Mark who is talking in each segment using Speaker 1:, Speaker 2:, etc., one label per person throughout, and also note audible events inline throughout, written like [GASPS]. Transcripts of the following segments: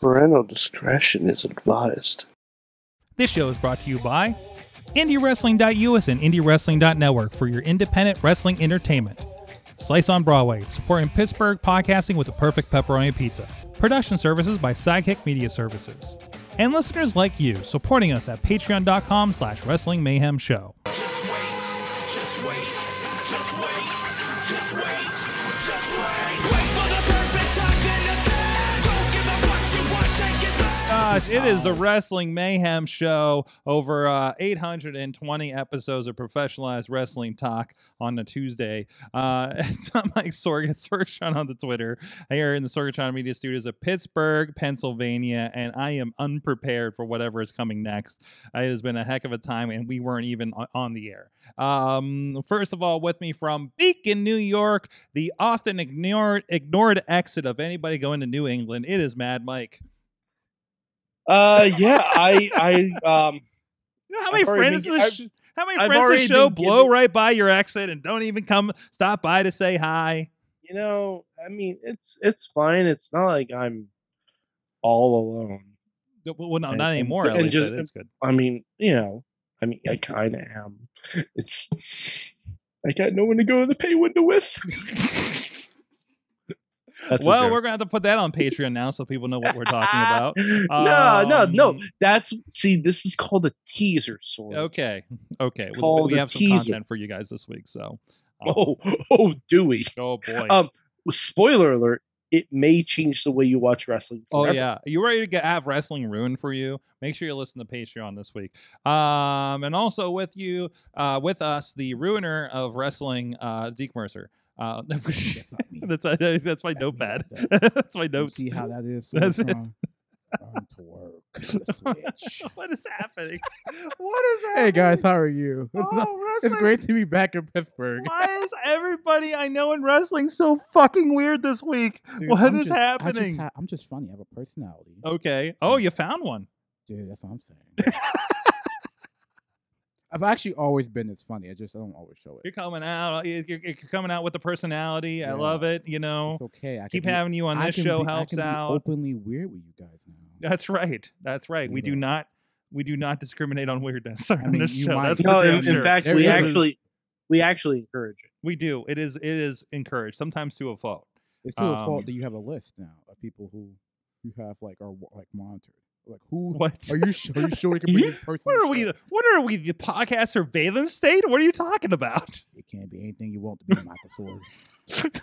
Speaker 1: Parental discretion is advised.
Speaker 2: This show is brought to you by IndieWrestling.us and IndieWrestling.network for your independent wrestling entertainment. Slice on Broadway, supporting Pittsburgh podcasting with the perfect pepperoni pizza. Production services by Sidekick Media Services. And listeners like you, supporting us at patreon.com slash wrestling mayhem show.
Speaker 3: Just wait, just wait, just wait, just wait, just wait. Wait for the perfect time then attack. Don't give up what you want, take it back.
Speaker 2: Gosh, it is the Wrestling Mayhem Show. Over uh, 820 episodes of professionalized wrestling talk on a Tuesday. Uh, [LAUGHS] it's not Mike Sorg, it's Sorgatron on the Twitter. Here in the Sorgatron Media Studios of Pittsburgh, Pennsylvania, and I am unprepared for whatever is coming next. Uh, It has been a heck of a time, and we weren't even o- on the air. Um, first of all, with me from Beacon, New York, the often ignored ignored exit of anybody going to New England. It is Mad Mike.
Speaker 4: Uh, yeah, I, I, um,
Speaker 2: You know [LAUGHS] how many
Speaker 4: I've already
Speaker 2: friends
Speaker 4: been-
Speaker 2: this
Speaker 4: I've-
Speaker 2: sh- how many
Speaker 4: I've
Speaker 2: friends
Speaker 4: already
Speaker 2: this show
Speaker 4: been
Speaker 2: blow
Speaker 4: given-
Speaker 2: right by your exit and don't even come stop by to say hi.
Speaker 4: you know, I mean, it's it's fine. It's not like I'm all alone.
Speaker 2: No, Well, no,
Speaker 4: And-
Speaker 2: not
Speaker 4: and-
Speaker 2: anymore. at
Speaker 4: and
Speaker 2: least
Speaker 4: just-
Speaker 2: that is good.
Speaker 4: I mean, you know, I mean, I kind of am. It's I got no one to go to the pay window
Speaker 2: [LAUGHS]
Speaker 4: with. That's a
Speaker 2: Well,
Speaker 4: joke.
Speaker 2: we're ah, gonna have to put that on Patreon now so people know what
Speaker 4: [LAUGHS]
Speaker 2: we're talking [LAUGHS] about.
Speaker 4: no, no, no.
Speaker 2: Um, oh.
Speaker 4: That's see, this is called a teaser, sword.
Speaker 2: Okay, okay. We-
Speaker 4: called
Speaker 2: We,
Speaker 4: a
Speaker 2: have some
Speaker 4: teaser.
Speaker 2: content for you guys this week, so um,
Speaker 4: Oh, oh, do we?
Speaker 2: oh boy.
Speaker 4: um, Spoiler alert: It may change the way you watch wrestling.
Speaker 2: Oh
Speaker 4: forever.
Speaker 2: yeah, you ready to get have wrestling ruined for you? Make sure you listen to Patreon this week. Um, and also with you, uh, with us, the ruiner of wrestling, uh, Zeke Mercer. Uh, [LAUGHS]
Speaker 5: [LAUGHS]
Speaker 2: that's,
Speaker 5: not me.
Speaker 2: that's that's my
Speaker 5: That's me,
Speaker 2: notepad. [LAUGHS]
Speaker 5: not
Speaker 2: that's my
Speaker 5: You
Speaker 2: notes. [LAUGHS]
Speaker 5: See how that is. So
Speaker 2: That's
Speaker 5: [LAUGHS] That's
Speaker 2: it.
Speaker 5: to work. the switch.
Speaker 2: what is happening? [LAUGHS] what [LAUGHS] is happening?
Speaker 5: [LAUGHS] hey guys, how are you? [LAUGHS] It's, not-
Speaker 2: oh,
Speaker 5: it's
Speaker 2: wrestling.
Speaker 5: great to be back in
Speaker 2: [LAUGHS]
Speaker 5: Pittsburgh.
Speaker 2: Why is everybody I know in wrestling so fucking weird this week?
Speaker 5: Dude,
Speaker 2: what
Speaker 5: I'm
Speaker 2: is
Speaker 5: just- I just
Speaker 2: happening?
Speaker 5: ha- I'm just funny. I have a personality.
Speaker 2: okay. Oh, you found one.
Speaker 5: Dude, that's what
Speaker 2: [LAUGHS]
Speaker 5: I'm saying. I've actually always been this funny. I just I don't always show
Speaker 2: You're
Speaker 5: it.
Speaker 2: coming out. You're, you're- you're coming out with the personality. I
Speaker 5: Yeah.
Speaker 2: love it. You know.
Speaker 5: It's okay. I can
Speaker 2: keep
Speaker 5: be-
Speaker 2: having you on
Speaker 5: I
Speaker 2: this
Speaker 5: can
Speaker 2: show
Speaker 5: be- I
Speaker 2: helps
Speaker 5: can be
Speaker 2: out.
Speaker 5: openly weird with you guys now.
Speaker 2: That's right. That's right. We
Speaker 5: You
Speaker 2: do
Speaker 5: know.
Speaker 2: not we do not discriminate on weirdness [LAUGHS] on
Speaker 5: mean,
Speaker 2: this
Speaker 5: you
Speaker 2: show.
Speaker 5: might-
Speaker 2: That's for
Speaker 4: No,
Speaker 2: damn
Speaker 4: in, in
Speaker 2: sure.
Speaker 4: fact,
Speaker 5: There
Speaker 4: we
Speaker 5: is a-
Speaker 4: actually we actually encourage it.
Speaker 2: [LAUGHS] we do. It is it is encouraged sometimes to a fault.
Speaker 5: It's to a
Speaker 2: Um,
Speaker 5: fault that you have a list now of people who you have like are wa- like monitored. Like who
Speaker 2: What?
Speaker 5: are you sure? Are you
Speaker 2: [LAUGHS]
Speaker 5: sure you can bring this person?
Speaker 2: What
Speaker 5: on
Speaker 2: are we?
Speaker 5: show?
Speaker 2: the- What are we? The podcast surveillance state? What are you talking [LAUGHS] about?
Speaker 5: It can't be anything you want
Speaker 2: [LAUGHS]
Speaker 5: to be Michael Sword.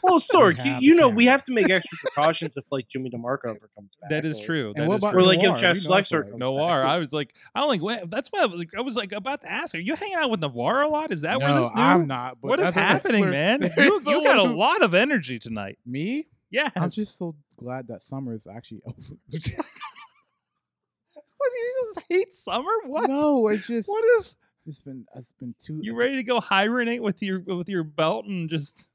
Speaker 4: Well, Sorg, you,
Speaker 5: have
Speaker 4: you
Speaker 5: the
Speaker 4: know we
Speaker 5: camera.
Speaker 4: have to make extra precautions if like Jimmy DeMarco ever comes back.
Speaker 2: That is
Speaker 4: or-
Speaker 2: true.
Speaker 5: And
Speaker 2: That
Speaker 5: what
Speaker 2: is
Speaker 5: about
Speaker 2: true.
Speaker 4: Or like if
Speaker 5: Noir?
Speaker 4: Jeff
Speaker 5: We know that's
Speaker 4: Schlechter
Speaker 5: right.
Speaker 4: comes
Speaker 2: Noir.
Speaker 4: back.
Speaker 2: I was like, I don't like. Wait, that's what I was, I was like about to ask. Are you hanging out with Navarre a lot? Is that where
Speaker 5: No,
Speaker 2: this new?
Speaker 5: I'm not. But
Speaker 2: what is
Speaker 5: as a
Speaker 2: happening,
Speaker 5: wrestler, [LAUGHS]
Speaker 2: man?
Speaker 5: there's
Speaker 2: You, you got a
Speaker 5: someone who-
Speaker 2: lot of energy tonight. [LAUGHS]
Speaker 5: Me?
Speaker 2: Yes.
Speaker 5: I'm just so glad that summer is actually [LAUGHS] over.
Speaker 2: What, you just hate summer? [LAUGHS] What?
Speaker 5: No, it's just
Speaker 2: What is?
Speaker 5: it's been it's been too.
Speaker 2: You ready to go hibernate with your with your belt and just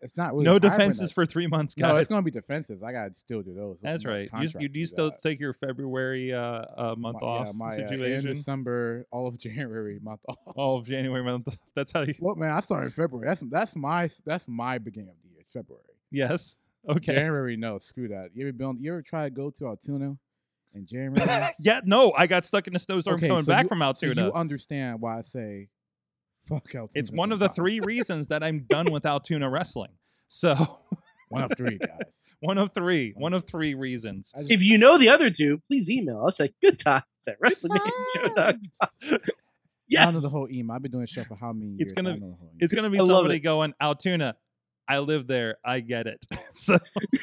Speaker 5: It's not really
Speaker 2: no
Speaker 5: hybrid
Speaker 2: defenses
Speaker 5: night.
Speaker 2: for three months, guys?
Speaker 5: No, it's gonna be defensive. I gotta still do those.
Speaker 2: That's
Speaker 5: My
Speaker 2: right. You, s-
Speaker 5: contract
Speaker 2: you
Speaker 5: to
Speaker 2: do
Speaker 5: do
Speaker 2: still
Speaker 5: that.
Speaker 2: take your February uh, uh month
Speaker 5: My-
Speaker 2: off
Speaker 5: yeah, my, uh, end
Speaker 2: situation.
Speaker 5: December, all of [LAUGHS] January, month off.
Speaker 2: All of January month. [LAUGHS] That's how you.
Speaker 5: Look, man, I started in February. That's that's my s- that's my beginning of the year. February.
Speaker 2: Yes. Okay.
Speaker 5: January, no, screw that. You ever been? on- You ever try to go to Altoona
Speaker 2: [LAUGHS]
Speaker 5: in January?
Speaker 2: yeah. No, I got stuck in a snowstorm
Speaker 5: Okay,
Speaker 2: coming
Speaker 5: so
Speaker 2: back
Speaker 5: you-
Speaker 2: from
Speaker 5: so
Speaker 2: Altoona.
Speaker 5: you understand why I say, fuck Altoona.
Speaker 2: it's one of the
Speaker 5: sometimes. [LAUGHS]
Speaker 2: three reasons that I'm done with Altoona wrestling. [LAUGHS] So
Speaker 5: One of three guys.
Speaker 2: one of three. One
Speaker 5: One of
Speaker 2: of three reasons. [LAUGHS]
Speaker 5: I just-
Speaker 4: If you know the other two, please email us at good times at
Speaker 5: times. I
Speaker 4: Yeah,
Speaker 5: don't know the whole email. I've been doing this show for how many years?
Speaker 2: It's gonna-
Speaker 5: I don't know the whole
Speaker 2: It's gonna be
Speaker 4: I love
Speaker 2: somebody
Speaker 4: it.
Speaker 2: going Altoona. I live there. I get it. [LAUGHS]
Speaker 4: [LAUGHS]
Speaker 2: so
Speaker 5: email.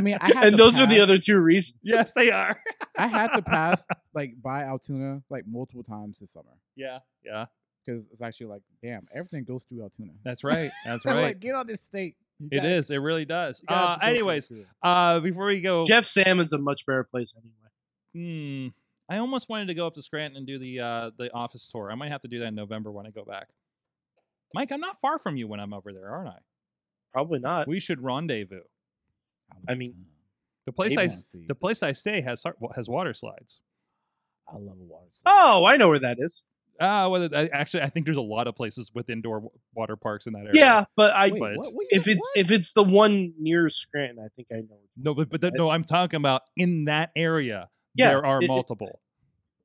Speaker 2: [LAUGHS]
Speaker 5: mean, I had
Speaker 4: and
Speaker 5: to
Speaker 4: those are the
Speaker 5: pass-
Speaker 4: other two reasons.
Speaker 2: yes, they are.
Speaker 5: I had to
Speaker 2: [LAUGHS]
Speaker 5: pass like by Altoona like multiple times this summer
Speaker 2: Yeah, yeah.
Speaker 5: because it's actually like, damn, everything goes through Altoona.
Speaker 2: That's right. That's
Speaker 5: I'm
Speaker 2: right.
Speaker 5: [LAUGHS] like, get out of this state. You
Speaker 2: it
Speaker 5: gotta-
Speaker 2: is. It really does.
Speaker 5: you gotta
Speaker 2: Uh,
Speaker 5: go through
Speaker 2: anyways,
Speaker 5: Altoona.
Speaker 2: uh, before we go,
Speaker 4: Jeff Salmon's a much better place anyway.
Speaker 2: hmm, I almost wanted to go up to Scranton and do the uh, the office tour. I might have to do that in November when I go back. Mike, I'm not far from you when I'm over there, aren't I?
Speaker 4: Probably not.
Speaker 2: We should rendezvous.
Speaker 5: I'm
Speaker 4: I
Speaker 5: like,
Speaker 4: mean,
Speaker 5: "Huh,
Speaker 2: The place
Speaker 5: they
Speaker 2: I
Speaker 5: wanna
Speaker 2: s-
Speaker 5: see.
Speaker 2: the place I stay has sar- has water slides.
Speaker 5: I love a water. slide."
Speaker 2: Oh,
Speaker 4: Oh, I know where that is.
Speaker 2: Uh, whether I, actually, I think there's a lot of places with indoor w- water parks in that area.
Speaker 4: Yeah, but I
Speaker 2: Wait, but
Speaker 4: if it's if it's the one near Scranton, I think I know.
Speaker 2: No, but, but the, no, I'm talking about in that area.
Speaker 4: Yeah,
Speaker 2: there are
Speaker 4: it- it-
Speaker 2: multiple.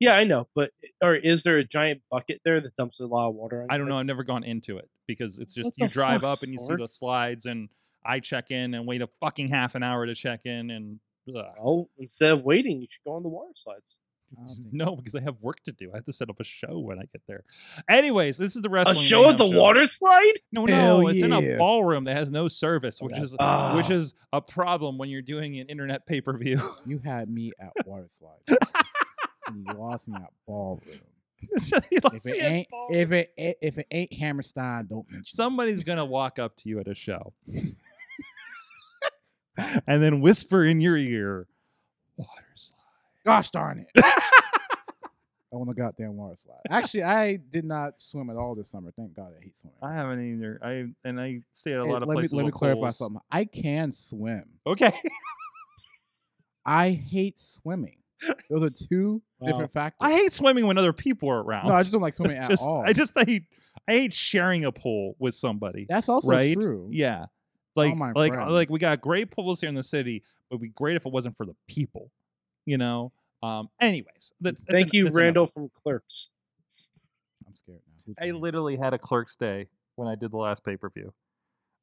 Speaker 4: Yeah, I know, but eh, or is there a giant bucket there that dumps a lot of water? On
Speaker 2: I
Speaker 4: you?
Speaker 2: don't know. I've never gone into it because it's just
Speaker 4: What
Speaker 2: you
Speaker 4: the
Speaker 2: drive
Speaker 4: fuck,
Speaker 2: up and you see
Speaker 4: Sorg?
Speaker 2: the slides, and I check in and wait a fucking half an hour to check in, and ugh.
Speaker 4: Well, instead of waiting, you should go on the water slides.
Speaker 5: I don't think-
Speaker 2: no, because I have work to do. I have to set up a show when I get there. Anyways, this is the
Speaker 4: A
Speaker 2: wrestling
Speaker 4: show at
Speaker 2: mayhem
Speaker 4: the water slide?
Speaker 2: No,
Speaker 5: Hell
Speaker 2: no, it's in a
Speaker 5: yeah.
Speaker 2: ballroom that has no service,
Speaker 5: Oh,
Speaker 2: which
Speaker 5: that-
Speaker 2: is
Speaker 4: Ah.
Speaker 2: which is a problem when you're doing an internet pay per view. [LAUGHS]
Speaker 5: You had me at water slide. and you lost me at
Speaker 2: [LAUGHS]
Speaker 5: ballroom. If it ain't if it i- if it ain't Hammerstein, don't mention. it.
Speaker 2: Somebody's gonna walk up to you at a
Speaker 5: [LAUGHS]
Speaker 2: show and then whisper in your ear, "Water slide."
Speaker 5: Gosh darn
Speaker 2: [LAUGHS]
Speaker 5: it! I want a goddamn water slide. Actually, I did not swim at all this summer. Thank God I hate swimming.
Speaker 2: I haven't either. I and I stay at a
Speaker 5: Hey,
Speaker 2: lot of
Speaker 5: let
Speaker 2: places.
Speaker 5: me let me
Speaker 2: with
Speaker 5: clarify
Speaker 2: pools.
Speaker 5: something. I can swim.
Speaker 2: Okay, [LAUGHS]
Speaker 5: I hate swimming. Those are
Speaker 2: [LAUGHS]
Speaker 5: two different factors.
Speaker 2: I hate swimming when other people are around.
Speaker 5: No, [LAUGHS] I just don't like swimming at
Speaker 2: Just-
Speaker 5: all.
Speaker 2: I just hate I hate sharing a pool with somebody.
Speaker 5: That's also
Speaker 2: right?
Speaker 5: true.
Speaker 2: Yeah. Like
Speaker 5: my
Speaker 2: like uh, like we
Speaker 5: friends.
Speaker 2: got great pools here in the city, but it'd be great if it wasn't for the people, you know. Um. Anyways, that's, that's
Speaker 4: Thank
Speaker 2: en-
Speaker 4: you,
Speaker 2: that's enough.
Speaker 4: Randall from Clerks.
Speaker 5: I'm scared now. Who's
Speaker 2: I
Speaker 5: gonna-
Speaker 2: literally had a clerk's day when I did the last pay per view.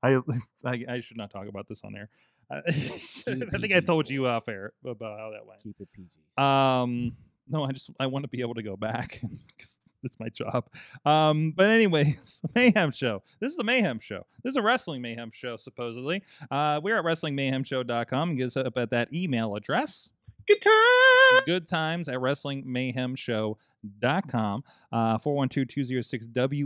Speaker 2: I, [LAUGHS] I I should not talk about this on air. I, [LAUGHS] I think I
Speaker 5: PG
Speaker 2: told
Speaker 5: for
Speaker 2: you off air about how that went.
Speaker 5: keep it PG.
Speaker 2: Um, no, I just I want to be able to go back [LAUGHS] 'cause it's my job. Um, but anyways, [LAUGHS] Mayhem Show. This is the Mayhem Show. This is a wrestling Mayhem Show, supposedly. Uh, we're at WrestlingMayhemShow.com. Gives up at that email address.
Speaker 4: Good time.
Speaker 2: Good times at WrestlingMayhemShow.com. Uh,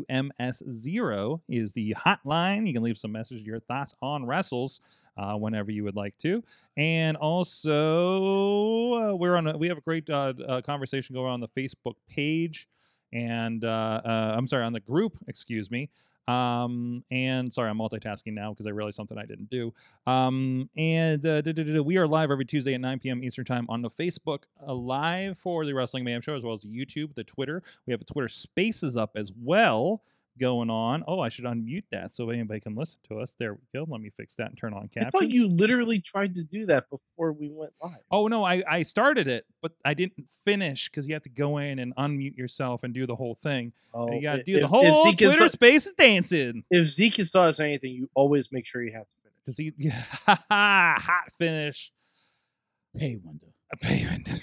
Speaker 2: 412-206-WMS0 is the hotline. You can leave some message, your thoughts on wrestles uh, whenever you would like to. And also, uh, we're on. A, we have a great uh, d- uh, conversation going on the Facebook page, and uh, uh, I'm sorry, on the group. Excuse me. Um, and sorry, I'm multitasking now because I realized something I didn't do. Um, and uh, duh, duh, duh, duh, we are live every Tuesday at 9 p.m. Eastern time on the Facebook uh, live for the Wrestling Mayhem Show, as well as YouTube, the Twitter. We have a Twitter Spaces up as well going on. Oh, I should unmute that so anybody can listen to us. There we go. Let me fix that and turn on captions.
Speaker 4: I thought you literally tried to do that before we went live.
Speaker 2: Oh no, I, I started it, but I didn't finish because you have to go in and unmute yourself and do the whole thing.
Speaker 4: Oh,
Speaker 2: And you got to
Speaker 4: i-
Speaker 2: do
Speaker 4: if-
Speaker 2: the
Speaker 4: if
Speaker 2: whole
Speaker 4: Zeke is
Speaker 2: Twitter
Speaker 4: so-
Speaker 2: space is dancing.
Speaker 4: if Zeke has taught us anything, you always make sure you have to finish.
Speaker 2: Cause he [LAUGHS] hot finish.
Speaker 5: Pay window.
Speaker 2: A payment. [LAUGHS]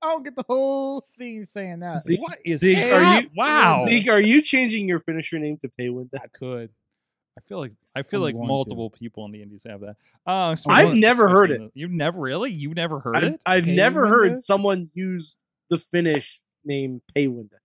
Speaker 5: I don't get the whole scene saying that.
Speaker 4: Zeke-
Speaker 2: what is
Speaker 4: Zeke,
Speaker 2: hap-
Speaker 4: are you-
Speaker 2: Wow,
Speaker 4: Zeke, are you changing your finisher name to Paywin?
Speaker 5: I could.
Speaker 2: I feel like I feel
Speaker 5: I'm
Speaker 2: like
Speaker 5: going to.
Speaker 2: multiple people in the Indies have that. Uh,
Speaker 4: I've
Speaker 2: especially-
Speaker 4: never heard
Speaker 2: especially the- You've never really? You've never heard
Speaker 4: I've,
Speaker 2: it?
Speaker 4: I've
Speaker 5: Pay
Speaker 4: never heard
Speaker 5: window?
Speaker 4: someone use the finish name Paywin.
Speaker 2: I-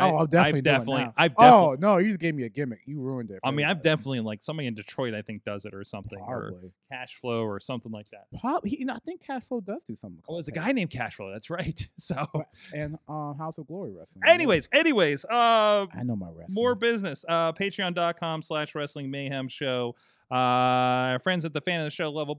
Speaker 5: Oh, I'm definitely
Speaker 2: I've
Speaker 5: doing it
Speaker 2: definitely.
Speaker 5: now.
Speaker 2: I've definitely.
Speaker 5: Oh no, you just gave me a gimmick. You ruined it. for
Speaker 2: I mean, I've
Speaker 5: everybody.
Speaker 2: definitely like somebody in Detroit, I think, does it or something, or
Speaker 5: Probably.
Speaker 2: cash flow or something like that.
Speaker 5: Pop, he, you know, I think Cashflow does do something.
Speaker 2: Oh,
Speaker 5: called
Speaker 2: it's a
Speaker 5: Pay.
Speaker 2: guy named Cashflow. That's right. [LAUGHS] So,
Speaker 5: and um, House of Glory wrestling. yeah.
Speaker 2: anyways, anyways, uh,
Speaker 5: I know my wrestling.
Speaker 2: more business. Uh, Patreon.com slash Wrestling Mayhem Show. Uh, our friends at the fan of the show level,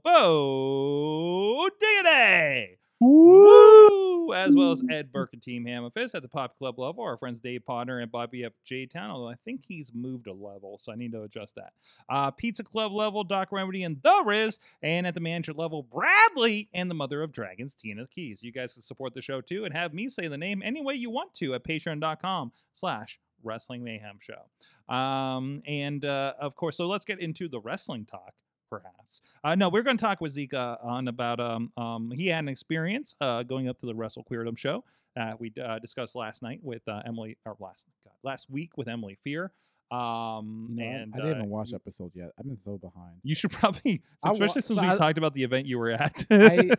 Speaker 2: Bo Diggity. Woo! As well as Ed Burke and Team Ham and Fist at the Pop Club level, our friends Dave Potter and Bobby F. J. Town, although I think he's moved a level, so I need to adjust that. Uh, Pizza Club level, Doc Remedy and The Riz, and at the manager level, Bradley and the Mother of Dragons, Tina Keys. You guys can support the show too and have me say the name any way you want to at patreon.com slash wrestling mayhem show. Um, and uh, of course, so let's get into the wrestling talk perhaps. Uh, no, we're going to talk with Zeke uh, on about um, um, he had an experience uh, going up to the Wrestle Queerdom show that we uh, discussed last night with uh, Emily, or last God, last week with Emily Fear. Um,
Speaker 5: You know, I-
Speaker 2: and
Speaker 5: I
Speaker 2: uh,
Speaker 5: didn't even watch episode yet. I've been so
Speaker 2: [LAUGHS]
Speaker 5: behind.
Speaker 2: you should probably,
Speaker 5: I wa-
Speaker 2: especially since
Speaker 5: so
Speaker 2: we
Speaker 5: I-
Speaker 2: talked about the event you were at.
Speaker 5: I-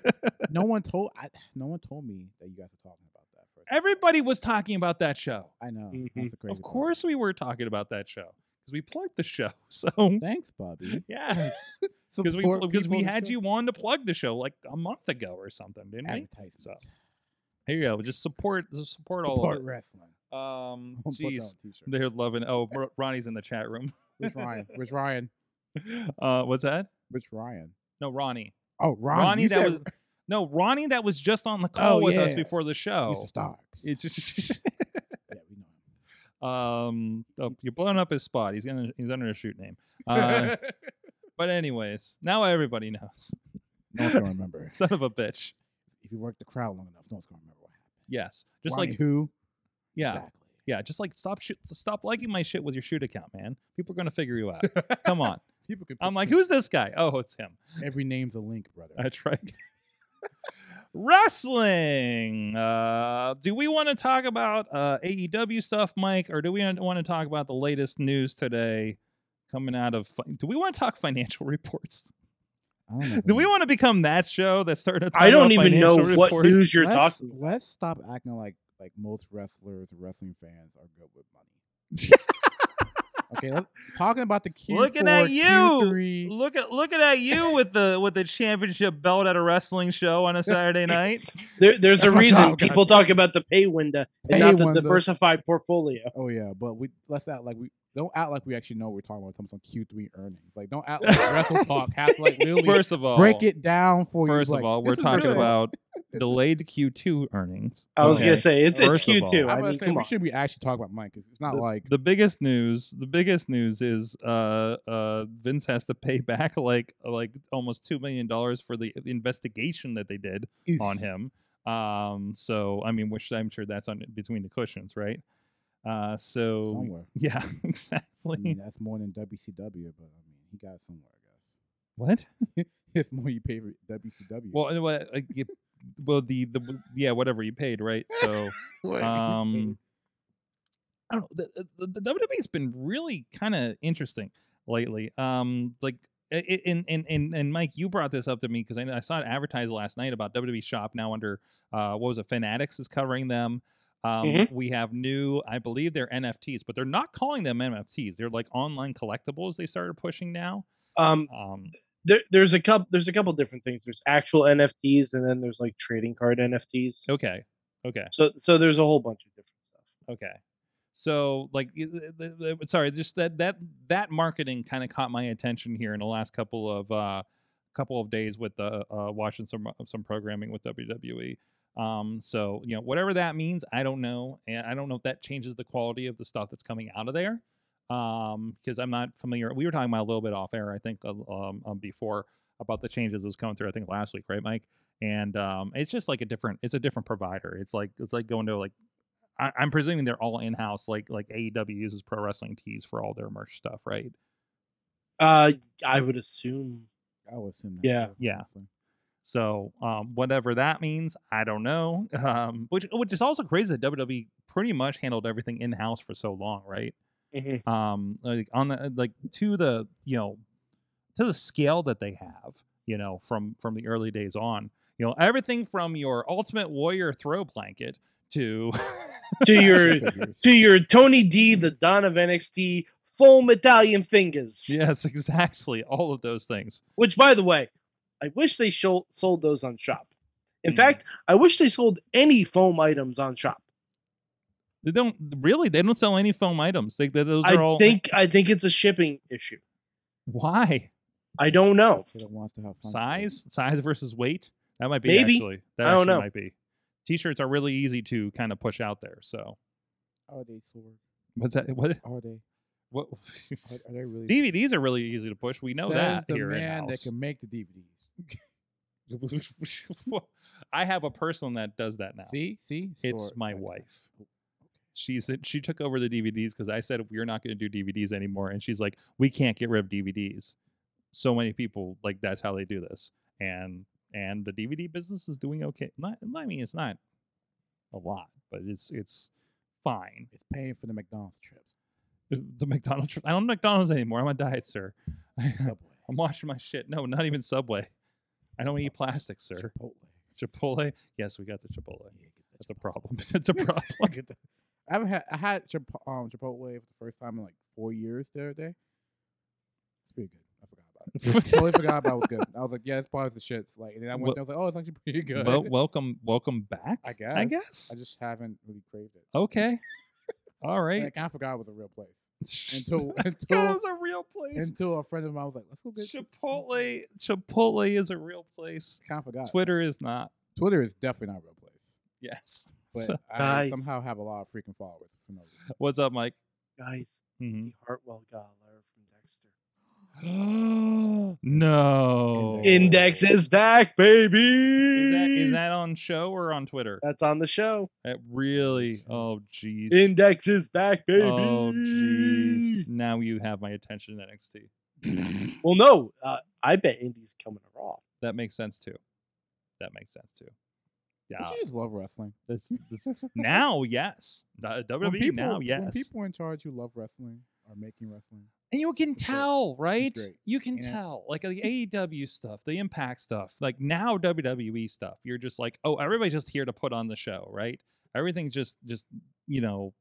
Speaker 5: No one told. I, no one told me that you guys were talking about that. First.
Speaker 2: [LAUGHS] Everybody was talking about that show.
Speaker 5: I know.
Speaker 4: Mhm.
Speaker 5: That's
Speaker 2: Eh,
Speaker 5: the crazy.
Speaker 2: mm-hmm. Of
Speaker 5: part.
Speaker 2: course, we were talking about that show because we plugged the show. [LAUGHS] So
Speaker 5: Thanks, Bobby. [LAUGHS]
Speaker 2: yes, because we
Speaker 5: Support
Speaker 2: because we
Speaker 5: people
Speaker 2: had
Speaker 5: that-
Speaker 2: you on to plug the show like a month ago or something, didn't we?
Speaker 5: Advertisements.
Speaker 2: So, Here you go. Just support, just support, all
Speaker 5: Support
Speaker 2: of it.
Speaker 5: wrestling. [LAUGHS]
Speaker 2: Um,
Speaker 5: Put that on
Speaker 2: jeez,
Speaker 5: a t-shirt.
Speaker 2: they're loving. Oh, Ro- Ronnie's in the chat room. [LAUGHS]
Speaker 5: Which Ryan? Which Ryan?
Speaker 2: Uh, what's that?
Speaker 5: Which Ryan?
Speaker 2: No, Ronnie.
Speaker 5: Oh, Ron.
Speaker 2: Ronnie,
Speaker 5: you
Speaker 2: that
Speaker 5: said-
Speaker 2: was. No, Ronnie, that was just on the call
Speaker 5: Oh,
Speaker 2: with us
Speaker 5: yeah.
Speaker 2: before the show.
Speaker 5: Mr. Starks.
Speaker 2: It's
Speaker 5: [LAUGHS]
Speaker 2: just, [LAUGHS]
Speaker 5: yeah, we know. him.
Speaker 2: um,
Speaker 5: Mm.
Speaker 2: oh, you're blowing up his spot. He's gonna, he's under a shoot
Speaker 5: [LAUGHS]
Speaker 2: name. Uh, but anyways, now everybody knows. [LAUGHS]
Speaker 5: No one's gonna remember.
Speaker 2: Son of a bitch.
Speaker 5: if you work the crowd long enough, no one's gonna remember what happened.
Speaker 2: Yes, just
Speaker 5: Why,
Speaker 2: like
Speaker 5: who?
Speaker 2: yeah,
Speaker 5: Exactly.
Speaker 2: yeah, just like stop shoot, stop liking my shit with your shoot account, man. People are gonna figure you out. Come on.
Speaker 5: [LAUGHS] People could.
Speaker 2: I'm
Speaker 5: put
Speaker 2: like, who's this guy? Oh, it's him.
Speaker 5: every name's a link, brother.
Speaker 2: That's
Speaker 4: [LAUGHS]
Speaker 2: right. Wrestling. Uh, do we want to talk about uh, AEW stuff, Mike, or do we want to talk about the latest news today coming out of? Fi- do we want to talk financial reports?
Speaker 5: I don't know
Speaker 2: [LAUGHS]
Speaker 5: if
Speaker 2: Do
Speaker 5: I
Speaker 2: we
Speaker 5: know.
Speaker 2: want to become that show that started?
Speaker 4: I don't
Speaker 2: talking about
Speaker 4: even know
Speaker 2: financial
Speaker 4: what
Speaker 2: reports?
Speaker 4: news you're
Speaker 5: let's,
Speaker 4: talking.
Speaker 5: Let's stop acting like like most wrestlers or wrestling fans are good with money.
Speaker 2: [LAUGHS]
Speaker 5: okay, let, talking about the Q4,
Speaker 2: Looking at you.
Speaker 5: Q3,
Speaker 2: Look at looking at you with the with the championship belt at a wrestling show on
Speaker 4: [LAUGHS]
Speaker 2: a Saturday night.
Speaker 4: There, there's
Speaker 5: That's
Speaker 4: a
Speaker 5: my
Speaker 4: reason
Speaker 5: job,
Speaker 4: people
Speaker 5: goddamn.
Speaker 4: talk about the pay window and
Speaker 5: Pay
Speaker 4: not the
Speaker 5: window.
Speaker 4: diversified portfolio.
Speaker 5: Oh yeah, but we let's act like we don't act like we actually know what we're talking about. When it comes on Q three earnings, like don't act like
Speaker 2: [LAUGHS]
Speaker 5: wrestle talk has to like really
Speaker 2: First of all,
Speaker 5: break it down for you.
Speaker 2: First
Speaker 5: like,
Speaker 2: of all, we're
Speaker 5: this is
Speaker 2: talking
Speaker 4: [LAUGHS]
Speaker 5: good.
Speaker 2: about delayed Q2 earnings.
Speaker 4: I was
Speaker 2: Okay.
Speaker 4: gonna say it's, it's
Speaker 2: First of
Speaker 4: Q two.
Speaker 2: all-
Speaker 5: I'm
Speaker 4: I
Speaker 5: about
Speaker 4: mean,
Speaker 5: to say
Speaker 4: come
Speaker 5: we
Speaker 4: on.
Speaker 5: should be actually talking about Mike because it's not like
Speaker 2: the biggest news the biggest news is uh uh vince has to pay [LAUGHS] back like like almost two million dollars for the investigation that they did on him um so i mean which i'm sure that's on between the cushions right uh so [LAUGHS]
Speaker 5: somewhere.
Speaker 2: yeah
Speaker 5: I
Speaker 2: exactly
Speaker 5: mean, that's more than WCW, but I mean, he got it somewhere, I guess.
Speaker 2: what
Speaker 5: [LAUGHS] It's more you pay for WCW.
Speaker 2: well and what like, you- well the the yeah whatever you paid right so um I don't know. The, the, the WWE's been really kind of interesting lately. Um, like i- i- and and and and Mike, you brought this up to me because I, know- I saw it advertised last night about WWE Shop now under uh, what was it? Fanatics is covering them. Um,
Speaker 4: Mhm.
Speaker 2: We have new, I believe they're NFTs, but they're not calling them NFTs. They're like online collectibles. They started pushing now.
Speaker 4: Um,
Speaker 2: Um,
Speaker 4: there, there's a couple. There's a couple different things. There's actual NFTs, and then there's like trading card NFTs.
Speaker 2: okay, okay.
Speaker 4: So, so there's a whole bunch of different stuff.
Speaker 2: Okay. So like y- th- th- th- sorry, just that that that marketing kind of caught my attention here in the last couple of uh couple of days with the uh watching some some programming with WWE. Um so, you know, whatever that means, I don't know and I don't know if that changes the quality of the stuff that's coming out of there. Um because I'm not familiar. We were talking about a little bit off air I think uh, um, um before about the changes that was coming through I think last week, right Mike? And um it's just like a different it's a different provider. It's like it's like going to like I, I'm presuming they're all in house, like like AEW uses pro wrestling tees for all their merch stuff, right?
Speaker 4: Uh, I would assume.
Speaker 5: I would assume. That
Speaker 4: Yeah.
Speaker 5: too,
Speaker 2: Yeah.
Speaker 5: honestly.
Speaker 2: So um, whatever that means, I don't know. [LAUGHS] Um, which which is also crazy that WWE pretty much handled everything in house for so long, right?
Speaker 4: Mhm.
Speaker 2: Um, like on the like to the you know to the scale that they have, you know, from from the early days on, you know, everything from your Ultimate Warrior throw blanket to [LAUGHS]
Speaker 4: To
Speaker 5: [LAUGHS]
Speaker 4: your
Speaker 5: Action figures.
Speaker 4: to your Tony D, the Don of NXT, foam Italian fingers.
Speaker 2: yes, exactly, all of those things.
Speaker 4: Which, by the way, I wish they shol- sold those on Shop. In
Speaker 2: Mhm.
Speaker 4: fact, I wish they sold any foam items on Shop.
Speaker 2: They don't really. They don't sell any foam items. They, they, those
Speaker 4: I
Speaker 2: are all.
Speaker 4: think I think it's a shipping issue.
Speaker 2: [LAUGHS] why
Speaker 4: I don't know.
Speaker 5: Kid that wants to have fun.
Speaker 2: size size versus weight. That might be
Speaker 4: Maybe.
Speaker 2: actually. That
Speaker 4: I don't
Speaker 2: actually
Speaker 4: know.
Speaker 2: might be. T-shirts are really easy to kind of push out there. So
Speaker 5: Are they sword?
Speaker 2: what's that? What?
Speaker 5: Are they?
Speaker 2: What? [LAUGHS]
Speaker 5: Are, are they really?
Speaker 2: DVDs are really easy to push. We know
Speaker 5: Says
Speaker 2: that
Speaker 5: the
Speaker 2: here in
Speaker 5: man that
Speaker 2: house.
Speaker 5: can make the DVDs.
Speaker 2: [LAUGHS] I have a person that does that now.
Speaker 5: See, see,
Speaker 2: It's
Speaker 5: Sword.
Speaker 2: my
Speaker 5: Okay.
Speaker 2: wife. She's she took over the DVDs because I said we're not going to do DVDs anymore, and she's like, we can't get rid of DVDs. So many people like that's how they do this, and and the DVD business is doing okay. Not, I mean, it's not a lot, but it's it's fine. [LAUGHS]
Speaker 5: It's paying for the McDonald's trips.
Speaker 2: The the McDonald's, I don't McDonald's anymore. I'm on diet, sir. [LAUGHS] I'm
Speaker 5: Subway.
Speaker 2: washing my shit. No, not even Subway. I don't eat
Speaker 5: Chipotle.
Speaker 2: plastic, sir.
Speaker 5: Chipotle.
Speaker 2: Chipotle. Yes, we got the Chipotle.
Speaker 5: Yeah, get the
Speaker 2: That's a
Speaker 5: Chipotle.
Speaker 2: problem. [LAUGHS] That's
Speaker 5: [LAUGHS]
Speaker 2: a problem.
Speaker 5: Get the- I haven't had I had Chipo- um, Chipotle for the first time in like four years the other day. It's pretty good. I forgot about
Speaker 2: [LAUGHS]
Speaker 5: it. totally forgot about it was good. I was like, yeah, it's probably the shit. Like, and then I went,
Speaker 2: Well-
Speaker 5: there, I was like, oh, it's actually pretty good.
Speaker 2: Well, welcome, welcome back.
Speaker 5: I
Speaker 2: I
Speaker 5: guess.
Speaker 2: guess.
Speaker 5: I just haven't really craved it.
Speaker 2: Okay. All right. [LAUGHS]
Speaker 5: Like, I forgot it was a real place. until [LAUGHS]
Speaker 2: God, it
Speaker 5: until
Speaker 2: was a real place.
Speaker 5: until a friend of mine was like, "Let's go get
Speaker 2: Chipotle, Chipotle is a real place.
Speaker 5: Kind of forgot.
Speaker 2: Twitter is not.
Speaker 5: Twitter is definitely not a real place,
Speaker 2: Yes. [LAUGHS]
Speaker 5: but
Speaker 2: So-
Speaker 5: I
Speaker 4: Guys.
Speaker 5: somehow have a lot of freaking followers. For no reason.
Speaker 2: what's up, Mike?
Speaker 4: Guys,
Speaker 5: [GASPS]
Speaker 2: [GASPS] Mhm.
Speaker 4: Hartwell got a letter from Dexter.
Speaker 2: no.
Speaker 5: Index.
Speaker 4: Index is back, baby.
Speaker 2: Oh. Is that is that on show or on Twitter?
Speaker 4: That's on the show.
Speaker 2: That really.
Speaker 5: show.
Speaker 2: Oh jeez.
Speaker 4: Index is back, baby.
Speaker 2: Oh jeez. Now you have my attention at NXT.
Speaker 4: Well, no, uh, I bet Indy's coming to Raw.
Speaker 2: That makes sense too. That makes sense too. Yeah.
Speaker 5: Don't you just love wrestling?
Speaker 2: This, [LAUGHS] this now, yes. Uh, WWE now, yes.
Speaker 5: When people in charge who love wrestling are making wrestling.
Speaker 2: And you can
Speaker 5: It's great.
Speaker 2: tell, right?
Speaker 5: great.
Speaker 2: You can
Speaker 5: Yeah.
Speaker 2: tell. Like the AEW stuff, the Impact stuff, like now WWE stuff. You're just like, oh, everybody's just here to put on the show, right? Everything's just, just you know,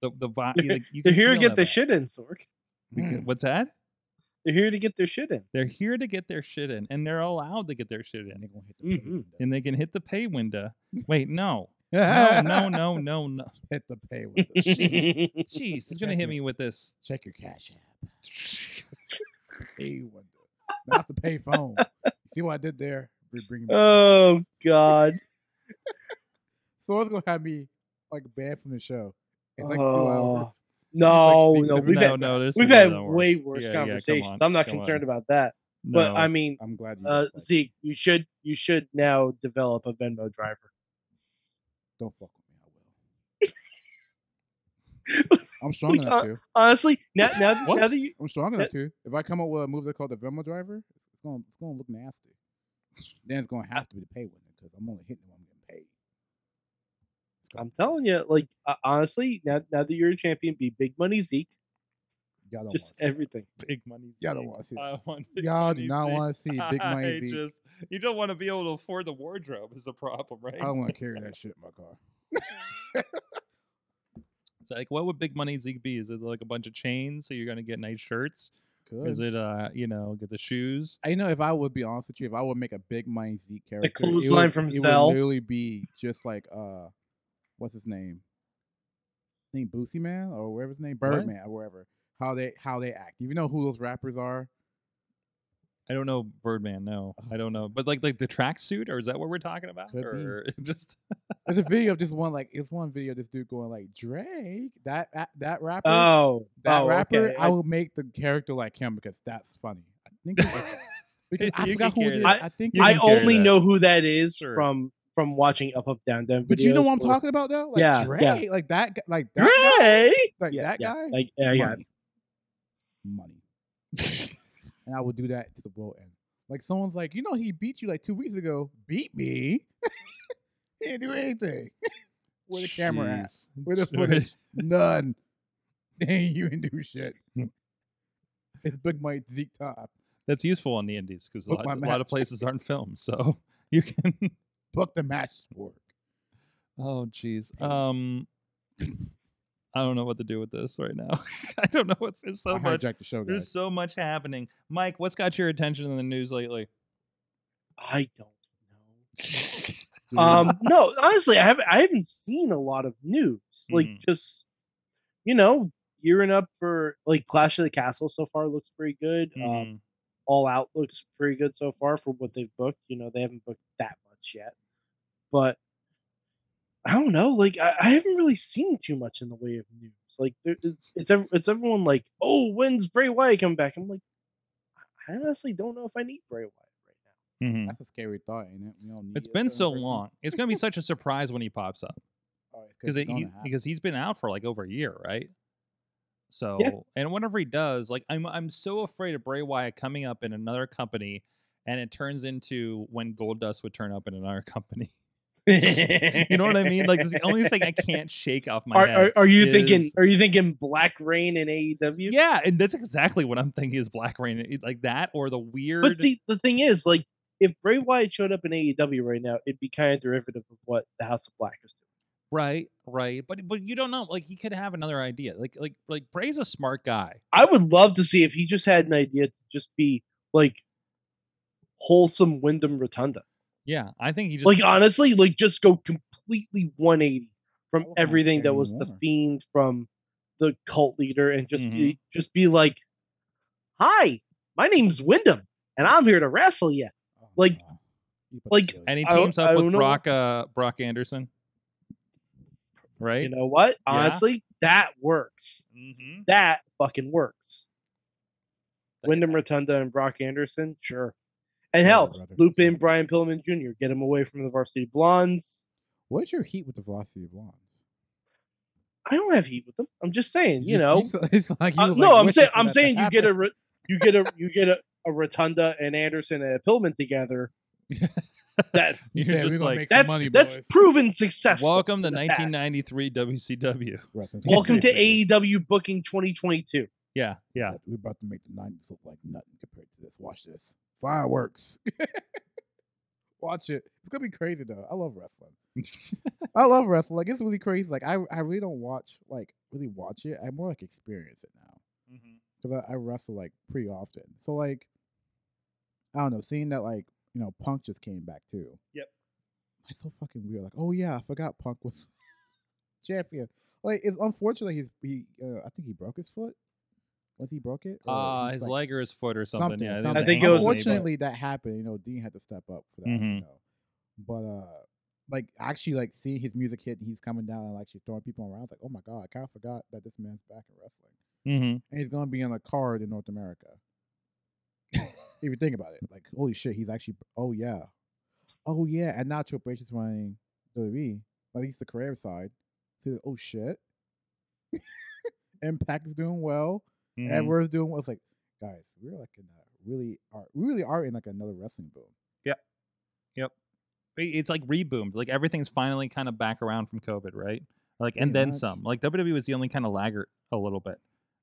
Speaker 2: the the vibe. Like, you
Speaker 4: They're
Speaker 2: can
Speaker 4: here to
Speaker 2: feel
Speaker 4: get
Speaker 2: that
Speaker 4: their
Speaker 2: vibe.
Speaker 4: shit in, Sork.
Speaker 2: You can- What's that?
Speaker 4: They're here to get their shit in.
Speaker 2: They're here to get their shit in, and they're allowed to get their shit
Speaker 5: And
Speaker 2: in,
Speaker 5: they're gonna hit the pay
Speaker 2: Mm-hmm.
Speaker 4: Mhm.
Speaker 5: window.
Speaker 2: and they can hit the pay window. Wait, no, no, no, no, no, no.
Speaker 5: [LAUGHS] hit the pay window.
Speaker 2: [LAUGHS] Jeez.
Speaker 4: [LAUGHS]
Speaker 2: Jeez, he's gonna
Speaker 5: Check
Speaker 2: hit
Speaker 5: it.
Speaker 2: me with this.
Speaker 5: Check your cash app. Pay window. That's the pay phone. You see what I did there? Br- Bring it back.
Speaker 4: Oh
Speaker 2: [LAUGHS]
Speaker 4: God.
Speaker 5: So it's gonna have me like banned from the show in like two
Speaker 4: Oh.
Speaker 5: hours.
Speaker 4: No,
Speaker 5: things
Speaker 4: no,
Speaker 5: that
Speaker 4: we've
Speaker 2: no,
Speaker 4: had,
Speaker 2: no, this
Speaker 4: we've
Speaker 2: was
Speaker 4: had
Speaker 2: no
Speaker 4: way worse
Speaker 2: Yeah, yeah, come
Speaker 4: conversations.
Speaker 2: on,
Speaker 4: I'm not
Speaker 2: come on.
Speaker 4: concerned about that,
Speaker 2: No,
Speaker 4: but I
Speaker 5: [LAUGHS]
Speaker 4: mean,
Speaker 5: I'm glad you
Speaker 4: uh,
Speaker 5: guys like,
Speaker 4: Zeke, you should you should now develop a Venmo driver.
Speaker 5: don't fuck with me. I will. I'm strong
Speaker 4: We
Speaker 5: enough
Speaker 4: can't-
Speaker 5: to.
Speaker 4: Honestly, now now,
Speaker 5: [LAUGHS]
Speaker 4: that-
Speaker 2: What?
Speaker 4: now that you
Speaker 5: I'm strong enough to. If I come up with a move that's called the Venmo driver, it's gonna it's gonna look nasty. Then it's gonna have to be the pay window because I'm only hitting when I'm getting paid.
Speaker 4: I'm telling you, like uh, honestly, now now that you're a champion, be big money Zeke.
Speaker 5: Y'all don't
Speaker 4: Just
Speaker 5: want to see that.
Speaker 4: everything.
Speaker 2: big money.
Speaker 5: Y'all don't
Speaker 2: Zeke.
Speaker 5: want to
Speaker 2: [LAUGHS]
Speaker 5: see that.
Speaker 2: I want. big
Speaker 5: Y'all
Speaker 2: money
Speaker 5: do not
Speaker 2: Zeke.
Speaker 5: [LAUGHS] want to see
Speaker 2: [LAUGHS]
Speaker 5: Big
Speaker 2: I
Speaker 5: Money Zeke.
Speaker 2: just- you don't want to be able to afford the wardrobe is the problem, right?
Speaker 5: I don't want to carry that shit in my car.
Speaker 2: It's like, what would big money Zeke be? Is it like a bunch of chains? So you're gonna get nice shirts?
Speaker 5: Could.
Speaker 2: Is it uh, you know, get the shoes?
Speaker 5: I know if I would be honest with you, if I would make a big money Zeke character,
Speaker 4: clothesline
Speaker 5: would,
Speaker 4: from
Speaker 5: it
Speaker 4: Cell.
Speaker 5: would literally be just like uh, what's his name? I think Boosie Man or whatever his name, Birdman or wherever. How they how they act. You know who those rappers are?
Speaker 2: I don't know, Birdman. No, I don't know. But like, like the tracksuit, or is that what we're talking about?
Speaker 5: Could be.
Speaker 2: or [LAUGHS] just
Speaker 5: There's a video of this one like it's one video of this dude going like Drake that that, that rapper
Speaker 4: Oh,
Speaker 5: that
Speaker 4: oh,
Speaker 5: rapper.
Speaker 4: okay.
Speaker 5: I will make the character like him because that's funny. I think it is.
Speaker 4: [LAUGHS]
Speaker 5: because I
Speaker 2: You
Speaker 5: forgot
Speaker 2: can
Speaker 5: who it
Speaker 2: carry
Speaker 5: is.
Speaker 4: that.
Speaker 5: I, think
Speaker 2: You
Speaker 5: it's
Speaker 4: I
Speaker 2: can
Speaker 5: him.
Speaker 2: carry
Speaker 4: only
Speaker 2: that.
Speaker 4: know who that is
Speaker 2: Sure.
Speaker 4: from from watching Up Up Down Down.
Speaker 5: But you know
Speaker 4: videos
Speaker 5: what I'm
Speaker 4: or-
Speaker 5: talking about though? Like
Speaker 4: Yeah,
Speaker 5: Drake,
Speaker 4: yeah.
Speaker 5: like that, guy- like that, guy-
Speaker 4: Right?
Speaker 5: like
Speaker 4: Yeah,
Speaker 5: that
Speaker 4: yeah,
Speaker 5: guy.
Speaker 4: Like, yeah, yeah.
Speaker 5: money.
Speaker 2: [LAUGHS]
Speaker 5: Money. and I would do that to the world end. Like someone's like, you know, he beat you like two weeks ago. Beat me. [LAUGHS] he didn't do anything. [LAUGHS] Where the camera at?
Speaker 2: Jeez.
Speaker 5: Where the footage? None. [LAUGHS] Dang, you didn't do shit.
Speaker 2: Hmm.
Speaker 5: it's Big Mike Zeke Top.
Speaker 2: That's useful on the indies because a
Speaker 5: Book
Speaker 2: lot,
Speaker 5: my
Speaker 2: a lot of
Speaker 5: match.
Speaker 2: places aren't filmed, so [LAUGHS] you can.
Speaker 5: Book the match work.
Speaker 2: Oh, jeez. Um, I don't know what to do with this right now. [LAUGHS] I don't know what's it's so
Speaker 5: I
Speaker 2: much.
Speaker 5: hijacked the show,
Speaker 2: There's
Speaker 5: guys.
Speaker 2: so much happening. Mike, what's got your attention in the news lately?
Speaker 4: I don't know.
Speaker 2: Mm.
Speaker 5: Dude,
Speaker 4: Um, no, honestly, I haven't I haven't seen a lot of news. Like
Speaker 2: Mhm.
Speaker 4: just you know, gearing up for like Clash of the Castle so far looks pretty good. Um,
Speaker 2: Mhm.
Speaker 4: All Out looks pretty good so far for what they've booked. You know, they haven't booked that much yet, but I don't know. Like, I, I haven't really seen too much in the way of news. Like, there, it's it's, ev- it's everyone like, oh, when's Bray Wyatt coming back? I'm like, I honestly don't know if I need Bray Wyatt right now.
Speaker 2: Mhm.
Speaker 5: that's a scary thought, ain't it? We don't need
Speaker 2: It's
Speaker 5: a
Speaker 2: been
Speaker 5: certain
Speaker 2: so
Speaker 5: person.
Speaker 2: long. It's gonna be such a surprise when he pops up
Speaker 5: Oh, it's
Speaker 2: because
Speaker 5: it's gonna
Speaker 2: he,
Speaker 5: happen.
Speaker 2: because he's been out for like over a year, right? So and whenever he does, like I'm I'm so afraid of Bray Wyatt coming up in another company, and it turns into when Goldust would turn up in another [LAUGHS] company. [LAUGHS] you know what I mean?
Speaker 4: [LAUGHS]
Speaker 2: Like it's the only thing I can't shake off my
Speaker 4: Are,
Speaker 2: head.
Speaker 4: are, are you thinking?
Speaker 2: is-
Speaker 4: Are you thinking Black Rain in E AEW?
Speaker 2: Yeah, and that's exactly what I'm thinking is Black Rain, it- like that or the weird.
Speaker 4: But see, the thing is, like, if Bray Wyatt showed up in AEW right now, it'd be kind of derivative of what the House of Black is doing.
Speaker 2: right, right. But but you don't know. Like he could have another idea. Like like like Bray's a smart guy.
Speaker 4: I would love to see if he just had an idea to just be like wholesome Wyndham Rotunda.
Speaker 2: Yeah, I think he just
Speaker 4: Like honestly, like just go completely 180 from
Speaker 5: wouldn't mind
Speaker 4: Oh, everything that
Speaker 5: seeing
Speaker 4: was the
Speaker 5: more.
Speaker 4: fiend from the cult leader and just
Speaker 2: Mhm.
Speaker 4: be, just be like, "Hi, my name's Wyndham, and I'm here to wrestle you."
Speaker 5: Oh,
Speaker 4: Like-
Speaker 5: no. You put
Speaker 4: like,
Speaker 5: the
Speaker 2: And he
Speaker 4: I don't-
Speaker 2: teams
Speaker 4: I
Speaker 2: up with
Speaker 4: don't know.
Speaker 2: Brock uh, Brock Anderson, right?
Speaker 4: You
Speaker 2: [LAUGHS]
Speaker 4: know what?
Speaker 2: Yeah.
Speaker 4: Honestly, that works.
Speaker 2: mm-hmm.
Speaker 4: That fucking works. Wyndham Rotunda and Brock Anderson, sure. And
Speaker 5: Yeah,
Speaker 4: hell,
Speaker 5: brother.
Speaker 4: loop in Brian Pillman Jr. Get him away from the Varsity Blondes.
Speaker 5: What's your heat with the velocity of blondes?
Speaker 4: I don't have heat with them. I'm just saying, you
Speaker 5: Just-
Speaker 4: know.
Speaker 5: it's- it's like you
Speaker 4: Uh,
Speaker 5: was,
Speaker 4: no,
Speaker 5: like,
Speaker 4: I'm
Speaker 5: wishing
Speaker 4: saying
Speaker 5: for
Speaker 4: I'm
Speaker 5: that to
Speaker 4: saying you get a
Speaker 5: happen.
Speaker 4: re- you get a you get a, a Rotunda and Anderson and a Pillman
Speaker 5: [LAUGHS]
Speaker 4: together. That
Speaker 2: You're
Speaker 5: You said, "We're
Speaker 2: just
Speaker 5: gonna
Speaker 2: like,
Speaker 5: make some
Speaker 4: that's
Speaker 5: money,
Speaker 4: that's
Speaker 5: boys."
Speaker 4: proven successful.
Speaker 2: Welcome to
Speaker 4: the past.
Speaker 2: 1993 WCW.
Speaker 5: Wrestling's gonna
Speaker 4: Welcome
Speaker 5: be
Speaker 4: to
Speaker 5: a secret.
Speaker 4: AEW booking 2022.
Speaker 2: Yeah, yeah.
Speaker 5: We're about to make the nineties look like nothing compared to this. Watch this. Fireworks. [LAUGHS] Watch it. It's gonna be crazy though. I love wrestling.
Speaker 2: [LAUGHS]
Speaker 5: I love wrestling. Like it's really crazy. Like I, I really don't watch like really watch it. I more like experience it now
Speaker 2: Mm-hmm.
Speaker 5: because I, I wrestle like pretty often. So like, I don't know. Seeing that like you know Punk just came back too.
Speaker 4: Yep.
Speaker 5: It's so fucking weird. Like oh yeah, I forgot Punk was [LAUGHS] champion. Like it's unfortunately he's he uh, I think he broke his foot. Was he broke it? Or
Speaker 2: Uh,
Speaker 5: he's,
Speaker 2: his
Speaker 5: like-
Speaker 2: leg or his foot or something. yeah,
Speaker 4: I think it was-
Speaker 5: unfortunately that happened. You know, Dean had to step up for that.
Speaker 2: Mhm.
Speaker 5: You know. But uh, like actually, like seeing his music hit and he's coming down and like she's throwing people around. It's like, oh my god, I kind of forgot that this man's back in wrestling,
Speaker 2: hmm
Speaker 5: and he's gonna be on a card in North America. if you think about it, like holy shit, he's actually. Oh yeah, oh yeah, and now Triple H is running WWE, at least E, the career side. So he's like, oh shit, [LAUGHS] Impact is doing well.
Speaker 2: Mm-hmm.
Speaker 5: Edwards doing was like, guys, we're like in a really are we really are in like another wrestling boom.
Speaker 2: It's like reboomed. Like everything's finally kind of back around from COVID, right? Like and
Speaker 5: Pretty
Speaker 2: then
Speaker 5: much.
Speaker 2: some. Like WWE was the only kind of laggard a little bit,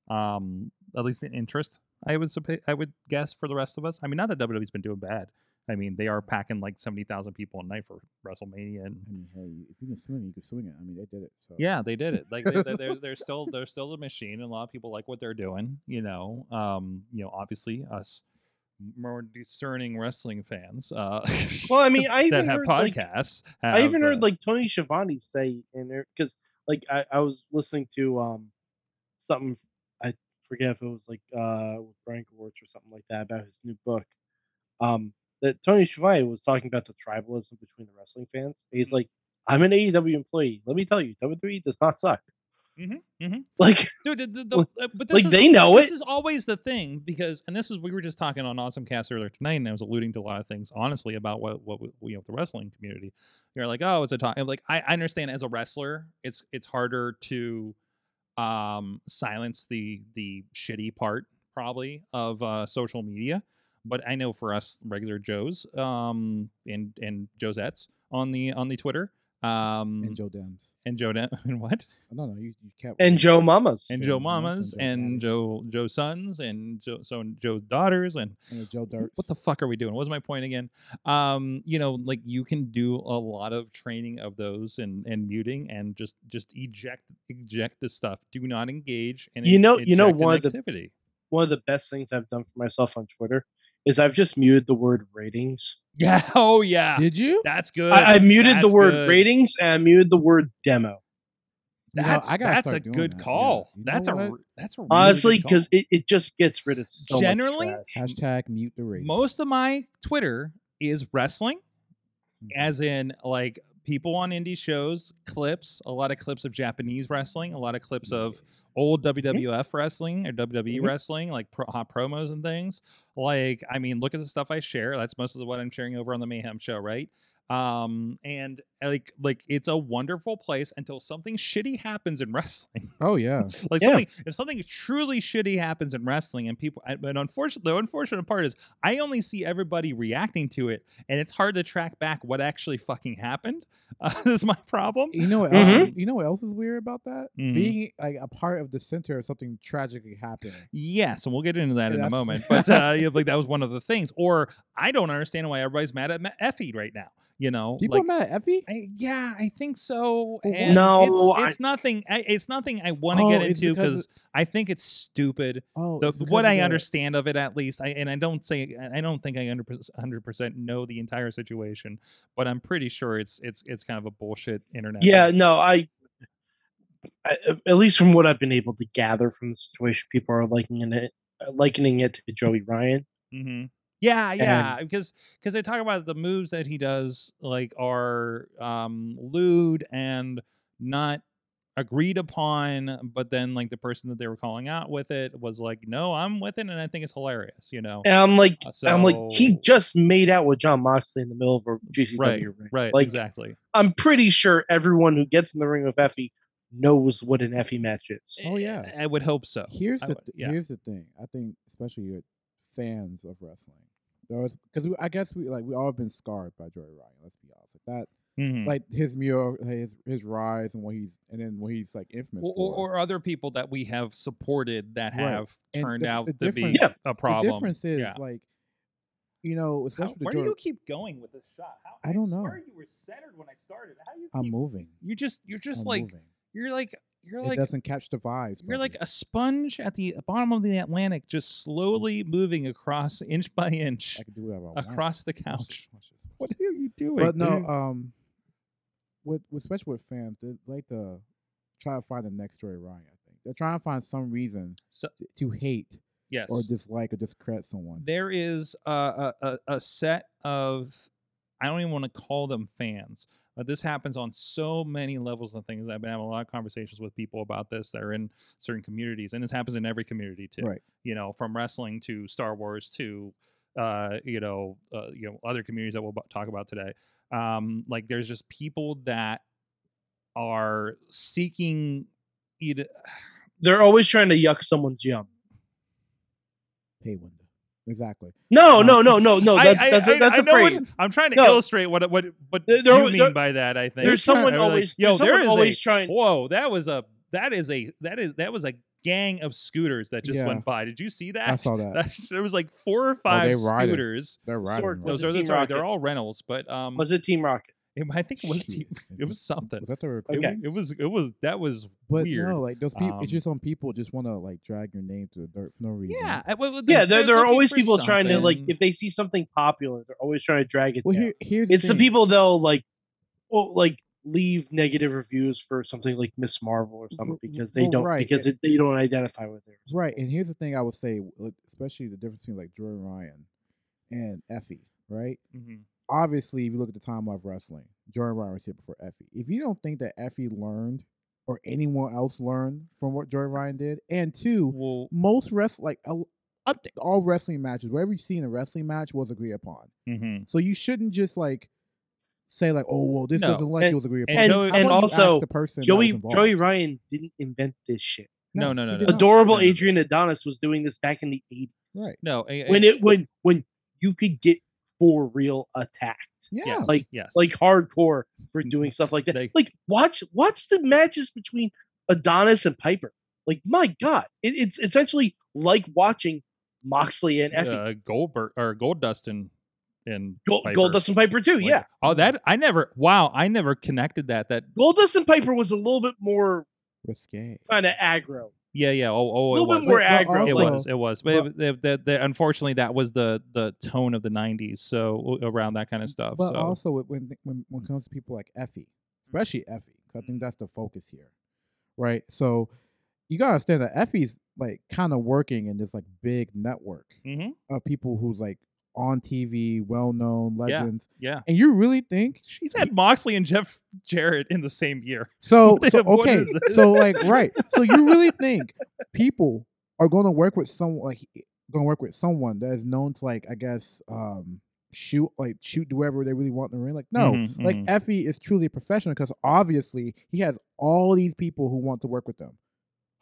Speaker 2: um, at least in interest. I would suppa- I would guess for the rest of us. I mean, not that WWE's been doing bad. I mean, they are packing like seventy thousand people a night for WrestleMania, and
Speaker 5: I mean, hey, if you can swing it, you can swing it. I mean, they did it. So
Speaker 2: Yeah, they did it. Like they, they- they're they're still they're still a machine, and a lot of people like what they're doing. You know, um, you know, obviously us more discerning wrestling fans. [LAUGHS] Uh,
Speaker 4: Well, I
Speaker 5: [LAUGHS]
Speaker 4: mean, I even
Speaker 2: that have
Speaker 4: heard, like,
Speaker 2: podcasts.
Speaker 4: I even
Speaker 2: have,
Speaker 4: heard
Speaker 2: uh,
Speaker 4: like Tony Schiavone say in there because like I, I was listening to um something I forget if it was like uh with Brian Gewirtz or something like that about his new book. Um that Tony Schiavone was talking about the tribalism between the wrestling fans.
Speaker 2: Mm-hmm.
Speaker 4: He's like, I'm an AEW employee. Let me tell you, WWE does not suck.
Speaker 2: Mhm, mhm.
Speaker 4: Like
Speaker 2: dude, the, the, the,
Speaker 4: like-
Speaker 2: uh, but this
Speaker 4: like
Speaker 2: is,
Speaker 4: they know
Speaker 2: this
Speaker 4: it.
Speaker 2: is always the thing because and this is we were just talking on awesome cast earlier tonight and i was alluding to a lot of things honestly about what what we, you know the wrestling community you're like oh it's a talk I'm like I, I understand as a wrestler it's it's harder to um silence the the shitty part probably of uh social media but i know for us regular joes um and and josettes on the on the twitter um
Speaker 5: and Joe Dems.
Speaker 2: and joe Dan- [LAUGHS] and what
Speaker 5: No, no, you you kept
Speaker 4: and Joe Mamas.
Speaker 2: and
Speaker 5: Joe
Speaker 2: Joe
Speaker 5: Mamas
Speaker 2: mamas
Speaker 5: and
Speaker 2: and
Speaker 5: Joe
Speaker 2: Joe Joe sons and Joe so Joe's daughters and
Speaker 5: and the Joe Dirt.
Speaker 2: what the fuck are we doing? What was my point again? Um, you know, like you can do a lot of training of those and and muting and just just eject eject the stuff. Do not engage. And
Speaker 4: You know- you know one of the-
Speaker 2: activity. [LAUGHS]
Speaker 4: One of the best things I've done for myself on Twitter is I've just muted the word ratings.
Speaker 2: yeah oh yeah
Speaker 5: Did you?
Speaker 2: that's good.
Speaker 4: I, I muted the
Speaker 2: That's
Speaker 4: word
Speaker 2: good.
Speaker 4: ratings and I muted the word demo.
Speaker 5: You know,
Speaker 2: That's
Speaker 5: I gotta
Speaker 2: that's a
Speaker 5: start doing
Speaker 2: good
Speaker 5: that. Yeah.
Speaker 2: call.
Speaker 5: You know
Speaker 2: That's a
Speaker 5: what?
Speaker 2: r- that's a really good
Speaker 4: Honestly, because
Speaker 2: call.
Speaker 4: it, it just gets rid of so much
Speaker 2: Generally,
Speaker 4: trash.
Speaker 5: hashtag mute the radio.
Speaker 2: most of my Twitter is wrestling.
Speaker 5: Mhm.
Speaker 2: as in like people on indie shows, clips, a lot of clips of Japanese wrestling, a lot of clips of old WWF wrestling or WWE
Speaker 4: Mhm.
Speaker 2: wrestling, like pro- hot promos and things. Like, I mean, look at the stuff I share. That's most of what I'm sharing over on the Mayhem show, right? Um, and like, like it's a wonderful place until something shitty happens in [LAUGHS] wrestling. [LAUGHS]
Speaker 5: oh yeah,
Speaker 2: Like
Speaker 4: Yeah.
Speaker 2: something, if something truly shitty happens in wrestling, and people, I- and unfortunate, the unfortunate part is, I only see everybody reacting to it, and it's hard to track back what actually fucking happened. [LAUGHS] Uh, is my problem.
Speaker 5: you know what?
Speaker 4: Mhm.
Speaker 5: Else,
Speaker 2: Mm-hmm.
Speaker 5: is- you know what else is weird about that?
Speaker 2: Mhm.
Speaker 5: Being like a part of the center of something tragically happening.
Speaker 2: Yes, and we'll get into that in a
Speaker 5: Yeah, that's- [LAUGHS]
Speaker 2: moment. But uh, yeah, like that was one of the things. Or I don't understand why everybody's mad at Ma- Effie right now. You know,
Speaker 5: People
Speaker 2: like,
Speaker 5: are mad at Effie.
Speaker 2: I, yeah, I think so.
Speaker 5: For what?
Speaker 2: and
Speaker 4: No, I-
Speaker 2: it's, it's nothing. I, it's nothing I want to
Speaker 5: Oh,
Speaker 2: get
Speaker 5: it's
Speaker 2: into
Speaker 5: because
Speaker 2: because I think it's stupid.
Speaker 5: Oh,
Speaker 2: the,
Speaker 5: it's because
Speaker 2: what
Speaker 5: of
Speaker 2: I
Speaker 5: the-
Speaker 2: understand of it, at least, I and I don't say I I don't think I hundred percent know the entire situation, but I'm pretty sure it's it's it's kind of a bullshit internet.
Speaker 4: Yeah,
Speaker 2: thing.
Speaker 4: no, I I, uh, at least from what I've been able to gather from the situation, people are likening it uh, likening it to Joey Ryan.
Speaker 2: hmm Yeah, yeah, because because they talk about the moves that he does like are um lewd and not agreed upon, but then like the person that they were calling out with it was like, no, I'm with it, and I think it's hilarious, you know.
Speaker 4: And I'm like,
Speaker 2: Uh,
Speaker 4: I'm like, he
Speaker 2: so-
Speaker 4: just made out with John Moxley in the middle of a GCW ring.
Speaker 2: right,
Speaker 4: Like,
Speaker 2: exactly.
Speaker 4: I'm pretty sure everyone who gets in the ring with Effie knows what an Effie match is.
Speaker 2: Eh.
Speaker 5: Oh, yeah.
Speaker 2: I, I would hope so.
Speaker 5: Here's
Speaker 2: I
Speaker 5: the
Speaker 2: would-
Speaker 5: th-
Speaker 2: yeah.
Speaker 5: here's the thing. I think especially your fans of wrestling, because I guess we like we all have been scarred by Joey Ryan. Let's be honest, like that,
Speaker 2: Mhm.
Speaker 5: like his mural, his his rise, and what he's and then what he's like infamous
Speaker 2: or,
Speaker 5: for.
Speaker 2: or, or other people that we have supported that
Speaker 5: Right.
Speaker 2: have
Speaker 5: And
Speaker 2: turned
Speaker 5: the-
Speaker 2: out
Speaker 5: the
Speaker 2: to be
Speaker 5: difference- Yeah.
Speaker 2: a problem.
Speaker 5: The difference is
Speaker 2: yeah.
Speaker 5: like, you know,
Speaker 2: How-
Speaker 5: especially
Speaker 2: where
Speaker 5: with
Speaker 2: do you
Speaker 5: Joey,
Speaker 2: keep going with this shot? How,
Speaker 5: I don't
Speaker 2: swear
Speaker 5: know.
Speaker 2: you were centered when I started. How do you
Speaker 5: I'm
Speaker 2: keep-
Speaker 5: moving.
Speaker 2: you just you're just
Speaker 5: I'm
Speaker 2: like
Speaker 5: moving.
Speaker 2: you're like you're
Speaker 5: it
Speaker 2: like
Speaker 5: doesn't catch the vibes.
Speaker 2: you're like
Speaker 5: buddy.
Speaker 2: a sponge at the bottom of the Atlantic, just slowly moving across inch by inch
Speaker 5: I can do whatever I want.
Speaker 2: across the
Speaker 5: Watch this,
Speaker 2: couch.
Speaker 5: watch this, watch
Speaker 2: What
Speaker 5: this.
Speaker 2: are you doing?
Speaker 5: But no,
Speaker 2: dude?
Speaker 5: um, with, with especially with fans, they like to try to find the next story Ryan. I think they're trying to find some reason
Speaker 2: So-
Speaker 5: to, to hate
Speaker 2: yes.
Speaker 5: or dislike or discredit someone.
Speaker 2: there is a, a, a- a set of i don't even want to call them fans but this happens on so many levels of things i've been having a lot of conversations with people about this that are in certain communities and this happens in every community too
Speaker 5: Right.
Speaker 2: you know from wrestling to star wars to uh, you know uh, you know other communities that we'll bu- talk about today um, like there's just people that are seeking you to-
Speaker 4: They're always trying to yuck someone's yum.
Speaker 5: Pay window. Exactly.
Speaker 4: No,
Speaker 5: Um,
Speaker 4: no, no, no, no.
Speaker 2: [LAUGHS] I-
Speaker 4: Oh, That's
Speaker 2: I-
Speaker 4: that's
Speaker 2: I-
Speaker 4: a, that's
Speaker 2: I
Speaker 4: a
Speaker 2: know what-
Speaker 4: phrase.
Speaker 2: I'm trying to
Speaker 4: No.
Speaker 2: illustrate what what what
Speaker 4: There- there-
Speaker 2: you mean
Speaker 4: there-
Speaker 2: by that. I think
Speaker 4: There's
Speaker 2: [LAUGHS]
Speaker 5: trying-
Speaker 4: someone
Speaker 2: They're like,
Speaker 4: always.
Speaker 2: yo,
Speaker 4: there's someone
Speaker 2: there is
Speaker 4: always
Speaker 2: a
Speaker 4: trying.
Speaker 2: whoa. That was a that is a that is that was a gang of scooters that just
Speaker 5: Yeah.
Speaker 2: went by. Did you see that?
Speaker 5: I saw that.
Speaker 2: [LAUGHS] That- there was like four
Speaker 4: Oh,
Speaker 2: or five
Speaker 5: riding.
Speaker 2: scooters.
Speaker 5: They're riding.
Speaker 4: Sorg
Speaker 5: right?
Speaker 4: was
Speaker 2: Those
Speaker 4: it
Speaker 2: are
Speaker 4: Team
Speaker 2: sorry, they're
Speaker 4: Rocket?
Speaker 2: all rentals, but um,
Speaker 4: Was it Team Rocket?
Speaker 2: it, I think it [LAUGHS] was
Speaker 5: Shit.
Speaker 2: team, it was something.
Speaker 5: Was that the
Speaker 2: It,
Speaker 5: recruit?
Speaker 4: Okay.
Speaker 2: it was it was that was
Speaker 5: But
Speaker 2: weird.
Speaker 5: no, like those people.
Speaker 2: Um,
Speaker 5: it's just some people just want to like drag your name to the dirt for no reason.
Speaker 2: yeah. I- well,
Speaker 4: yeah, there, there are
Speaker 2: looking
Speaker 4: always
Speaker 2: for
Speaker 4: people trying to like
Speaker 2: something.
Speaker 4: if they see something popular, they're always trying to drag it
Speaker 5: Well,
Speaker 4: down.
Speaker 5: here, here's
Speaker 4: it's the
Speaker 5: thing.
Speaker 4: people that'll like, well, like leave negative reviews for something like Miss Marvel or
Speaker 5: W-
Speaker 4: something
Speaker 5: w-
Speaker 4: because they
Speaker 5: well,
Speaker 4: don't
Speaker 5: right,
Speaker 4: because
Speaker 5: it-
Speaker 4: it, they don't identify with it.
Speaker 5: Right, and here's the thing I would say, like, especially the difference between like Jordan Ryan and Effie, right?
Speaker 2: Mhm.
Speaker 5: Obviously, if you look at the timeline of wrestling, Jordan Ryan was here before Effie. If you don't think that Effie learned or anyone else learned from what Jordan Ryan did, and two,
Speaker 2: Well,
Speaker 5: most wrestling, like a l- I think all wrestling matches, whatever you see in a wrestling match was agreed upon.
Speaker 2: mhm.
Speaker 4: Mm-hmm.
Speaker 5: So you shouldn't just like say like, oh well, this
Speaker 2: No,
Speaker 5: doesn't like
Speaker 4: and-
Speaker 5: it was agreed upon.
Speaker 2: and
Speaker 5: How
Speaker 2: Joey-
Speaker 5: about
Speaker 4: and
Speaker 5: you ask
Speaker 4: also,
Speaker 5: the person that was
Speaker 4: Joey
Speaker 5: involved?
Speaker 4: Joey Ryan didn't invent this shit.
Speaker 2: No,
Speaker 5: No,
Speaker 2: no, no,
Speaker 5: he
Speaker 2: no.
Speaker 5: did not.
Speaker 4: Adorable
Speaker 2: no, no, no.
Speaker 4: Adrian Adonis was doing this back in the eighties.
Speaker 5: right?
Speaker 2: No, a-
Speaker 4: When
Speaker 2: a-
Speaker 4: it when when you could get for real attacked.
Speaker 5: Yeah,
Speaker 2: yes,
Speaker 4: like-
Speaker 2: yes,
Speaker 4: [LAUGHS] like hardcore for doing stuff like that.
Speaker 2: They-
Speaker 4: like watch watch the matches between Adonis and Piper. Like my God, it, it's essentially like watching Moxley and Effie.
Speaker 2: uh, Goldberg or Gold Dustin and
Speaker 4: Gold,
Speaker 2: Piper.
Speaker 4: Goldust and Piper too.
Speaker 2: Like-
Speaker 4: Yeah,
Speaker 2: Oh, that I never. Wow, I never connected that. That
Speaker 4: Goldust and Piper was a little bit more
Speaker 5: risque.
Speaker 4: kind of aggro.
Speaker 2: yeah, yeah. Oh, oh,
Speaker 4: A
Speaker 2: it
Speaker 4: little
Speaker 2: was.
Speaker 4: bit more
Speaker 5: But- but
Speaker 4: aggro.
Speaker 2: it
Speaker 4: like,
Speaker 2: was. It was. But, it, it- that- that- unfortunately, that was the the tone of the '90s. So a- around that kind of stuff.
Speaker 5: But
Speaker 2: so
Speaker 5: Mm, also when- when when when it comes to people like Effie, especially Effie, 'cause I think that's the focus here, right? So you gotta understand that Effie's like kind of working in this like big network
Speaker 2: Mhm.
Speaker 5: of people who's like on TV, well known legends,
Speaker 2: yeah,
Speaker 5: and you really think
Speaker 2: she's had Moxley and Jeff Jarrett in the same year. [LAUGHS]
Speaker 5: so?
Speaker 2: What
Speaker 5: so
Speaker 2: is- what
Speaker 5: okay,
Speaker 2: is this?
Speaker 5: so like right, so you really think people are gonna work with someone like e, gonna work with someone that is known to like I guess um shoot like shoot whoever they really want in the ring? Like no.
Speaker 2: Mhm,
Speaker 5: Like
Speaker 2: mhm.
Speaker 5: Effie is truly a professional because obviously he has all these people who want to work with them.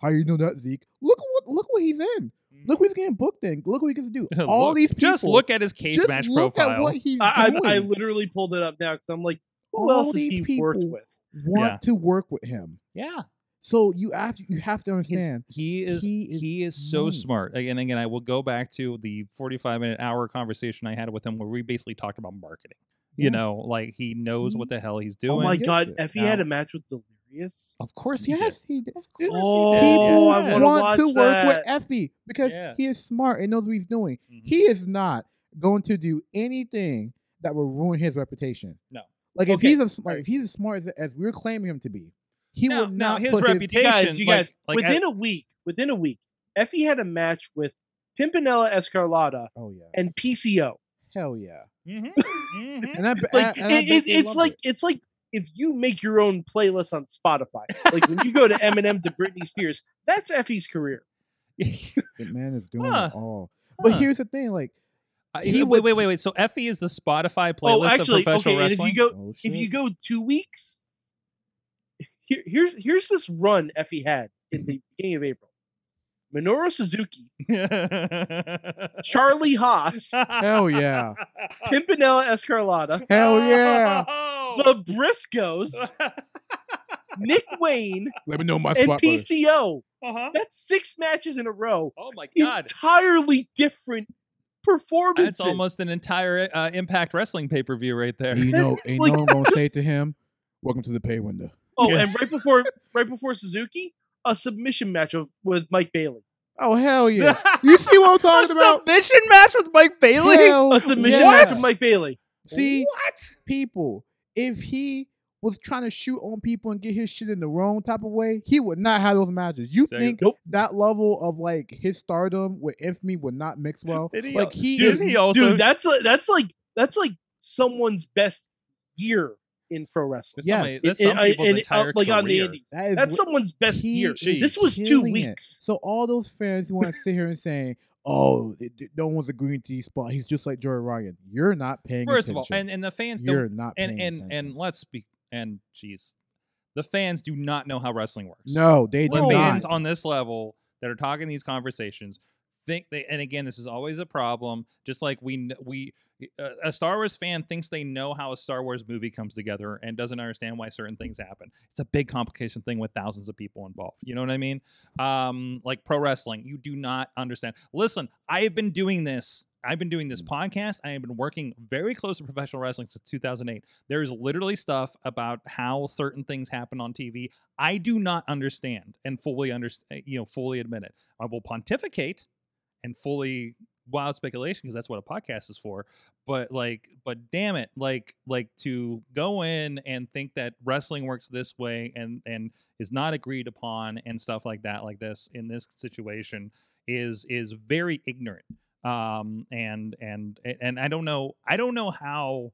Speaker 5: How you know that, Zeke? Look what look what he's in.
Speaker 4: mm.
Speaker 5: Look what he's getting booked in. Look what he gets to do.
Speaker 2: [LAUGHS] [LAUGHS]
Speaker 5: All
Speaker 2: Look-
Speaker 5: these people.
Speaker 2: Just look at his cage
Speaker 5: just
Speaker 2: match
Speaker 5: look
Speaker 2: profile.
Speaker 5: at what he's
Speaker 4: I,
Speaker 5: doing.
Speaker 4: I, I literally pulled it up now because I'm like, who
Speaker 5: all
Speaker 4: else has
Speaker 5: these
Speaker 4: he
Speaker 5: people
Speaker 4: worked with?
Speaker 5: want
Speaker 2: Yeah.
Speaker 5: to work with him.
Speaker 2: yeah,
Speaker 5: So you have you have to
Speaker 2: His-
Speaker 5: understand.
Speaker 2: he is he
Speaker 5: he
Speaker 2: is,
Speaker 5: is
Speaker 2: so
Speaker 5: mean.
Speaker 2: smart. Again, again, I will go back to the forty-five minute hour conversation I had with him where we basically talked about marketing. You
Speaker 5: Yes. Mm-hmm.
Speaker 2: know, like he knows what the hell he's doing.
Speaker 4: Oh my
Speaker 5: Gets
Speaker 4: God,
Speaker 5: it.
Speaker 4: Effie had
Speaker 2: Now-
Speaker 4: a match with Delirious.
Speaker 2: Of course he
Speaker 5: Yes,
Speaker 2: is.
Speaker 5: he did.
Speaker 2: Of course
Speaker 4: Oh,
Speaker 2: he did.
Speaker 5: People
Speaker 4: I wanna
Speaker 5: want to
Speaker 4: watch
Speaker 5: work with
Speaker 4: that. Mm-hmm.
Speaker 5: Effie because
Speaker 2: Yeah.
Speaker 5: he is smart and knows what he's doing.
Speaker 2: Mhm.
Speaker 5: He is not going to do anything that will ruin his reputation.
Speaker 2: No.
Speaker 5: Like if
Speaker 4: Okay,
Speaker 5: he's a, s- like
Speaker 4: right.
Speaker 5: if he's as smart as, as we're claiming him to be, He
Speaker 2: No,
Speaker 5: would
Speaker 2: no,
Speaker 5: not
Speaker 2: his
Speaker 5: put
Speaker 2: reputation-
Speaker 4: You guys,
Speaker 2: Patient,
Speaker 4: you
Speaker 2: like-
Speaker 4: guys,
Speaker 2: like,
Speaker 4: within a week, within a week, Effie had a match with Pimpinella Escarlata
Speaker 5: His, oh yeah.
Speaker 4: and PCO. [LAUGHS]
Speaker 5: hell yeah.
Speaker 2: Mhm,
Speaker 5: [LAUGHS]
Speaker 2: mhm.
Speaker 5: And I, b-
Speaker 4: Like
Speaker 5: and I
Speaker 4: it,
Speaker 5: bet
Speaker 4: it,
Speaker 5: they
Speaker 4: it's
Speaker 5: loved
Speaker 4: like
Speaker 5: it.
Speaker 4: it's like if you make your own playlist on Spotify. Like when you go to Eminem to Britney Spears, that's Effie's career.
Speaker 2: Mm-hmm. [LAUGHS]
Speaker 5: the man is doing
Speaker 2: Huh.
Speaker 5: it all. But
Speaker 2: Huh.
Speaker 5: here's the thing, like
Speaker 2: I-
Speaker 5: He
Speaker 2: wait,
Speaker 5: would-
Speaker 2: wait, wait, wait. So Effie is the Spotify playlist
Speaker 4: oh, actually,
Speaker 2: of professional
Speaker 4: okay.
Speaker 2: wrestling.
Speaker 4: And if you go
Speaker 5: oh, shit.
Speaker 4: if you go two weeks, here, here's here's this run Effie had in the beginning of April. Minoru Suzuki, Charlie
Speaker 2: [LAUGHS]
Speaker 4: Haas, [LAUGHS]
Speaker 5: Hell yeah.
Speaker 4: Pimpinella Escarlata, [LAUGHS]
Speaker 5: Hell yeah.
Speaker 2: Oh, [LAUGHS]
Speaker 4: the Briscoes, Nick Wayne,
Speaker 5: Let me know my
Speaker 4: and
Speaker 5: spot. brother.
Speaker 4: PCO.
Speaker 2: Uh-huh.
Speaker 4: That's six matches in a row.
Speaker 2: Oh my god.
Speaker 4: Entirely different performances.
Speaker 2: That's almost an entire uh, Impact Wrestling pay per view right there. [LAUGHS]
Speaker 5: And
Speaker 4: [LAUGHS]
Speaker 5: you know, and you
Speaker 4: Like-
Speaker 5: know what I'm gonna say to him, welcome to the
Speaker 4: [LAUGHS]
Speaker 5: pay window.
Speaker 4: Oh,
Speaker 2: Yeah.
Speaker 4: and right before right before Suzuki, a submission match of, with Mike Bailey.
Speaker 5: Oh hell yeah.
Speaker 2: [LAUGHS]
Speaker 5: you see what I'm talking about?
Speaker 2: submission match with Mike Bailey.
Speaker 5: Hell
Speaker 4: A submission
Speaker 5: yeah.
Speaker 4: match with Mike Bailey.
Speaker 5: See people, if he was trying to shoot on people and get his shit in the wrong type of way, he would not have those matches. You
Speaker 2: So-
Speaker 5: think
Speaker 4: Nope.
Speaker 5: that level of like his stardom with infamy would not mix well?
Speaker 2: Did he-
Speaker 5: like he
Speaker 2: Didn't
Speaker 5: is
Speaker 2: he also?
Speaker 4: Dude, that's like that's like that's like someone's best year in pro wrestling.
Speaker 2: that's somebody-
Speaker 5: yes.
Speaker 2: that's
Speaker 4: And-
Speaker 2: some
Speaker 4: I-
Speaker 2: people's
Speaker 4: and, uh,
Speaker 2: entire
Speaker 4: like on the
Speaker 2: career.
Speaker 4: indie.
Speaker 5: that is
Speaker 4: That's
Speaker 5: wh-
Speaker 4: someone's best
Speaker 5: he
Speaker 4: year.
Speaker 5: is
Speaker 4: This was two
Speaker 5: killing it.
Speaker 4: weeks.
Speaker 5: So all those fans who want to sit here and saying, "Oh, it- it- no one's a green tea spot. He's just like Joey Ryan." You're not paying
Speaker 2: First of all,
Speaker 5: attention.
Speaker 2: and, and the fans don't
Speaker 5: you're not
Speaker 2: and
Speaker 5: paying
Speaker 2: and
Speaker 5: attention.
Speaker 2: and let's be and jeez, the fans do not know how wrestling works.
Speaker 5: no, they
Speaker 2: the
Speaker 5: do
Speaker 2: fans
Speaker 5: not.
Speaker 2: on this level that are talking these conversations think they. And again, this is always a problem. Just like we kn- we uh, a Star Wars fan thinks they know how a Star Wars movie comes together and doesn't understand why certain things happen. It's a big complication thing with thousands of people involved. You know what I mean? Um, like pro wrestling, you do not understand. Listen, I have been doing this. I've been doing this podcast. I have been working very close to professional wrestling since 2008. There is literally stuff about how certain things happen on TV I do not understand and fully understand, you know, fully admit it. I will pontificate and fully wild speculation because that's what a podcast is for. But like, but damn it, like, like to go in and think that wrestling works this way and and is not agreed upon and stuff like that, like this in this situation is is very ignorant. Um, and and and I don't know, I don't know how.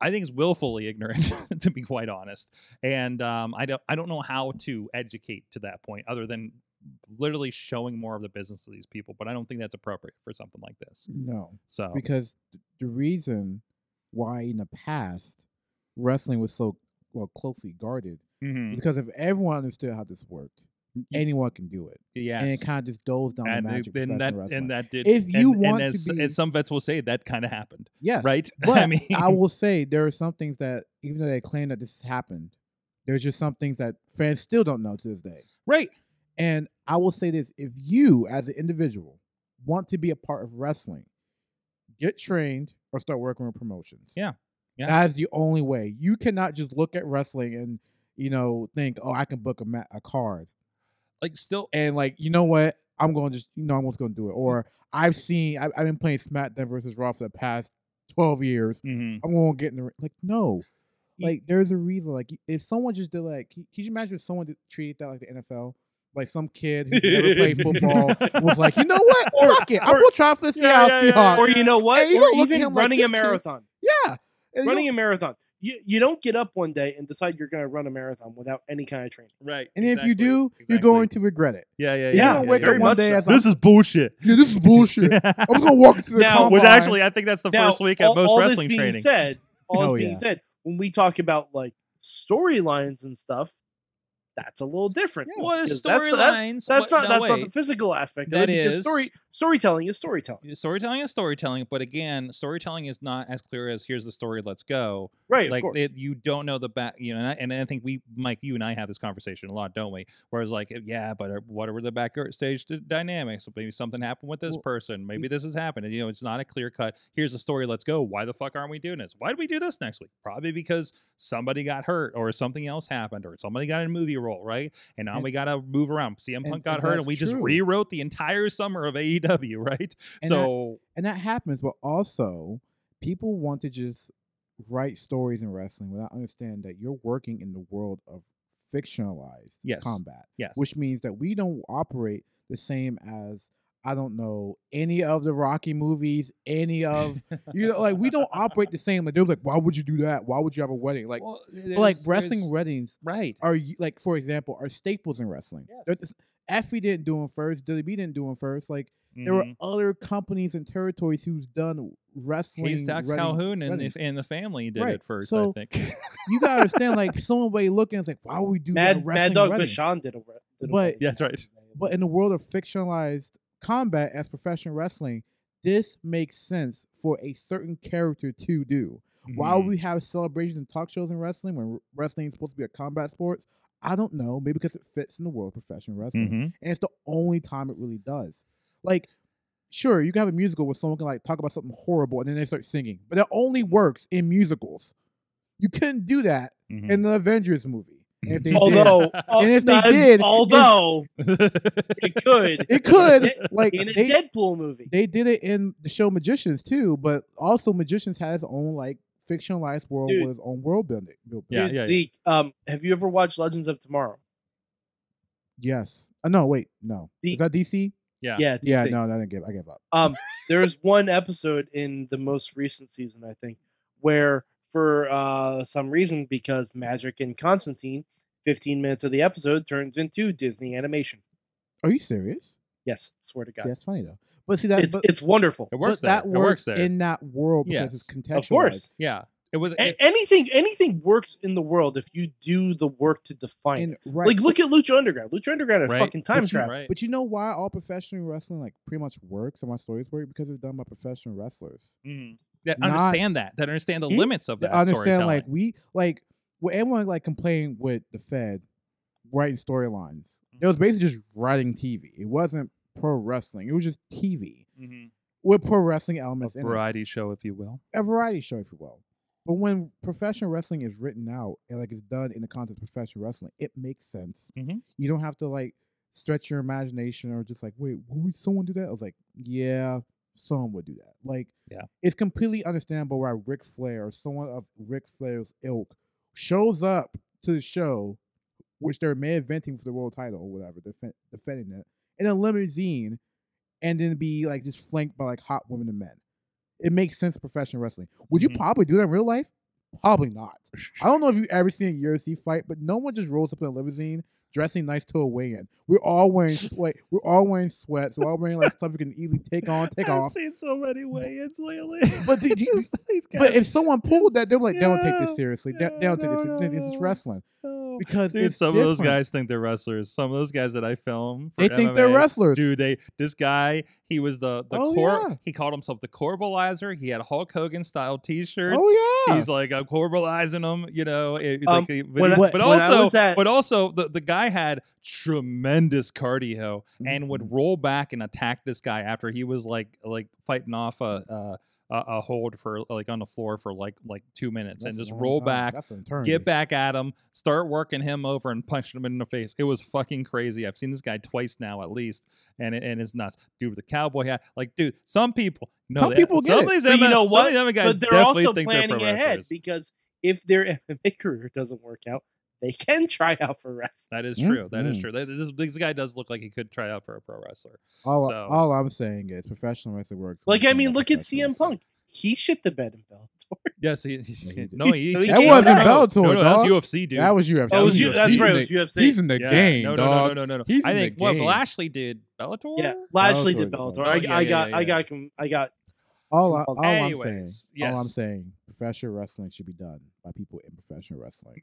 Speaker 2: I think it's willfully ignorant, [LAUGHS] to be quite honest and um, I don't I don't know how to educate to that point other than literally showing more of the business of these people. But I don't think that's appropriate for something like this.
Speaker 5: no,
Speaker 2: So
Speaker 5: because th- the reason why in the past wrestling was so well closely guarded
Speaker 2: Mhm.
Speaker 5: is because if everyone understood how this worked, anyone can do it,
Speaker 2: yes,
Speaker 5: and it kind of just doles down
Speaker 2: And
Speaker 5: the
Speaker 2: they-
Speaker 5: magic.
Speaker 2: then
Speaker 5: of
Speaker 2: that
Speaker 5: professional wrestling.
Speaker 2: and that did.
Speaker 5: If you
Speaker 2: and,
Speaker 5: want
Speaker 2: and
Speaker 5: to
Speaker 2: as,
Speaker 5: be-
Speaker 2: as some vets will say, that kind of happened,
Speaker 5: yes,
Speaker 2: right? [LAUGHS]
Speaker 5: But
Speaker 2: I mean,
Speaker 5: will say there are some things that even though they claim that this happened, there's just some things that fans still don't know to this day.
Speaker 2: [LAUGHS] right?
Speaker 5: And I will say this: if you, as an individual, want to be a part of wrestling, get trained or start working with promotions.
Speaker 2: Yeah. Yeah.
Speaker 5: that is the only way. You cannot just look at wrestling and you know think, oh, I can book a ma- a card
Speaker 2: Like
Speaker 5: [LAUGHS]
Speaker 2: still,
Speaker 5: and like you know what i'm going to just you know i'm just going to do it or i've seen I, i've been playing smackdown versus raw for the past 12 years
Speaker 2: mhm.
Speaker 5: i'm going to get in the ring like no
Speaker 2: Ye-
Speaker 5: like there's a reason like if someone just did like can can you imagine if someone did, treated that like the nfl like some kid who
Speaker 2: Mm-hmm.
Speaker 5: never played
Speaker 2: [LAUGHS]
Speaker 5: football was like you know what
Speaker 4: Or-
Speaker 5: fuck it i'm
Speaker 4: or-
Speaker 5: going to try for the
Speaker 2: Yeah,
Speaker 5: Seattle
Speaker 2: yeah, yeah, yeah.
Speaker 5: Seahawks.
Speaker 4: Or you know what?
Speaker 5: And you
Speaker 4: or
Speaker 5: don't look at
Speaker 4: even
Speaker 5: him like
Speaker 4: running
Speaker 5: this
Speaker 4: a
Speaker 5: kid-
Speaker 4: marathon.
Speaker 5: yeah And you
Speaker 4: Running
Speaker 5: know-
Speaker 4: a marathon. You you don't get up one day and decide you're going to run a marathon without any kind of training.
Speaker 2: right?
Speaker 5: and if you
Speaker 2: exactly,
Speaker 5: do
Speaker 2: exactly.
Speaker 5: you're going to regret it
Speaker 2: yeah, yeah,
Speaker 5: If
Speaker 2: yeah.
Speaker 5: you
Speaker 2: yeah,
Speaker 5: don't wake
Speaker 2: yeah,
Speaker 5: up
Speaker 4: very
Speaker 5: one
Speaker 4: much
Speaker 5: day
Speaker 4: so.
Speaker 5: as
Speaker 2: This is
Speaker 5: like,
Speaker 2: bullshit.
Speaker 5: [LAUGHS] yeah, this
Speaker 2: [LAUGHS]
Speaker 5: is bullshit i'm just going to walk to the
Speaker 4: Now,
Speaker 2: Which
Speaker 5: combine."
Speaker 2: actually, I think that's the first week at
Speaker 4: all-
Speaker 2: most
Speaker 4: all this
Speaker 2: wrestling
Speaker 4: being
Speaker 2: training.
Speaker 5: [LAUGHS]
Speaker 4: Said, all
Speaker 5: Oh,
Speaker 4: this being
Speaker 5: yeah.
Speaker 4: said, when we talk about like storylines and stuff, that's a little different.
Speaker 5: Yeah.
Speaker 2: what is
Speaker 4: because that's the- that-
Speaker 2: storylines?
Speaker 4: That's
Speaker 2: What-
Speaker 4: not
Speaker 2: no,
Speaker 4: that's not
Speaker 2: wait.
Speaker 4: the physical aspect.
Speaker 2: That
Speaker 4: of it because
Speaker 2: is-
Speaker 4: story storytelling is storytelling,
Speaker 2: storytelling is storytelling but again storytelling is not as clear as here's the story let's go
Speaker 5: [LAUGHS]
Speaker 4: right?
Speaker 2: like
Speaker 4: of course.
Speaker 2: it, you don't know the back you know and I, and I think we mike you and i have this conversation a lot don't we whereas like yeah but are- what were the backstage d- dynamics maybe something happened with this
Speaker 5: Well,
Speaker 2: person maybe this has happened and you know it's not a clear cut here's the story let's go why the fuck aren't we doing this why do we do this next week probably because somebody got hurt or something else happened or somebody got in a movie role right and now
Speaker 5: And-
Speaker 2: we gotta move around cm
Speaker 5: and-
Speaker 2: punk got
Speaker 5: and
Speaker 2: hurt and
Speaker 5: that's
Speaker 2: we just
Speaker 5: true.
Speaker 2: rewrote the entire summer of aew [LAUGHS] right
Speaker 5: And that-
Speaker 2: so
Speaker 5: and that happens but also people want to just write stories in wrestling without understanding that you're working in the world of fictionalized
Speaker 2: Yes.
Speaker 5: combat,
Speaker 2: Yes.
Speaker 5: which means that we don't operate the same as I don't know any of the Rocky movies, any of you know, like we don't operate the same. Like they're like, why would you do that? Why would you have a wedding? Like,
Speaker 2: Well,
Speaker 5: but, like
Speaker 2: there's-
Speaker 5: wrestling
Speaker 2: there's-
Speaker 5: weddings
Speaker 2: right.
Speaker 5: are y- like, for example, are staples in wrestling. They're just- Effie didn't do them first. WWE didn't do them first. Like there were
Speaker 2: Mhm.
Speaker 5: other companies and territories who's done wrestling.
Speaker 2: Haystacks
Speaker 5: wedding-
Speaker 2: Calhoun and the,
Speaker 5: weddings.
Speaker 2: and the family did
Speaker 5: Right.
Speaker 2: it first,
Speaker 5: So-
Speaker 2: I
Speaker 5: [LAUGHS]
Speaker 2: think.
Speaker 5: you gotta understand, like someone way looking, it's like, why would we do a
Speaker 4: Mad
Speaker 5: wrestling
Speaker 4: Mad Dog
Speaker 5: wedding?
Speaker 4: Bashan did a. re- Did a
Speaker 5: But-
Speaker 4: wedding
Speaker 2: Yeah, that's right.
Speaker 4: back in the day.
Speaker 5: But in the world of fictionalized combat as professional wrestling, this makes sense for a certain character to do. Why
Speaker 4: Mm-hmm.
Speaker 2: [LAUGHS] Mhm.
Speaker 5: we have celebrations and talk shows in wrestling when wrestling is supposed to be a combat sport, I don't know. Maybe because it fits in the world of professional wrestling,
Speaker 4: Mm-hmm.
Speaker 2: Mhm.
Speaker 5: and it's the only time it really does. Like, sure, you can have a musical where someone can like talk about something horrible and then they start singing, but that only works in musicals. You couldn't do that
Speaker 2: Mhm.
Speaker 4: Mm.
Speaker 5: in the Avengers movie.
Speaker 4: [LAUGHS]
Speaker 5: And if they did,
Speaker 4: although,
Speaker 5: And
Speaker 4: [LAUGHS]
Speaker 5: if they
Speaker 4: al-
Speaker 5: did, it's-
Speaker 4: although it could, [LAUGHS]
Speaker 5: it could like
Speaker 4: in a
Speaker 5: they-
Speaker 4: Deadpool movie.
Speaker 5: they did it in the show Magicians too, but also Magicians has its own like fictionalized world
Speaker 4: Dude.
Speaker 5: with its own world building. built-
Speaker 2: Yeah,
Speaker 4: Dude,
Speaker 2: yeah, yeah.
Speaker 4: Zeke, um, have you ever watched Legends of Tomorrow?
Speaker 5: Yes. Uh, no, wait, no.
Speaker 4: The-
Speaker 5: Is that DC?
Speaker 2: Yeah.
Speaker 4: Yeah,
Speaker 5: Yeah,
Speaker 4: DC.
Speaker 5: no, no, I didn't give. I gave up.
Speaker 4: Um, there's one episode in the most recent season, I think, where for uh, some reason, because Magic and Constantine, 15 minutes of the episode turns into Disney animation.
Speaker 5: Are you serious?
Speaker 4: Yes, swear to
Speaker 5: See,
Speaker 4: God,
Speaker 5: that's funny though. But see that,
Speaker 4: it's,
Speaker 5: but,
Speaker 4: it's wonderful.
Speaker 2: It
Speaker 5: but
Speaker 2: works
Speaker 5: that
Speaker 2: there.
Speaker 5: works
Speaker 2: it works there.
Speaker 5: in that world because it's contextualized.
Speaker 4: Of course,
Speaker 2: [LAUGHS] yeah. It was.
Speaker 4: A-
Speaker 2: it-
Speaker 4: anything anything works in the world if you do the work to define it.
Speaker 5: And right,
Speaker 4: Like look at Lucha Underground. Lucha Underground is
Speaker 2: Right.
Speaker 4: fucking time
Speaker 5: But you-
Speaker 4: travel.
Speaker 2: right.
Speaker 5: but you know why all professional wrestling like pretty much works and why stories work because it's done by professional wrestlers.
Speaker 2: Mhm. That
Speaker 5: Not-
Speaker 2: understand that. That understand the
Speaker 4: Hmm?
Speaker 2: limits of
Speaker 5: I
Speaker 2: that.
Speaker 5: understand like
Speaker 2: storytelling.
Speaker 5: we like what everyone like complained with the Fed writing storylines. It
Speaker 2: Mm-hmm.
Speaker 5: was basically just writing TV. It wasn't pro wrestling. It was just TV
Speaker 2: Mhm.
Speaker 5: with pro wrestling elements
Speaker 2: a
Speaker 5: in
Speaker 2: variety show, if you will.
Speaker 5: it, a variety show, if you will. But when professional wrestling is written out and like it's done in the context of professional wrestling, it makes sense.
Speaker 2: Mhm.
Speaker 5: You don't have to like stretch your imagination or just like, wait, would someone do that? I was like, yeah, someone would do that. Like,
Speaker 2: Yeah.
Speaker 5: it's completely understandable why Ric Flair or someone of Ric Flair's ilk shows up to the show, which they're may eventing for the world title or whatever, defen- defending it, in a limousine, and then be like just flanked by like hot women and men. It makes sense in professional wrestling. Would
Speaker 2: Mhm.
Speaker 5: you probably do that in real life? Probably not. I don't know if you've ever seen a UFC fight, but no one just rolls up in a limousine dressing nice to a weigh-in. We're all wearing sweat. We're all wearing sweats. We're all wearing like stuff you can easily take on, take off.
Speaker 2: seen so many weigh-ins
Speaker 5: [LAUGHS]
Speaker 2: lately. [LAUGHS]
Speaker 5: But did you- Just, But if someone pulled that, they're like, they don't take this
Speaker 2: yeah,
Speaker 5: seriously. They-
Speaker 2: yeah,
Speaker 5: they, don't take this.
Speaker 2: no,
Speaker 5: seriously.
Speaker 2: no,
Speaker 5: This is
Speaker 2: no.
Speaker 5: wrestling because
Speaker 2: Dude,
Speaker 5: it's
Speaker 2: some of those
Speaker 5: different.
Speaker 2: guys think they're wrestlers. Some of those guys that I film, for
Speaker 5: They think they're
Speaker 2: MMA,
Speaker 5: wrestlers.
Speaker 2: Dude, they this guy, he was the the
Speaker 5: Oh,
Speaker 2: cor-
Speaker 5: yeah.
Speaker 2: he called himself the Corbalizer. He had Hulk Hogan style T-shirts.
Speaker 5: oh yeah.
Speaker 2: He's like I'm Corbalizing them, you know. it-
Speaker 4: Um,
Speaker 2: like, the- but,
Speaker 4: when
Speaker 2: he-
Speaker 5: I-
Speaker 2: but
Speaker 4: when I
Speaker 2: also,
Speaker 4: was at-
Speaker 2: but also, the, the guy had tremendous cardio and
Speaker 5: Mhm.
Speaker 2: would
Speaker 4: Mm-hmm.
Speaker 2: roll back and attack this guy after he was like like fighting off a a, a a hold for like on the floor for like like two minutes
Speaker 5: That's
Speaker 2: and
Speaker 5: a
Speaker 2: just
Speaker 5: long
Speaker 2: roll
Speaker 5: time.
Speaker 2: back
Speaker 5: That's an eternity.
Speaker 2: get back at him, start working him over, and punching him in the face. It was fucking crazy. I've seen this guy twice now, at least, and it, and it's nuts. Dude with the cowboy hat, like, dude. Some people, no,
Speaker 5: Some people get
Speaker 2: some
Speaker 5: it.
Speaker 2: of these
Speaker 4: But you
Speaker 2: MMA
Speaker 4: know
Speaker 2: Some of
Speaker 4: what?
Speaker 2: these MMA guys
Speaker 4: but they're
Speaker 2: definitely
Speaker 4: also
Speaker 2: think they're pro
Speaker 4: planning ahead
Speaker 2: wrestlers.
Speaker 4: because if their [LAUGHS] MMA career doesn't work out, they can try out for wrestling.
Speaker 2: That is
Speaker 5: Mm,
Speaker 2: true. That is
Speaker 5: mm.
Speaker 2: true. Th- This, this guy does look like he could try out for a pro wrestler.
Speaker 5: All,
Speaker 2: so-
Speaker 5: all I'm saying is professional wrestling works. when
Speaker 4: Like
Speaker 5: it's
Speaker 4: I
Speaker 5: done
Speaker 4: mean,
Speaker 5: by
Speaker 4: look at
Speaker 5: professional
Speaker 4: CM
Speaker 5: wrestling.
Speaker 4: Punk. He shit the bed in Bellator.
Speaker 2: Yes, he,
Speaker 5: he did.
Speaker 2: no, he,
Speaker 4: So he
Speaker 2: he
Speaker 4: That
Speaker 2: came
Speaker 4: wasn't
Speaker 2: out.
Speaker 5: Bellator,
Speaker 2: No, no, that was
Speaker 5: dog.
Speaker 2: UFC, dude.
Speaker 5: That was UFC.
Speaker 2: That
Speaker 4: Oh,
Speaker 2: was
Speaker 4: you-
Speaker 2: UFC.
Speaker 4: that's
Speaker 5: He's
Speaker 4: right.
Speaker 5: in
Speaker 4: It was
Speaker 5: the-
Speaker 4: UFC.
Speaker 5: He's in the
Speaker 2: Yeah,
Speaker 5: game,
Speaker 2: No, no,
Speaker 5: dog.
Speaker 2: no, no, no, no.
Speaker 5: He's
Speaker 2: I
Speaker 5: in the
Speaker 2: think what
Speaker 5: game.
Speaker 2: Lashley did Bellator.
Speaker 4: yeah, Lashley
Speaker 5: Bellator
Speaker 4: did
Speaker 5: did
Speaker 4: Bellator.
Speaker 5: Bellator.
Speaker 4: I,
Speaker 2: Oh, yeah,
Speaker 4: I
Speaker 2: yeah,
Speaker 4: got,
Speaker 2: yeah,
Speaker 4: I
Speaker 2: yeah.
Speaker 4: got, com- I got.
Speaker 5: All, I,
Speaker 4: Anyways,
Speaker 5: all I'm saying, all I'm
Speaker 2: yes.
Speaker 5: saying, professional wrestling should be done by people in professional
Speaker 2: [LAUGHS]
Speaker 5: wrestling.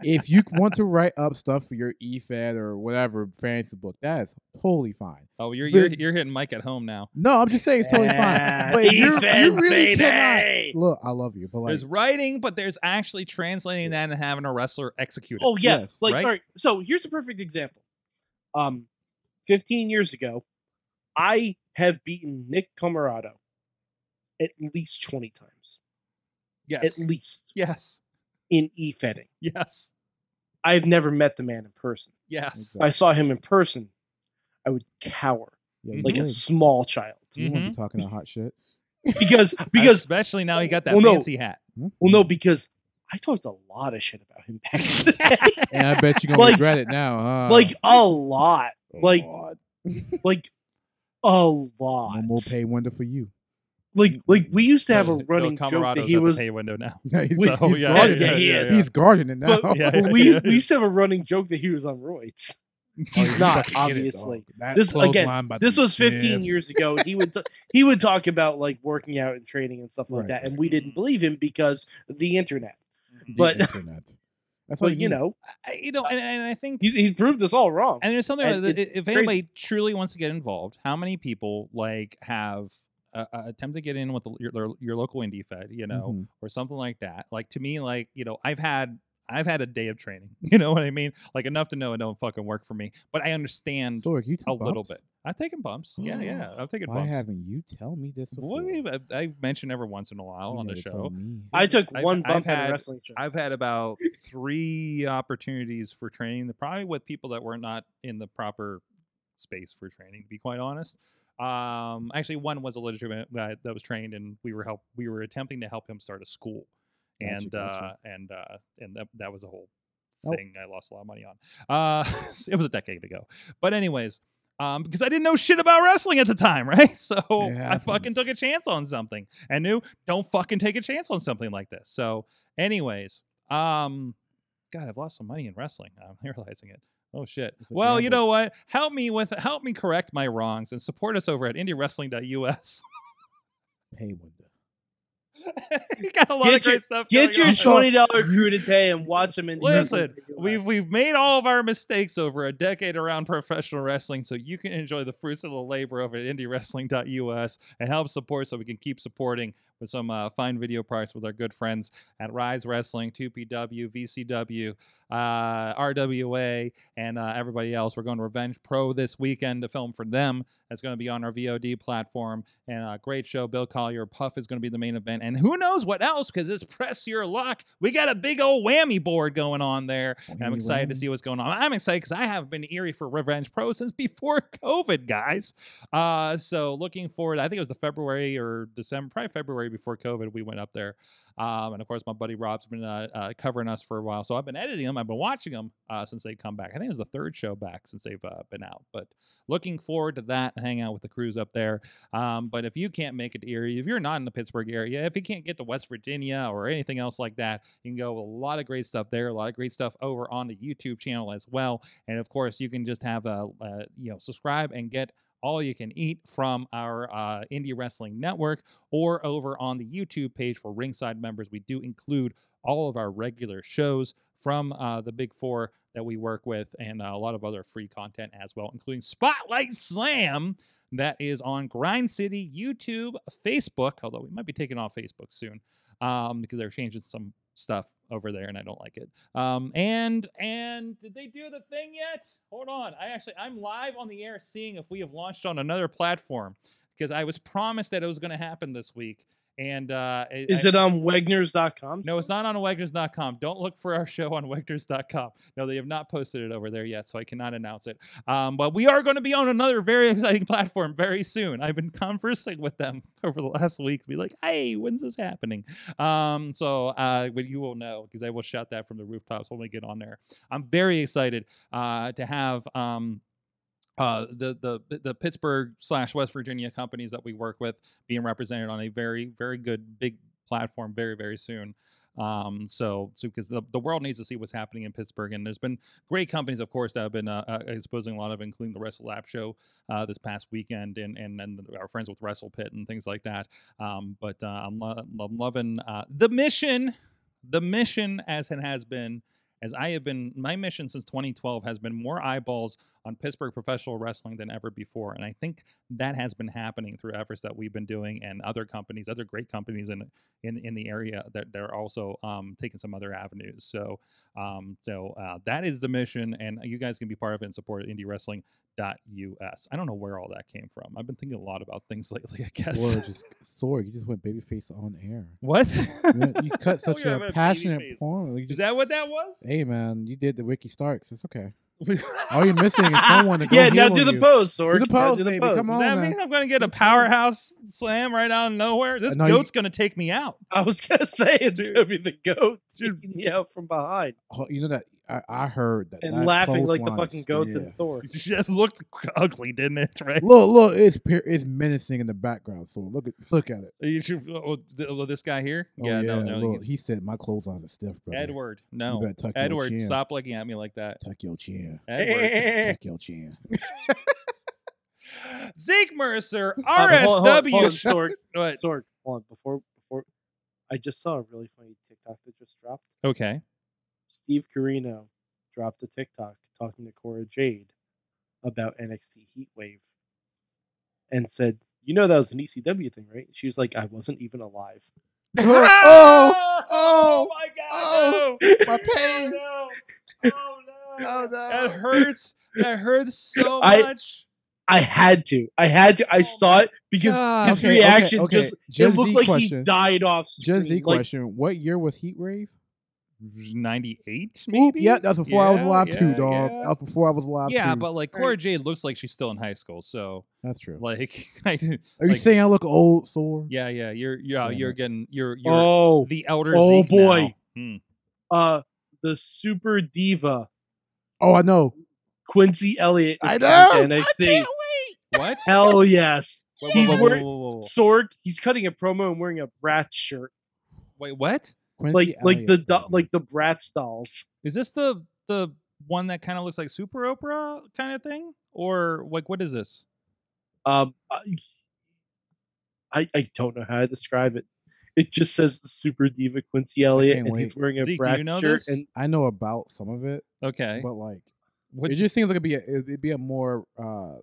Speaker 5: if you want to write up stuff for your E EFED or whatever fancy book, that is totally fine.
Speaker 2: Oh, you're,
Speaker 5: The-
Speaker 2: you're you're hitting Mike at home now.
Speaker 5: No, I'm just saying it's
Speaker 4: [LAUGHS]
Speaker 5: totally fine. But if you're, you
Speaker 4: defense,
Speaker 5: really cannot.
Speaker 4: baby!
Speaker 5: Look, I love you, but like,
Speaker 2: there's writing, but there's actually translating that and having a wrestler execute it.
Speaker 4: Oh yeah,
Speaker 5: Yes.
Speaker 4: like
Speaker 2: Right?
Speaker 4: all right. So here's a perfect example. Um, 15 years ago, I have beaten Nick Camarado at least 20 times,
Speaker 2: yes,
Speaker 4: at least
Speaker 2: yes,
Speaker 4: in e-fetting.
Speaker 2: yes,
Speaker 4: I've never met the man in person.
Speaker 2: yes.
Speaker 4: If I saw him in person, I would cower
Speaker 5: yeah, you
Speaker 4: like mm-hmm. a
Speaker 5: really-
Speaker 4: small
Speaker 5: [LAUGHS]
Speaker 4: child
Speaker 5: you won't
Speaker 2: Mhm.
Speaker 5: be talking that hot shit.
Speaker 4: because because
Speaker 2: especially now he got that
Speaker 4: Well, no.
Speaker 5: Hmm?
Speaker 2: fancy hat.
Speaker 4: well no because I talked a lot of shit about him back
Speaker 5: [LAUGHS]
Speaker 4: in the day.
Speaker 5: And I bet you're gonna
Speaker 4: Like-
Speaker 5: regret it now, huh?
Speaker 4: like a lot,
Speaker 5: Oh,
Speaker 4: like-
Speaker 5: Lord.
Speaker 4: like a
Speaker 5: no
Speaker 4: lot.
Speaker 5: more pay window for you. [LAUGHS]
Speaker 4: Like like we used to have a
Speaker 2: [LAUGHS] Bill
Speaker 4: running joke that
Speaker 2: Camarado's
Speaker 4: he
Speaker 2: at
Speaker 4: was
Speaker 2: the pay window
Speaker 4: [LAUGHS]
Speaker 2: now.
Speaker 5: Yeah, he's,
Speaker 4: Wait, oh,
Speaker 5: he's
Speaker 2: yeah,
Speaker 5: guarding
Speaker 4: yeah,
Speaker 5: it.
Speaker 4: he is.
Speaker 5: He's guarding it now.
Speaker 4: But-
Speaker 5: [LAUGHS]
Speaker 2: Yeah,
Speaker 4: Well, [LAUGHS]
Speaker 2: yeah,
Speaker 4: we,
Speaker 2: yeah.
Speaker 4: we
Speaker 2: [LAUGHS]
Speaker 4: used to have a running joke that he was on roids.
Speaker 5: Oh, you
Speaker 4: not,
Speaker 5: fucking get it, dog.
Speaker 4: obviously.
Speaker 5: That
Speaker 4: This- again,
Speaker 5: clothesline about
Speaker 4: This
Speaker 5: to be
Speaker 4: was 15
Speaker 5: stiff.
Speaker 4: years ago. He would t- he would talk about like working out and training and stuff like
Speaker 5: Right,
Speaker 4: that, and
Speaker 5: right.
Speaker 4: we didn't believe him because the internet.
Speaker 5: The
Speaker 4: but-
Speaker 5: internet. That's
Speaker 4: [LAUGHS]
Speaker 5: all
Speaker 4: But you
Speaker 5: need.
Speaker 4: know,
Speaker 2: I- you know, and, and I think
Speaker 4: he, he proved us all wrong.
Speaker 2: and there's something
Speaker 4: and
Speaker 2: that
Speaker 4: it's
Speaker 2: if
Speaker 4: crazy.
Speaker 2: anybody truly wants to get involved, how many people like have uh, uh, attempt to get in with the, your- your your local indie fed, you know,
Speaker 5: Mhm.
Speaker 4: Mm-hmm.
Speaker 2: or something like that. Like to me, like you know, I've had I've had a day of training. [LAUGHS] You know what I mean? Like enough to know it don't fucking work for me, but I understand
Speaker 5: Sorg, you took
Speaker 2: a little
Speaker 5: bumps?
Speaker 2: bit. I've taken bumps. Yeah,
Speaker 5: [GASPS]
Speaker 2: yeah, I've taken
Speaker 5: Why
Speaker 2: bumps.
Speaker 5: haven't you tell me this before?
Speaker 2: Well, we've- I've, I've mentioned every once in a while
Speaker 5: You
Speaker 2: on the
Speaker 5: never
Speaker 2: show.
Speaker 5: told me.
Speaker 4: I took
Speaker 2: I've-
Speaker 4: one
Speaker 2: I've
Speaker 4: bump at
Speaker 2: had-
Speaker 4: a wrestling show.
Speaker 2: I've had about three opportunities for training, the- probably with people that were not in the proper space for training, to be quite honest. Um, actually, one was a legitimate guy that was trained, and we were help we were attempting to help him start a school,
Speaker 5: Gotcha,
Speaker 2: and
Speaker 5: gotcha.
Speaker 2: uh, and uh, and that, that was a whole
Speaker 5: Oh.
Speaker 2: thing I lost a lot of money on. Uh, [LAUGHS] it was a decade ago, but anyways. Um, because I didn't know shit about wrestling at the time, [LAUGHS] right? So I fucking
Speaker 5: happens.
Speaker 2: took a chance on something and knew don't fucking take a chance on something like this. So Anyways, um, God, I've lost some money in wrestling. [LAUGHS] I'm realizing it. Oh shit.
Speaker 5: It's a
Speaker 2: Well, you
Speaker 5: gamble.
Speaker 2: know what? Help me with help me correct my wrongs and support us over at indiewrestling.us. [LAUGHS]
Speaker 5: Pay window.
Speaker 2: we got a lot of
Speaker 4: Get your-
Speaker 2: great stuff.
Speaker 4: Get your
Speaker 2: going on.
Speaker 5: show-
Speaker 4: twenty
Speaker 2: [LAUGHS]
Speaker 4: dollar crew today and watch him in. the-
Speaker 2: Listen, We've we've made all of our mistakes over a decade around professional wrestling, so you can enjoy the fruits of the labor over at indiewrestling.us and help support so we can keep supporting with some uh, fine video products with our good friends at Rise Wrestling, 2PW, VCW, uh, RWA, and uh, everybody else. We're going to Revenge Pro this weekend to film for them. That's going to be on our VOD platform. And a great show. Bill Collier, Puff is going to be the main event. And who knows what else because it's Press Your Luck. We got a big old whammy board going on there. And I'm
Speaker 5: Whammy,
Speaker 2: excited to
Speaker 5: whammy.
Speaker 2: see what's going on. I'm excited because I haven't been to Erie for Revenge Pro since before [LAUGHS] COVID, guys. Uh, so looking forward, I think it was the February or December, probably February before COVID, we went up there. Um, and of course, my buddy Rob's been uh, uh, covering us for a while, so I've been editing them. I've been watching them uh, since they come back. I think it was the third show back since they've uh, been out. But looking forward to that, and hang out with the crews up there. Um, but if you can't make it to Erie, if you're not in the Pittsburgh area, if you can't get to West Virginia or anything else like that, you can go a lot of great stuff there. A lot of great stuff over on the YouTube channel as well. And of course, you can just have a uh, you know subscribe and get all you can eat from our uh, Indie Wrestling Network or over on the YouTube page for Ringside members. We do include all of our regular shows from uh, the Big Four that we work with and uh, a lot of other free content as well, including Spotlight Slam that is on Grind City, YouTube, Facebook, although we might be taking off Facebook soon um, because they're changing some stuff over there and I don't like it. Um, and and did they do the thing yet? Hold on. I actually I'm live on the air seeing if we have launched on another platform because I was promised that it was going to happen this week. And uh,
Speaker 4: Is
Speaker 2: I-
Speaker 4: it on Wegner's.com?
Speaker 2: no, it's not on Wegner's.com. Don't look for our show on Wegner's.com. No, they have not posted it over there yet, so I cannot announce it. Um, but we are going to be on another very exciting [LAUGHS] platform very soon. I've been conversing with them [LAUGHS] over the last week to be like, hey, when's this happening? Um, so uh, but you will know because I will shout that from the rooftops when we get on there. I'm very excited uh, to have. Um, uh, the the the Pittsburgh slash West Virginia companies that we work with being represented on a very very good big platform very very soon. Um, so, so because the, the world needs to see what's happening in Pittsburgh, and there's been great companies, of course, that have been uh, uh, exposing a lot of, including the Wrestle Lab show uh, this past weekend, and and and our friends with Wrestle Pit and things like that. Um, but uh, I'm, lo- I'm loving uh, the mission, the mission as it has been, as I have been. My mission since 2012 has been more eyeballs on Pittsburgh professional wrestling than ever before, and I think that has been happening through efforts that we've been doing, and other companies, other great companies, and in in the area that they're also um, taking some other avenues. So um, so uh, that is the mission, and you guys can be part of it and support indiewrestling.us. I don't know where all that came from. I've been thinking a lot about things [LAUGHS] lately. I guess
Speaker 5: Sorg, just, Sorg, you just went babyface on air.
Speaker 2: what
Speaker 5: You, you
Speaker 4: [LAUGHS]
Speaker 5: cut
Speaker 2: [LAUGHS]
Speaker 5: such
Speaker 2: We are
Speaker 5: a
Speaker 2: about
Speaker 5: passionate
Speaker 2: babyface.
Speaker 5: porn. You
Speaker 2: is
Speaker 5: just,
Speaker 2: that? What that was?
Speaker 4: [LAUGHS]
Speaker 5: hey man, you did the Wiki Starks. It's okay. All you're missing is someone to go
Speaker 4: yeah, now
Speaker 5: heal
Speaker 4: do
Speaker 5: on
Speaker 4: the
Speaker 5: you.
Speaker 4: pose, Sorg.
Speaker 5: the
Speaker 4: Now
Speaker 5: pose, baby, come
Speaker 2: Does
Speaker 5: on.
Speaker 2: that
Speaker 5: now.
Speaker 2: mean I'm going to get a powerhouse slam right out of nowhere? This
Speaker 5: No, you-
Speaker 2: goat's going to take me out. [LAUGHS]
Speaker 4: I was gonna [LAUGHS] say it's gonna be the goat taking me out from behind
Speaker 5: Oh, you know that I, I heard that
Speaker 4: and
Speaker 5: that
Speaker 4: laughing like the
Speaker 5: clothesline
Speaker 4: fucking goats
Speaker 5: stiff.
Speaker 4: in Thor. [LAUGHS]
Speaker 2: It just looked ugly, didn't it? Right?
Speaker 5: Look, look, it's pe- it's menacing in the background. So look at look at it.
Speaker 2: You should- oh, th- oh, this guy here?
Speaker 5: Oh,
Speaker 2: yeah, no, no.
Speaker 5: look,
Speaker 2: he's-
Speaker 5: he said my clotheslines are stiff, bro.
Speaker 2: Edward, no.
Speaker 5: you better tuck
Speaker 2: Edward,
Speaker 5: your chin.
Speaker 2: stop looking at me like
Speaker 5: [LAUGHS]
Speaker 2: that.
Speaker 5: Tuck
Speaker 4: [LAUGHS]
Speaker 5: your chin.
Speaker 2: Edward.
Speaker 5: Tuck your chin.
Speaker 2: Zeke
Speaker 5: [LAUGHS]
Speaker 2: Mercer,
Speaker 4: Uh, but hold- hold- hold on,
Speaker 2: RSW.
Speaker 4: Sorg,
Speaker 2: What?
Speaker 4: Sorg, hold on. Before, before, I just saw a really funny TikTok that just dropped.
Speaker 5: [LAUGHS]
Speaker 2: Okay.
Speaker 4: Steve Carino dropped a TikTok talking to Cora Jade about NXT Heatwave and said, You know, that was an ECW thing, right? She was like, I wasn't even alive.
Speaker 5: oh,
Speaker 2: [LAUGHS] Oh
Speaker 5: oh,
Speaker 2: my God.
Speaker 5: Oh!
Speaker 2: no.
Speaker 5: my pain.
Speaker 2: Oh, no. Oh, no.
Speaker 5: Oh,
Speaker 2: That
Speaker 5: no.
Speaker 2: hurts. That hurts [LAUGHS] so
Speaker 4: I-
Speaker 2: much.
Speaker 4: I had to. I had to. I
Speaker 2: Oh
Speaker 4: saw
Speaker 2: my
Speaker 4: it because
Speaker 2: God.
Speaker 4: his
Speaker 5: Okay, okay,
Speaker 4: reaction
Speaker 5: okay.
Speaker 4: just
Speaker 5: Gen
Speaker 4: it looked
Speaker 5: Z
Speaker 4: like he
Speaker 5: question.
Speaker 4: died off screen.
Speaker 5: Gen Z
Speaker 4: like,
Speaker 5: question: What year was Heat Wave?
Speaker 2: 98,
Speaker 5: Oop,
Speaker 2: maybe?
Speaker 5: yeah, that was before I was
Speaker 2: Yeah,
Speaker 5: alive too,
Speaker 2: yeah,
Speaker 5: dog.
Speaker 2: yeah.
Speaker 5: That was before I was alive
Speaker 2: Yeah,
Speaker 5: too.
Speaker 2: but like
Speaker 4: Right.
Speaker 2: Cora Jade looks like she's still in high school. So
Speaker 5: that's true.
Speaker 2: like, [LAUGHS] I, do-
Speaker 5: Are you
Speaker 2: like-
Speaker 5: saying I look old, sore?
Speaker 2: yeah, yeah, you're yeah,
Speaker 5: Yeah,
Speaker 2: you're
Speaker 5: no.
Speaker 2: getting you're you're
Speaker 4: Oh,
Speaker 2: the elder.
Speaker 4: Oh,
Speaker 2: Zeke now.
Speaker 4: boy.
Speaker 2: Hmm.
Speaker 4: uh, the super diva
Speaker 5: Oh, I know.
Speaker 4: Quincy Elliott. is
Speaker 5: I know.
Speaker 4: coming to
Speaker 5: I
Speaker 4: NXT.
Speaker 5: can't wait.
Speaker 2: What?
Speaker 4: Hell yes.
Speaker 2: Whoa, whoa,
Speaker 4: He's
Speaker 2: whoa, whoa,
Speaker 4: wearing-
Speaker 2: whoa, whoa, whoa.
Speaker 4: Sorg, he's cutting a promo and wearing a Bratz shirt,
Speaker 2: Wait, what?
Speaker 5: Quincy
Speaker 4: like like the
Speaker 5: Elliott,
Speaker 4: do-
Speaker 5: baby.
Speaker 4: like the Bratz dolls.
Speaker 2: Is this the the one that kind of looks like Super Oprah kind of thing, or like what is this?
Speaker 4: Um, I, I I don't know how to describe it. It just says the super diva Quincy Elliott,
Speaker 5: can't
Speaker 4: and he's
Speaker 5: wait.
Speaker 4: wearing a
Speaker 2: Zeke, do you
Speaker 4: Bratz
Speaker 2: know
Speaker 4: shirt.
Speaker 2: this?
Speaker 4: And
Speaker 5: I know about some of it,
Speaker 2: Okay,
Speaker 5: but like
Speaker 2: what,
Speaker 5: it just seems like it'd be a, it'd be a more uh,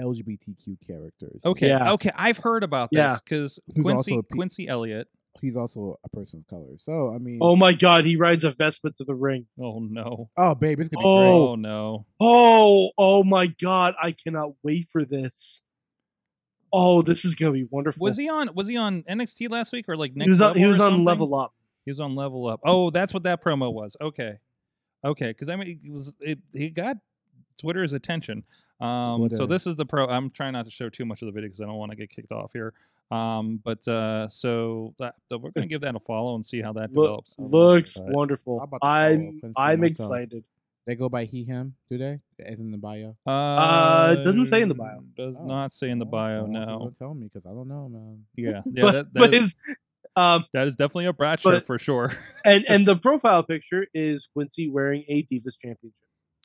Speaker 5: LGBTQ character. so
Speaker 2: okay,
Speaker 4: Yeah.
Speaker 2: okay. I've heard about
Speaker 4: Yeah.
Speaker 2: this because
Speaker 5: Who's
Speaker 2: Quincy
Speaker 5: also a pe-
Speaker 2: Quincy Elliott.
Speaker 5: he's also a person of color. So I mean,
Speaker 4: oh my God, he rides a Vespa to the ring.
Speaker 2: Oh no!
Speaker 5: oh babe, it's gonna be
Speaker 4: Oh.
Speaker 2: Oh no!
Speaker 4: Oh, oh my God, I cannot wait for this. Oh, this is gonna be wonderful.
Speaker 2: Was he on? Was he on NXT last week or like next?
Speaker 4: he was on,
Speaker 2: level
Speaker 4: he
Speaker 2: or
Speaker 4: was on
Speaker 2: something?
Speaker 4: Level Up.
Speaker 2: He was on Level Up. Oh, that's what that promo was. Okay, okay. Because I mean, it was it, he got Twitter's attention. Um, so
Speaker 5: Twitter.
Speaker 2: this is the pro. I'm trying not to show too much of the video because I don't want to get kicked off here. Um, but uh, so that, that we're gonna give that a follow and see how that
Speaker 4: Look,
Speaker 2: develops.
Speaker 5: Oh,
Speaker 4: looks
Speaker 2: uh,
Speaker 5: I'm
Speaker 4: wonderful.
Speaker 5: about to follow
Speaker 4: I'm
Speaker 5: Quincy
Speaker 4: I'm
Speaker 5: myself.
Speaker 4: excited.
Speaker 5: They go by he him, do they? As in the bio.
Speaker 2: Uh,
Speaker 4: it doesn't say in the bio.
Speaker 2: Does
Speaker 5: Oh,
Speaker 2: not say in the
Speaker 5: well,
Speaker 2: bio.
Speaker 5: someone else is
Speaker 2: No.
Speaker 5: gonna Tell me because I don't know, man.
Speaker 2: Yeah. Yeah.
Speaker 4: but,
Speaker 2: that,
Speaker 4: but
Speaker 2: that, is,
Speaker 4: his- um,
Speaker 2: that is definitely a Brad shirt
Speaker 4: but-
Speaker 2: for sure.
Speaker 4: and and the profile picture is Quincy wearing a Divas Championship.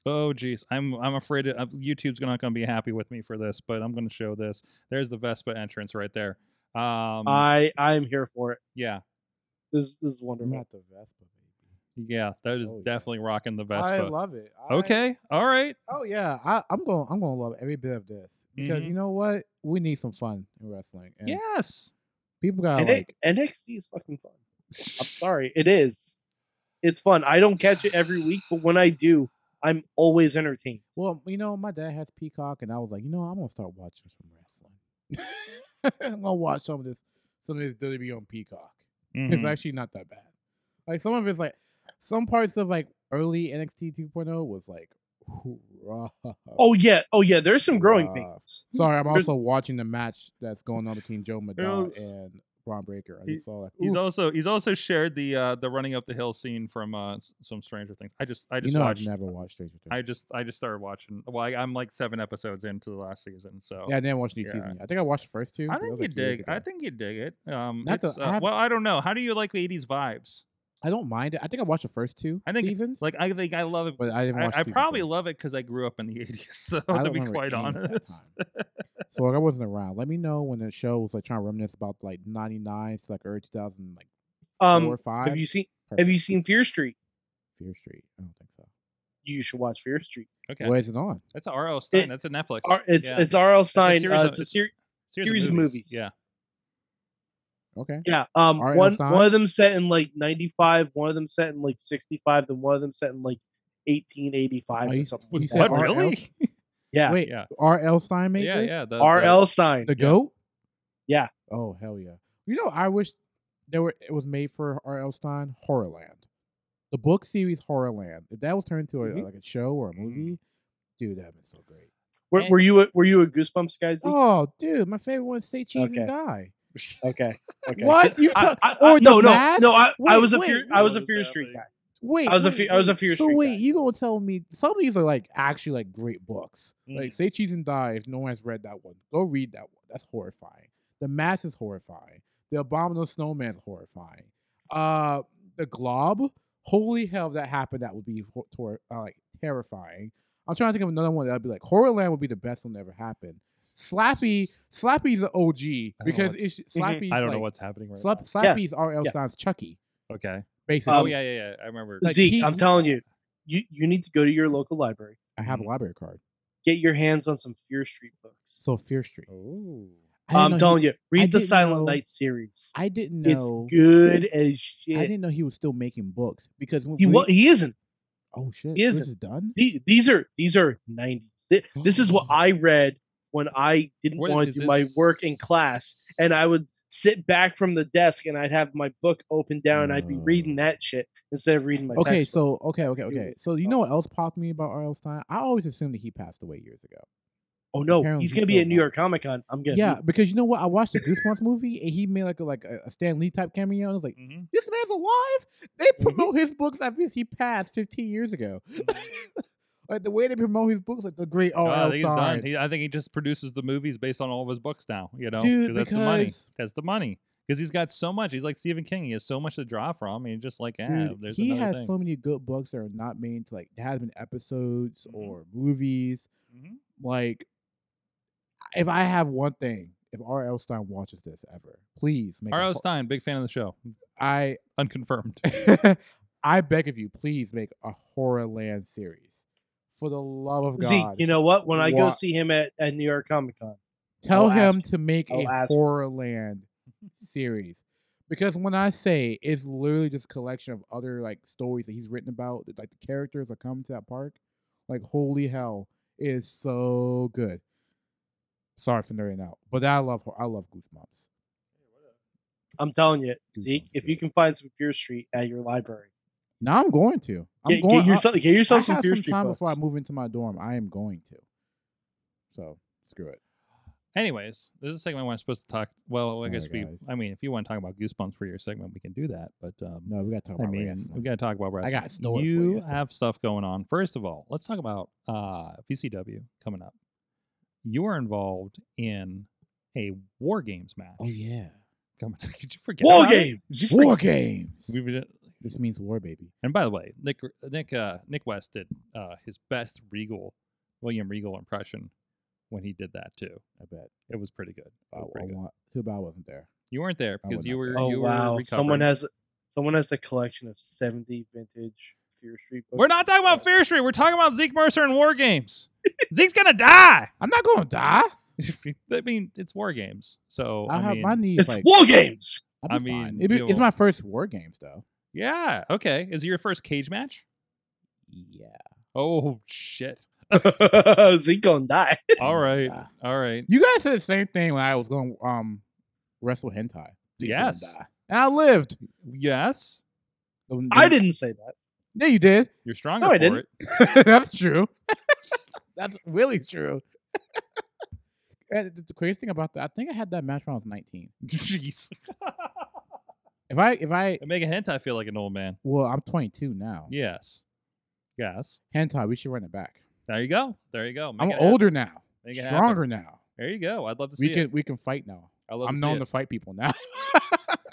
Speaker 2: Oh geez, I'm I'm afraid it, uh, YouTube's not going to be happy with me for this, but I'm going to show this. There's the Vespa entrance right there. Um,
Speaker 4: I I'm here for it.
Speaker 2: yeah,
Speaker 4: This this is wonderful.
Speaker 5: the Vespa.
Speaker 2: yeah, that is
Speaker 5: Oh, yeah.
Speaker 2: definitely rocking the
Speaker 5: I
Speaker 2: Vespa.
Speaker 5: love it. I-
Speaker 2: okay, all right.
Speaker 5: Oh yeah, I, I'm going. I'm going to love every bit of this because
Speaker 2: Mhm.
Speaker 5: you know what? We need some fun in wrestling. And
Speaker 2: Yes.
Speaker 5: People got
Speaker 4: And
Speaker 5: like.
Speaker 4: NXT is fucking fun. I'm [LAUGHS] sorry, it is. It's fun. I don't catch it every week, but when I do, I'm always entertained.
Speaker 5: Well, you know, my dad has Peacock, and I was like, you know, I'm gonna start watching some wrestling. [LAUGHS] I'm gonna watch some of this, some of this WWE on Peacock. It's
Speaker 2: Mhm.
Speaker 5: actually not that bad. Like some of it's like, some parts of like early NXT 2.0 was like, rough.
Speaker 4: Oh yeah, oh yeah. There's some growing
Speaker 5: Wow.
Speaker 4: pains.
Speaker 5: sorry. I'm
Speaker 4: there's-
Speaker 5: also watching the match that's going on between Joe Madonna and Braun Breaker. I
Speaker 2: He-
Speaker 5: just saw like,
Speaker 2: He's
Speaker 5: oof.
Speaker 2: also he's also shared the uh the running up the hill scene from uh s- some Stranger Things. I just I
Speaker 5: you
Speaker 2: just
Speaker 5: know,
Speaker 2: watched
Speaker 5: I've never watched Stranger Things.
Speaker 2: I just I just started watching. Well, I, I'm like seven episodes into the last season, so
Speaker 5: yeah, I didn't watch new
Speaker 2: Oh, yeah.
Speaker 5: season. Yet. I think I watched the first two.
Speaker 2: I
Speaker 5: but that
Speaker 2: think
Speaker 5: was,
Speaker 2: you
Speaker 5: like, two years
Speaker 2: dig. I
Speaker 5: ago.
Speaker 2: think you dig it. Um,
Speaker 5: Not the-
Speaker 2: it's,
Speaker 5: I
Speaker 2: uh,
Speaker 5: have-
Speaker 2: well, I don't know. How do you like the '80s vibes?
Speaker 5: I don't mind it. I think I watched the first two
Speaker 2: I think,
Speaker 5: seasons.
Speaker 2: Like I think I love it.
Speaker 5: but I didn't
Speaker 2: I,
Speaker 5: watch.
Speaker 2: I
Speaker 5: season
Speaker 2: probably
Speaker 5: three.
Speaker 2: love it because I grew up in the '80s. [LAUGHS] So
Speaker 5: I
Speaker 2: to
Speaker 5: don't
Speaker 2: be
Speaker 5: remember
Speaker 2: quite
Speaker 5: any of that
Speaker 2: honest, [LAUGHS]
Speaker 5: So like I wasn't around. Let me know when the show was like trying to reminisce about like ninety nine to like early two thousand like four
Speaker 4: Um,
Speaker 5: or five.
Speaker 4: have you seen Have
Speaker 5: Perfect.
Speaker 4: you seen Fear Street?
Speaker 5: Fear Street? I don't think so.
Speaker 4: You should watch Fear Street.
Speaker 2: okay,
Speaker 5: Where is it on?
Speaker 2: that's a R.L. Stein.
Speaker 4: it-
Speaker 2: that's a Netflix.
Speaker 4: R- it's
Speaker 2: yeah.
Speaker 4: it's R.L. Stein.
Speaker 2: series
Speaker 4: uh,
Speaker 2: of-
Speaker 4: it's a
Speaker 2: it's-
Speaker 4: ser- series of movies.
Speaker 2: Yeah,
Speaker 5: Okay.
Speaker 4: yeah. Um,
Speaker 5: R.L.
Speaker 4: one
Speaker 5: Stein?
Speaker 4: one of them set in like '95, one of them set in like '65, then one of them set in like 1885
Speaker 5: Oh,
Speaker 4: or
Speaker 5: you-
Speaker 4: something.
Speaker 5: you
Speaker 4: like
Speaker 5: said
Speaker 4: that.
Speaker 2: what
Speaker 5: R.L.
Speaker 2: really?
Speaker 4: [LAUGHS] Yeah.
Speaker 5: Wait,
Speaker 2: yeah.
Speaker 5: R. L. Stein made
Speaker 2: yeah,
Speaker 5: this?
Speaker 2: yeah. The,
Speaker 4: R.L. Stein.
Speaker 5: The
Speaker 2: yeah.
Speaker 5: goat.
Speaker 4: Yeah.
Speaker 5: Oh hell yeah! You know I wish there were it was made for R. L. Stein Horrorland. the book series Horrorland. If that was turned into a,
Speaker 4: Mhm.
Speaker 5: like a show or a movie, dude, that'd been so great.
Speaker 4: Were, were you a, were you a Goosebumps guy? Zeke?
Speaker 5: Oh, dude, my favorite one is Say Cheese
Speaker 4: Okay.
Speaker 5: and Die.
Speaker 4: Okay. Okay.
Speaker 5: What you?
Speaker 4: I,
Speaker 5: talk-
Speaker 4: I, I,
Speaker 5: or
Speaker 4: no,
Speaker 5: the
Speaker 4: no,
Speaker 5: mask?
Speaker 4: no. I, I
Speaker 5: Wait,
Speaker 4: was a
Speaker 5: wait,
Speaker 4: fear,
Speaker 5: wait.
Speaker 4: I was a
Speaker 6: What
Speaker 4: Fear
Speaker 6: is
Speaker 4: Street guy.
Speaker 6: happening?
Speaker 5: Wait,
Speaker 4: I was a
Speaker 5: wait,
Speaker 4: Fe- I was a
Speaker 5: wait.
Speaker 4: Fear
Speaker 5: So
Speaker 4: Street guy.
Speaker 5: wait, you gonna tell me some of these are like actually like great books? Like
Speaker 4: Mhm.
Speaker 5: Say Cheese and Die. If no one has read that one, go read that one. That's horrifying. The Mass is horrifying. The Abominable Snowman is horrifying. Uh, the Glob. Holy hell, if that happened, that would be hor- tor- uh, like terrifying. I'm trying to think of another one that would be like Horrorland would be the best one that ever happened. Slappy, Slappy's an OG
Speaker 2: know
Speaker 5: because
Speaker 2: what's- Mm-hmm.
Speaker 5: it's Slappy's.
Speaker 2: I don't know
Speaker 5: like-
Speaker 2: what's happening right
Speaker 5: Slap,
Speaker 4: Yeah.
Speaker 5: Slappy's R.L.
Speaker 4: Yeah. Oh,
Speaker 5: Stein's Chucky,
Speaker 2: now. Okay.
Speaker 5: basically.
Speaker 2: Oh
Speaker 4: Um,
Speaker 2: yeah, yeah, yeah. I remember.
Speaker 5: like
Speaker 4: Zeke,
Speaker 5: he-
Speaker 4: I'm telling you, you you need to go to your local library,
Speaker 5: I have a library card.
Speaker 4: get your hands on some Fear Street books.
Speaker 5: So Fear Street.
Speaker 2: Ooh.
Speaker 5: I didn't know
Speaker 4: I'm
Speaker 5: he-
Speaker 4: telling you, read the
Speaker 5: didn't
Speaker 4: Silent
Speaker 5: know-
Speaker 4: Night series.
Speaker 5: I didn't know.
Speaker 4: Um, It's good as
Speaker 5: I
Speaker 4: shit.
Speaker 5: didn't know he was still making books because when
Speaker 4: He
Speaker 5: when
Speaker 4: wa- he isn't.
Speaker 5: oh shit,
Speaker 4: he
Speaker 5: so this
Speaker 4: isn't.
Speaker 5: is done.
Speaker 4: The- These are these are 90s. Thi- This is what
Speaker 5: Oh.
Speaker 4: I read when I didn't
Speaker 2: What
Speaker 4: want to
Speaker 2: is
Speaker 4: do my work in
Speaker 2: this?
Speaker 4: class, and I would sit back from the desk and I'd have my book open down and I'd be reading
Speaker 5: Oh.
Speaker 4: that shit instead of reading my
Speaker 5: Okay,
Speaker 4: textbook.
Speaker 5: so okay, okay,
Speaker 4: It
Speaker 5: okay.
Speaker 4: was
Speaker 5: So you know what else popped me about R.L. Stein? I always assumed that he passed away years ago.
Speaker 4: oh no,
Speaker 5: apparently
Speaker 4: he's
Speaker 5: he's
Speaker 4: gonna be
Speaker 5: still
Speaker 4: at New
Speaker 5: alive.
Speaker 4: York Comic Con. I'm gonna
Speaker 5: Yeah, because you know what? I watched the Goosebumps movie and he made like a like a, a Stan Lee type cameo. And I was like,
Speaker 2: Mhm.
Speaker 5: this man's alive. They promote his books after he passed 15 years ago. [LAUGHS] like the way they promote his books, like the great R.L.
Speaker 2: Oh,
Speaker 5: Stein.
Speaker 2: he's done. He, I think he just produces the movies based on all of his books now. You know,
Speaker 5: Dude,
Speaker 2: that's the money.
Speaker 5: because-
Speaker 2: That's the money. Because he's got so much. He's like Stephen King. He has so much to draw from. And he's just like, ah,
Speaker 5: Dude,
Speaker 2: there's
Speaker 5: he
Speaker 2: another
Speaker 5: has
Speaker 2: thing.
Speaker 5: so many good books that are not made into like there has been episodes
Speaker 2: Mhm.
Speaker 5: or movies.
Speaker 2: Mhm.
Speaker 5: Like, if I have one thing, if R.L. Stein watches this ever, please make. a
Speaker 2: R.L.
Speaker 5: po-
Speaker 2: Stein, big fan of the show.
Speaker 5: I [LAUGHS]
Speaker 2: Unconfirmed. [LAUGHS]
Speaker 5: I beg of you, please make a Horrorland series. For the love of oh God,
Speaker 4: Zeke, you know what? When I go
Speaker 5: Wha-
Speaker 4: see him at, at New York Comic Con,
Speaker 5: tell
Speaker 4: I'll ask
Speaker 5: him to make
Speaker 4: I'll
Speaker 5: a
Speaker 4: ask him.
Speaker 5: Horrorland series. Because when I say it's literally just a collection of other like stories that he's written about, like the characters that come to that park, like holy hell, it is so good. Sorry for nerding out, but I love Hor- I love Goosebumps.
Speaker 4: I'm telling you,
Speaker 5: Goosebumps,
Speaker 4: Zeke, if
Speaker 5: yeah.
Speaker 4: you can find some Fear Street at your library,
Speaker 5: Now I'm going to. I'm
Speaker 4: get,
Speaker 5: going.
Speaker 4: get yourself get
Speaker 5: I, I
Speaker 4: yourself some
Speaker 5: have
Speaker 4: Fear
Speaker 5: some
Speaker 4: Street
Speaker 5: time
Speaker 4: books.
Speaker 5: before I move into my dorm. I am going to. So screw it.
Speaker 2: Anyways, there's a segment where I'm supposed to talk. Well, I guess we.
Speaker 5: Sorry, guys.
Speaker 2: I mean, if you want to talk about Goosebumps for your segment, we can do that. But um,
Speaker 5: No, we got to talk
Speaker 2: I
Speaker 5: about
Speaker 2: mean,
Speaker 5: wrestling.
Speaker 2: we got to talk about wrestling.
Speaker 5: got a story for
Speaker 2: you
Speaker 5: you.
Speaker 2: have stuff going on. First of all, let's talk about uh, VCW coming up. You were involved in a War Games match.
Speaker 5: oh yeah,
Speaker 2: Coming up. [LAUGHS] Did you forget?
Speaker 4: War
Speaker 2: about it?
Speaker 4: game.
Speaker 2: Did you
Speaker 5: war
Speaker 2: forget-
Speaker 5: games.
Speaker 2: We were-
Speaker 5: This means war, baby.
Speaker 2: And by the way, Nick Nick uh, Nick West did uh, his best Regal William Regal impression when he did that too.
Speaker 5: I bet.
Speaker 2: It was pretty good. It
Speaker 5: I, I
Speaker 2: was pretty good.
Speaker 5: want. Too bad I wasn't there.
Speaker 2: You weren't there
Speaker 5: I
Speaker 2: because
Speaker 5: would
Speaker 2: you
Speaker 5: not
Speaker 2: were
Speaker 5: go.
Speaker 4: Oh
Speaker 2: you
Speaker 4: wow!
Speaker 2: were recovering.
Speaker 4: Someone has someone has a collection of seventy vintage Fear Street. Books.
Speaker 2: We're not talking about Fear Street. We're talking about Zeke Mercer and War
Speaker 5: [LAUGHS]
Speaker 2: Games. Zeke's gonna die. [LAUGHS]
Speaker 5: I'm not gonna die.
Speaker 2: I mean, it's War Games, so
Speaker 5: I'll
Speaker 2: I
Speaker 5: have
Speaker 2: mean,
Speaker 5: my knees
Speaker 4: It's
Speaker 5: like.
Speaker 4: war games. [LAUGHS]
Speaker 5: I'll
Speaker 2: I
Speaker 5: be fine.
Speaker 2: mean,
Speaker 5: It'd be-
Speaker 2: you
Speaker 5: it's
Speaker 2: know-
Speaker 5: my first war games though.
Speaker 2: yeah. Okay, is it your first cage match?
Speaker 5: Yeah.
Speaker 2: Oh
Speaker 5: [LAUGHS]
Speaker 2: shit!
Speaker 4: Zeke gonna die.
Speaker 2: [LAUGHS] All right,
Speaker 5: Ah.
Speaker 2: all right.
Speaker 5: You guys said the same thing when I was going um wrestle hentai. These gonna
Speaker 2: Yes.
Speaker 5: die. And I lived.
Speaker 2: Yes,
Speaker 5: The-
Speaker 4: I
Speaker 5: the-
Speaker 4: didn't say that.
Speaker 5: Yeah, you did. [LAUGHS]
Speaker 2: you're stronger
Speaker 4: No, I
Speaker 2: for
Speaker 4: didn't.
Speaker 2: it. [LAUGHS]
Speaker 5: That's true. [LAUGHS] That's really true. [LAUGHS] And the- the craziest thing about that, I think I had that match when I was 19.
Speaker 2: Jeez,
Speaker 5: If I, if I,
Speaker 2: and make a hentai feel like an old man.
Speaker 5: well, I'm 22 now.
Speaker 2: Yes, yes.
Speaker 5: Hentai, we should run it back.
Speaker 2: There you go. There you go. Make
Speaker 5: I'm
Speaker 2: it happen.
Speaker 5: older now,
Speaker 2: Make it happen.
Speaker 5: stronger now.
Speaker 2: There you go. I'd love to see
Speaker 5: We can,
Speaker 2: it.
Speaker 5: we can fight now.
Speaker 2: I love
Speaker 5: I'm
Speaker 2: to see
Speaker 5: known
Speaker 2: it.
Speaker 5: to fight people now. [LAUGHS]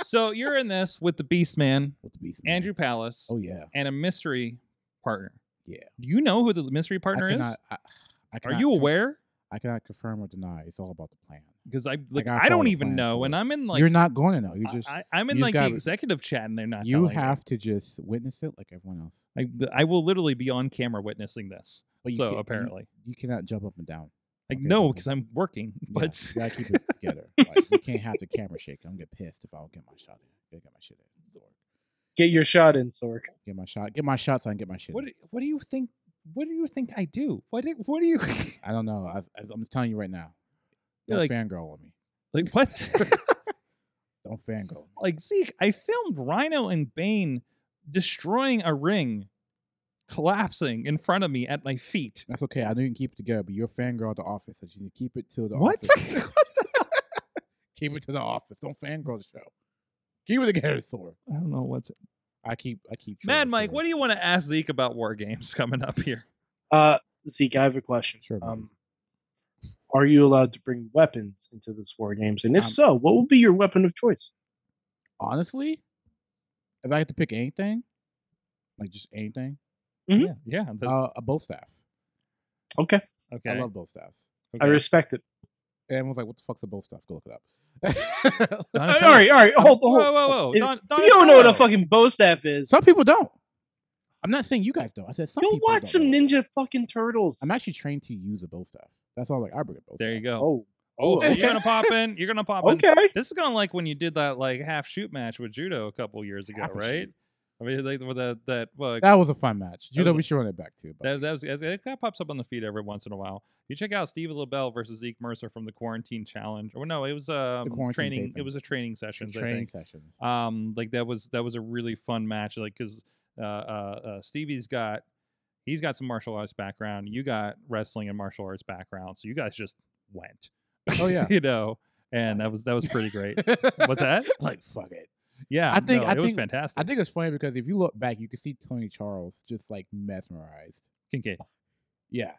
Speaker 2: So you're in this with the Beast Man,
Speaker 5: With the beast man.
Speaker 2: Andrew Palace,
Speaker 5: Oh yeah.
Speaker 2: and a mystery partner.
Speaker 5: Yeah.
Speaker 2: Do you know who the mystery
Speaker 5: I
Speaker 2: partner is?
Speaker 5: cannot, I, I
Speaker 2: Are
Speaker 5: cannot
Speaker 2: you
Speaker 5: con-
Speaker 2: aware?
Speaker 5: I cannot confirm or deny. It's all about the plan.
Speaker 2: Because I like
Speaker 5: gotta
Speaker 2: I,
Speaker 5: follow
Speaker 2: don't
Speaker 5: the
Speaker 2: even
Speaker 5: plan,
Speaker 2: know,
Speaker 5: so
Speaker 2: and I'm in like
Speaker 5: You're not going to know. You
Speaker 2: I-
Speaker 5: just
Speaker 2: I, am in
Speaker 5: you just
Speaker 2: like the
Speaker 5: gotta-
Speaker 2: executive chat, and they're not.
Speaker 5: you
Speaker 2: telling me.
Speaker 5: have to just witness it like everyone else.
Speaker 2: I, th- I will literally be on camera witnessing this.
Speaker 5: But you
Speaker 2: so
Speaker 5: can't- you-
Speaker 2: apparently,
Speaker 5: You cannot jump up and down.
Speaker 2: like
Speaker 5: okay,
Speaker 2: no,
Speaker 5: okay.
Speaker 2: because I'm [LAUGHS] working.
Speaker 5: Yeah,
Speaker 2: But
Speaker 5: you gotta keep it together. Like, you can't have the camera shake. I'm gonna get pissed if I don't get my shot in. Gotta get my shit in.
Speaker 4: Get your shot in, Sork.
Speaker 5: Get my shot. Get my shots on. Get my shit.
Speaker 2: what
Speaker 5: in.
Speaker 2: do- what do you think? What do you think I do? What do- what do you [LAUGHS]
Speaker 5: I don't know. I, I, I'm just telling you right now.
Speaker 2: You're
Speaker 5: Don't
Speaker 2: like-
Speaker 5: fangirl on me.
Speaker 2: like?
Speaker 5: [LAUGHS]
Speaker 2: What [LAUGHS]
Speaker 5: Don't fangirl. on me.
Speaker 2: like Zeke? I filmed Rhino and Bane destroying a ring collapsing in front of me at my feet.
Speaker 5: That's okay. I know you can keep it together, but you're a fangirl at the office. So you need to keep it till the
Speaker 2: What? [LAUGHS]
Speaker 5: office. keep it to the office. Don't fangirl the show. Keep it together, Sora.
Speaker 2: I don't know what's
Speaker 5: I keep I keep
Speaker 2: Mad Mike, what do you want to ask Zeke about war games [LAUGHS] coming up here?
Speaker 4: Uh, Zeke, I have a question.
Speaker 5: Sure, man.
Speaker 4: Um, are you allowed to bring weapons into this war games? And if
Speaker 5: Um,
Speaker 4: so, what will be your weapon of choice?
Speaker 5: honestly? If I had to pick anything, like just anything,
Speaker 4: Mhm.
Speaker 2: Yeah, yeah. that's-
Speaker 5: uh, a bow staff.
Speaker 4: Okay,
Speaker 2: okay.
Speaker 5: I love bow staffs.
Speaker 4: I respect it.
Speaker 5: And everyone's like, "What the fuck's a bow staff?" Go look it up.
Speaker 4: All right, all right, all right. Hold,
Speaker 2: whoa,
Speaker 4: hold.
Speaker 2: whoa, whoa.
Speaker 4: If-
Speaker 2: Don-
Speaker 4: you don't know what a
Speaker 2: Donatello.
Speaker 4: fucking bow staff is.
Speaker 5: some people don't. I'm not saying you guys don't. I said some
Speaker 4: You'll
Speaker 5: people
Speaker 4: watch
Speaker 5: don't
Speaker 4: some
Speaker 5: know.
Speaker 4: ninja fucking turtles.
Speaker 5: I'm actually trained to use a bow staff. That's why I'm like, I bring a bow
Speaker 2: There
Speaker 5: staff.
Speaker 2: you go.
Speaker 4: oh,
Speaker 2: Oh, so
Speaker 4: okay.
Speaker 2: you're
Speaker 4: [LAUGHS]
Speaker 2: gonna pop in. You're gonna pop in.
Speaker 4: okay.
Speaker 2: This is kind of like when you did that like half shoot match with judo a couple years ago,
Speaker 5: Half a
Speaker 2: right?
Speaker 5: shoot.
Speaker 2: I mean, like with that that uh,
Speaker 5: That was a fun match.
Speaker 2: That
Speaker 5: Judo,
Speaker 2: was a-
Speaker 5: we should run it back too. but-
Speaker 2: that, that was it kind of pops up on the feed every once in a while. You check out Steve LaBelle versus Zeke Mercer from the Quarantine Challenge, or no, it was um,
Speaker 5: quarantine
Speaker 2: training. It
Speaker 5: taping.
Speaker 2: was a training session.
Speaker 5: Some
Speaker 2: I
Speaker 5: training
Speaker 2: think. [LAUGHS]
Speaker 5: sessions.
Speaker 2: Um, like that was that was a really fun match. Like because uh, uh, uh, Stevie's got he's got some martial arts background. You got wrestling and martial arts background, so you guys just went.
Speaker 5: Oh, yeah.
Speaker 2: [LAUGHS] you know, and that was that was pretty
Speaker 5: [LAUGHS]
Speaker 2: great. What's that?
Speaker 5: like? Fuck it.
Speaker 2: Yeah,
Speaker 5: I think-
Speaker 2: no,
Speaker 5: I
Speaker 2: it was
Speaker 5: think-
Speaker 2: fantastic.
Speaker 5: I think it's funny because if you look back, you can see Tony Charles just like mesmerized.
Speaker 2: Kincaid.
Speaker 5: Yeah.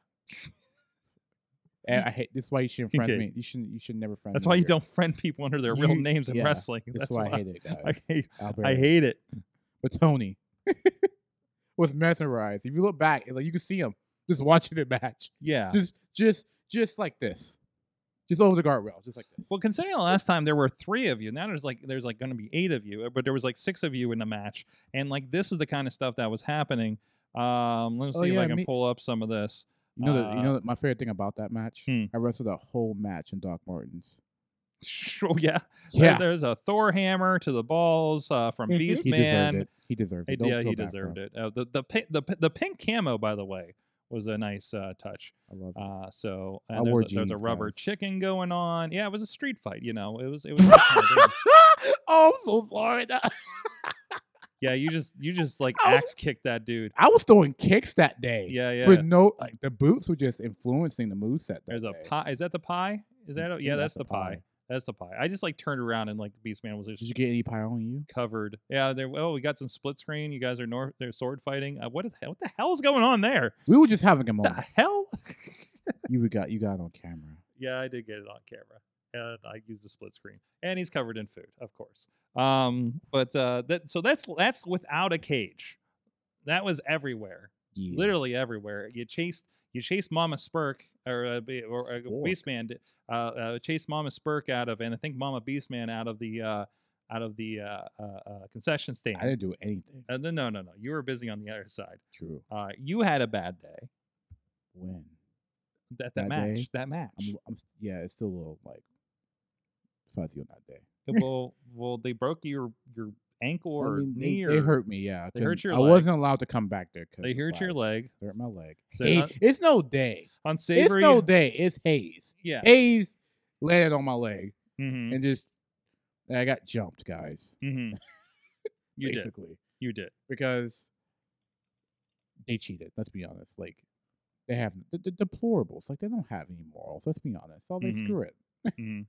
Speaker 5: and I hate this. Is why you shouldn't friend
Speaker 2: Okay.
Speaker 5: me. You shouldn't. You should never friend.
Speaker 2: That's
Speaker 5: me
Speaker 2: why you
Speaker 5: here.
Speaker 2: don't friend people under their real
Speaker 5: You-
Speaker 2: names in
Speaker 5: yeah,
Speaker 2: wrestling.
Speaker 5: That's, why, I hate it,
Speaker 2: [LAUGHS] I
Speaker 5: guys.
Speaker 2: hate, I
Speaker 5: Alberto.
Speaker 2: hate it.
Speaker 5: But Tony [LAUGHS] was mesmerized. If you look back, like you can see him just watching the match,
Speaker 2: Yeah.
Speaker 5: just, just, just like this, just over the guardrail, just like this.
Speaker 2: Well, considering the last time there were three of you, now there's like there's like going to be eight of you, but there was like six of you in the match, and like this is the kind of stuff that was happening. Um, let me see
Speaker 5: Oh,
Speaker 2: if I
Speaker 5: yeah,
Speaker 2: can
Speaker 5: me-
Speaker 2: pull up some of this. [LAUGHS]
Speaker 5: You know, the,
Speaker 2: Uh,
Speaker 5: you know, my favorite thing about that match,
Speaker 2: Hmm.
Speaker 5: I wrestled a whole match in Doc Martens.
Speaker 2: Oh yeah, There- there's a Thor hammer to the balls uh, from
Speaker 4: Mhm.
Speaker 2: Beast
Speaker 5: he deserved
Speaker 2: Man.
Speaker 5: it. He deserved
Speaker 2: Hey,
Speaker 5: it. Don't
Speaker 2: yeah,
Speaker 5: feel
Speaker 2: he
Speaker 5: bad for
Speaker 2: deserved
Speaker 5: him.
Speaker 2: it. Uh, the the, pi- the pi- the pink camo, by the way, was a nice uh, touch.
Speaker 5: I love
Speaker 2: [LAUGHS]
Speaker 5: it.
Speaker 2: Uh, so
Speaker 5: I
Speaker 2: and there's,
Speaker 5: wore
Speaker 2: a, there's a
Speaker 5: jeans,
Speaker 2: rubber
Speaker 5: guys.
Speaker 2: chicken going on. Yeah, it was a street fight. You know, it was it
Speaker 5: [LAUGHS]
Speaker 2: was. that kinda thing.
Speaker 5: oh, I'm so sorry. That-
Speaker 2: yeah, you just you just like
Speaker 5: I was-
Speaker 2: axe kicked that dude.
Speaker 5: I was throwing kicks that day.
Speaker 2: Yeah, yeah.
Speaker 5: For no, like the boots were just influencing the moveset. That
Speaker 2: There's a
Speaker 5: day.
Speaker 2: pie. Is that the pie? Is that?
Speaker 5: I
Speaker 2: A,
Speaker 5: think
Speaker 2: yeah, that's the pie. That's the pie. I just like turned around and like Beastman was just
Speaker 5: Did you get any pie on you?
Speaker 2: [LAUGHS] covered. Yeah, there. Oh, we got some split screen. You guys are north. They're sword fighting. Uh, what is what the hell is going on there?
Speaker 5: We were just having a
Speaker 2: The
Speaker 5: moment.
Speaker 2: hell? [LAUGHS]
Speaker 5: you were got you got on camera.
Speaker 2: yeah, I did get it on camera. And I used the split screen, and he's covered in food, of course. Um, but uh, that so that's that's without a cage. That was everywhere.
Speaker 5: Yeah.
Speaker 2: literally everywhere. You chased you chased Mama Spurk or uh, be- or uh,
Speaker 5: Spork.
Speaker 2: Beastman did- uh, uh, chased Mama Spurk out of and I think Mama Beastman out of the uh, out of the uh, uh, uh, concession stand.
Speaker 5: I didn't do anything.
Speaker 2: Uh, no, no, no, no. You were busy on the other side.
Speaker 5: True.
Speaker 2: Uh, you had a bad day.
Speaker 5: When
Speaker 2: That that
Speaker 5: That
Speaker 2: match.
Speaker 5: day?
Speaker 2: That match. [LAUGHS]
Speaker 5: I'm, I'm s- yeah, it's still a little like fuzzy on that day. [LAUGHS]
Speaker 2: well, well, they broke your your ankle
Speaker 5: I
Speaker 2: or
Speaker 5: mean, they-
Speaker 2: knee.
Speaker 5: they,
Speaker 2: or,
Speaker 5: hurt me. Yeah, I
Speaker 2: they hurt
Speaker 5: couldn't-
Speaker 2: your
Speaker 5: I
Speaker 2: leg.
Speaker 5: wasn't allowed to come back there. 'cause
Speaker 2: They
Speaker 5: of
Speaker 2: hurt your
Speaker 5: virus.
Speaker 2: leg.
Speaker 5: They hurt my leg.
Speaker 2: So
Speaker 5: Hey,
Speaker 2: not-
Speaker 5: it's no day.
Speaker 2: on savory.
Speaker 5: It's no day. It's haze.
Speaker 2: yeah.
Speaker 5: [LAUGHS] Hayes landed on my leg
Speaker 2: hmm
Speaker 5: and just I got jumped, guys.
Speaker 2: hmm
Speaker 5: [LAUGHS]
Speaker 2: You did.
Speaker 5: basically.
Speaker 2: You did.
Speaker 5: Because they cheated, let's be honest. Like they have the, the deplorables. Like they don't have any morals, let's be honest. So they
Speaker 2: Mhm.
Speaker 5: screw it. [LAUGHS]
Speaker 2: hmm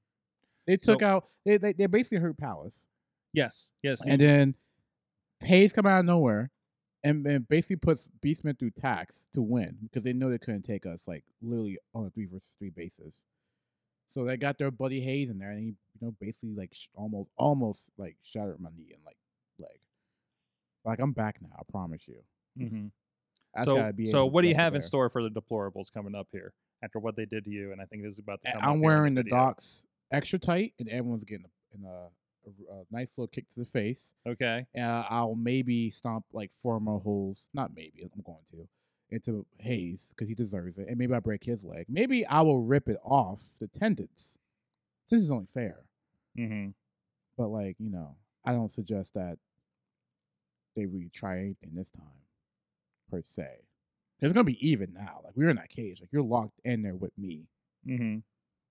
Speaker 5: They took
Speaker 2: So-
Speaker 5: out they, they they basically hurt Palace.
Speaker 2: Yes. Yes.
Speaker 5: And then Hayes come out of nowhere and, and basically puts Beastman through tax to win because they know they couldn't take us like literally on a three versus three basis. So they got their buddy Hayes in there and he, you know, basically like sh- almost almost like shattered my knee and like leg. Like I'm back now, I promise you.
Speaker 2: hmm
Speaker 5: I've
Speaker 2: so,
Speaker 5: gotta be
Speaker 2: so
Speaker 5: able to
Speaker 2: what do you
Speaker 5: wrestle
Speaker 2: have in
Speaker 5: there.
Speaker 2: store for the deplorables coming up here after what they did to you? And I think this is about to
Speaker 5: I-
Speaker 2: come. up here
Speaker 5: I'm
Speaker 2: in
Speaker 5: wearing the
Speaker 2: video.
Speaker 5: docs extra tight and everyone's getting a, in a, a, a nice little kick to the face.
Speaker 2: Okay.
Speaker 5: uh, I'll maybe stomp like four more holes. Not maybe. I'm going to into Hayes because he deserves it, and maybe I break his leg. Maybe I will rip it off the tendons. This is only fair,
Speaker 2: hmm
Speaker 5: but like you know, I don't suggest that they retry anything this time, per se. It's gonna be even now. Like we're in that cage. Like you're locked in there with me,
Speaker 2: hmm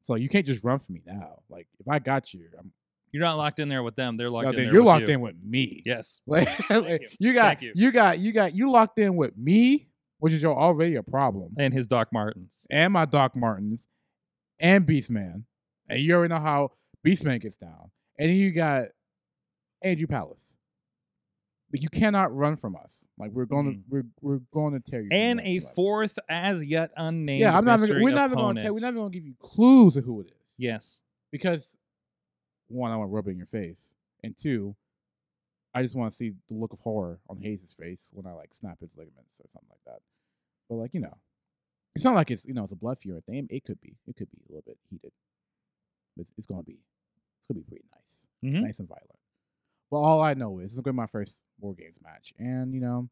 Speaker 5: so you can't just run from me now. Like if I got you, I'm
Speaker 2: You're not locked in there with them. They're locked
Speaker 5: No,
Speaker 2: in
Speaker 5: dude,
Speaker 2: there.
Speaker 5: you're
Speaker 2: with
Speaker 5: locked
Speaker 2: you.
Speaker 5: in with me.
Speaker 2: Yes.
Speaker 5: [LAUGHS] Like, like,
Speaker 4: you.
Speaker 5: you got
Speaker 2: Thank you.
Speaker 5: you. got you got you locked in with me, which is your already a problem,
Speaker 2: And his Doc Martens.
Speaker 5: and my Doc Martens, and Beastman, and you already know how Beastman gets down, and then you got Andrew Palace. Like you cannot run from us. Like we're going to
Speaker 2: Mhm.
Speaker 5: we're we're going to tear you. from
Speaker 2: And
Speaker 5: us,
Speaker 2: a
Speaker 5: like-
Speaker 2: fourth as yet unnamed.
Speaker 5: Yeah, I'm not. Even,
Speaker 2: mystery
Speaker 5: we're not even going
Speaker 2: opponent.
Speaker 5: to tell. We're not even going to give you clues of who it is.
Speaker 2: Yes.
Speaker 5: because one, I want to rub it in your face, and two, I just want to see the look of horror on Hayes' face when I like snap his ligaments or something like that. But like you know, it's not like it's you know it's a bluff here at the end. It could be, it could be a little bit heated, but it's, it's gonna be, it's gonna be pretty nice,
Speaker 2: Mhm.
Speaker 5: nice and violent. But all I know is it's gonna be my first war games match, and you know,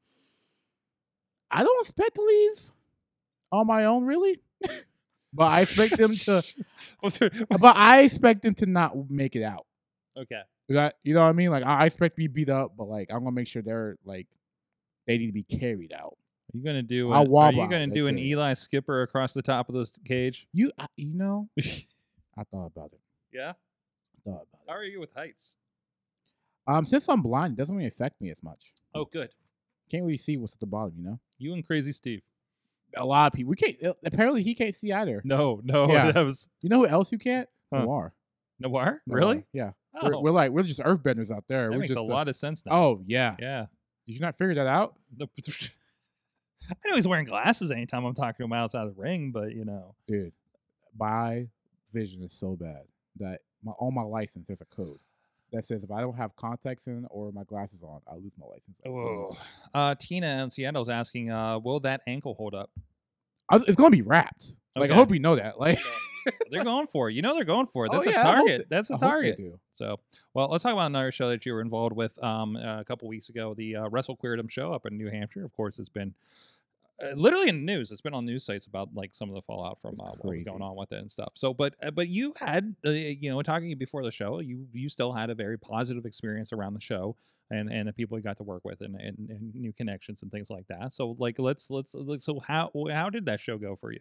Speaker 5: I don't expect to leave on my own really, [LAUGHS] but I expect them to
Speaker 2: [LAUGHS]
Speaker 5: but I expect them to not make it out.
Speaker 2: okay.
Speaker 5: Is That you know what I mean? Like I I expect to be beat up, but like I'm gonna make sure they're like they need to be carried out.
Speaker 2: Are you gonna do?
Speaker 5: I'll
Speaker 2: A, are
Speaker 5: wobble
Speaker 2: you
Speaker 5: out,
Speaker 2: gonna
Speaker 5: I
Speaker 2: do an
Speaker 5: tell you.
Speaker 2: Eli Skipper across the top of this cage? [LAUGHS]
Speaker 5: You I, you know I thought about it.
Speaker 2: yeah.
Speaker 5: I thought about
Speaker 2: How are you with heights?
Speaker 5: it. Um, since I'm blind, it doesn't really affect me as much.
Speaker 2: Oh, good.
Speaker 5: Can't really see what's at the bottom. You know,
Speaker 2: You and Crazy Steve.
Speaker 5: a lot of people we can't. uh, Apparently, he can't see either.
Speaker 2: No, no, [LAUGHS]
Speaker 5: Yeah.
Speaker 2: that was
Speaker 5: You know who else you can't?
Speaker 2: Huh.
Speaker 5: Noir.
Speaker 2: Noir.
Speaker 5: Noir,
Speaker 2: Really?
Speaker 5: Yeah.
Speaker 2: Oh,
Speaker 5: We're, we're like we're just earthbenders out there.
Speaker 2: that
Speaker 5: we're
Speaker 2: makes
Speaker 5: just
Speaker 2: a
Speaker 5: the-
Speaker 2: lot of sense now.
Speaker 5: Oh yeah.
Speaker 2: yeah.
Speaker 5: Did you not figure that out?
Speaker 2: The- [LAUGHS] I know he's wearing glasses anytime I'm talking to him outside of the ring, but you know.
Speaker 5: dude, my vision is so bad that my on my license there's a code that says if I don't have contacts in or my glasses on, I lose my license.
Speaker 2: Oh,
Speaker 5: I can't use it.
Speaker 2: Uh, Tina in Seattle's asking, uh, will that ankle hold up?
Speaker 5: I was- it's gonna be wrapped. Like I
Speaker 2: Okay.
Speaker 5: hope you know that. [LAUGHS] Like
Speaker 2: They're going for it. You know they're going for it.
Speaker 5: Oh,
Speaker 2: That's
Speaker 5: yeah,
Speaker 2: a
Speaker 5: I hope
Speaker 2: target.
Speaker 5: th-
Speaker 2: That's
Speaker 5: I
Speaker 2: a
Speaker 5: hope they
Speaker 2: target.
Speaker 5: do.
Speaker 2: So, well, let's talk about another show that you were involved with um, uh, a couple weeks ago, the uh, Wrestle Queerdom show up in New Hampshire. Of course, it's been uh, literally in the news. It's been on news sites about like some of the fallout from
Speaker 5: It's
Speaker 2: uh, what was
Speaker 5: crazy.
Speaker 2: going on with it and stuff. So, but uh, but you had uh, you know talking before the show, you you still had a very positive experience around the show and and the people you got to work with and, and, and new connections and things like that. So like let's let's, let's so how how did that show go for you?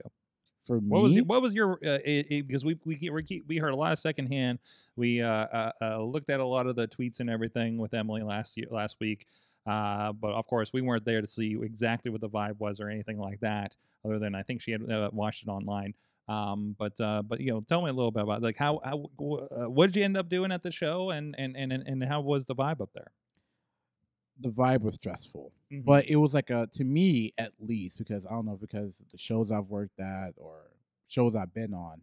Speaker 5: For me,
Speaker 2: What was it, what was your uh, it, it- because we we get, we, keep, we heard a lot of secondhand. We uh, uh, uh, looked at a lot of the tweets and everything with Emily last year, last week. Uh, but of course, we weren't there to see exactly what the vibe was or anything like that. Other than I think she had uh, watched it online. Um, but uh, but you know, tell me a little bit about like how how wh- uh, what did you end up doing at the show and and and and- and how was the vibe up there?
Speaker 5: the vibe was stressful.
Speaker 2: Mm-hmm.
Speaker 5: but it was like a to me at least because I don't know because the shows I've worked at or shows I've been on,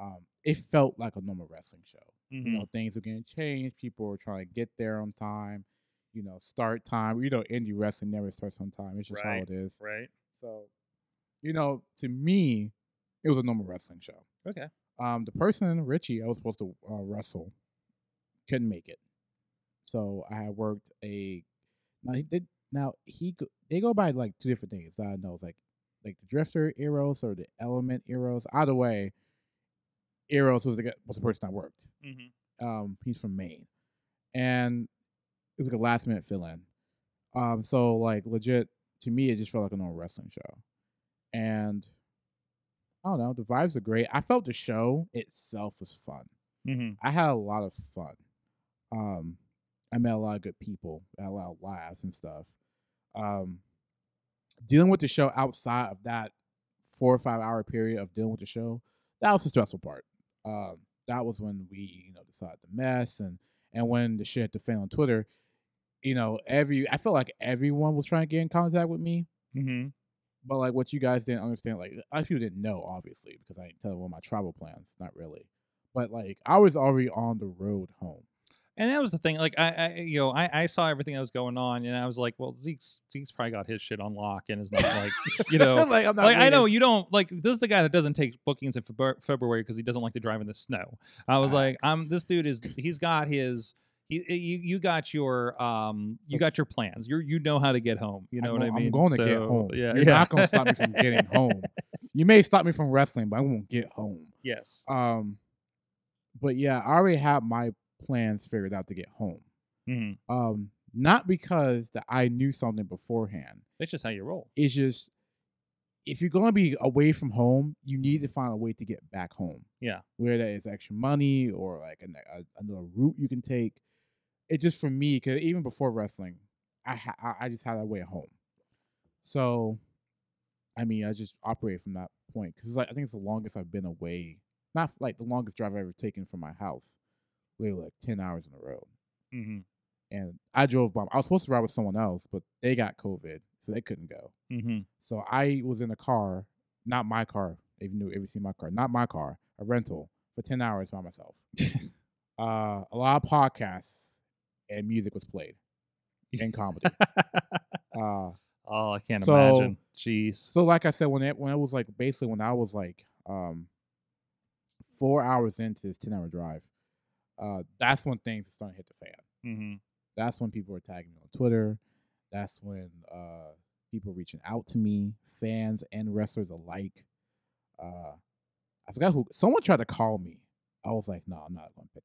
Speaker 5: um, it felt like a normal wrestling show.
Speaker 2: Mm-hmm. Hmm.
Speaker 5: You know, things were getting changed. People were trying to get there on time. You know, start time. You know, indie wrestling never starts on time. It's just how
Speaker 2: Right,
Speaker 5: it is.
Speaker 2: right.
Speaker 5: So, you know, to me, it was a normal wrestling show.
Speaker 2: Okay.
Speaker 5: Um, the person Richie I was supposed to uh, wrestle couldn't make it, so I had worked a. Now he did. Now he go, they go by like two different things. that I know it's like like the Drifter Eros or the Element Eros. Either way, Eros was the guy, was the person I worked.
Speaker 2: Mm-hmm.
Speaker 5: Um, he's from Maine, and it was like a last minute fill in. Um, so like legit to me, it just felt like a normal wrestling show, and I don't know. The vibes are great. I felt the show itself was fun.
Speaker 2: hmm
Speaker 5: I had a lot of fun. Um, I met a lot of good people, had a lot of laughs and stuff. Um, dealing with the show outside of that four or five hour period of dealing with the show, that was the stressful part. Um, that was when we, you know, decided to mess and and when the shit hit the fan on Twitter, you know, every I felt like everyone was trying to get in contact with me.
Speaker 2: hmm
Speaker 5: But like what you guys didn't understand, like a lot of people didn't know, obviously, because I didn't tell them what my travel plans, not really. But like I was already on the road home.
Speaker 2: and that was the thing. Like I, I you know, I, I saw everything that was going on, and I was like, well, Zeke's Zeke's probably got his shit on lock, and is not
Speaker 5: [LAUGHS]
Speaker 2: like, you know,
Speaker 5: like I'm not
Speaker 2: like I know
Speaker 5: reading-
Speaker 2: you don't like. This is the guy that doesn't take bookings in Febru- February because he doesn't like to drive in the snow. I was like, I'm
Speaker 5: Facts.
Speaker 2: this dude is he's got his. He, eh, you you got your um you got your plans you you know how to get home you
Speaker 5: I'm
Speaker 2: know what I
Speaker 5: gon-
Speaker 2: mean
Speaker 5: I'm going to get
Speaker 2: So,
Speaker 5: home.
Speaker 2: yeah
Speaker 5: You're
Speaker 2: yeah
Speaker 5: not gonna stop me from
Speaker 2: [LAUGHS]
Speaker 5: getting home. You may stop me from wrestling, but I won't get home.
Speaker 2: yes
Speaker 5: Um but yeah, I already had my plans figured out to get home.
Speaker 2: Mhm.
Speaker 5: Um, not because that I knew something beforehand.
Speaker 2: that's just how you roll
Speaker 5: It's just if you're going to be away from home, you need to find a way to get back home.
Speaker 2: Yeah.
Speaker 5: Where that is extra money or like an, a, another route you can take. It just for me, because even before wrestling, I, ha- I I just had that way at home. So, I mean, I just operated from that point because like, I think it's the longest I've been away. Not like the longest drive I've ever taken from my house, literally like 10 hours in a row
Speaker 2: Mm-hmm.
Speaker 5: and I drove by. I was supposed to ride with someone else, but they got COVID, so they couldn't go. [LAUGHS]
Speaker 2: Mm-hmm.
Speaker 5: So I was in a car, not my car. If you knew, if you see my car, not my car, a rental for ten hours by myself. uh, a lot of podcasts and music was played and comedy. uh,
Speaker 2: oh, I can't
Speaker 5: So-
Speaker 2: imagine. Jeez.
Speaker 5: so like I said, when it when it was like basically when I was like um four hours into this ten hour drive, uh, that's when things started to hit the fan.
Speaker 2: mm-hmm.
Speaker 5: that's when people were tagging me on Twitter. That's when uh, people were reaching out to me, fans and wrestlers alike. Uh, I forgot who. Someone tried to call me. I was like, no, I'm not going to pick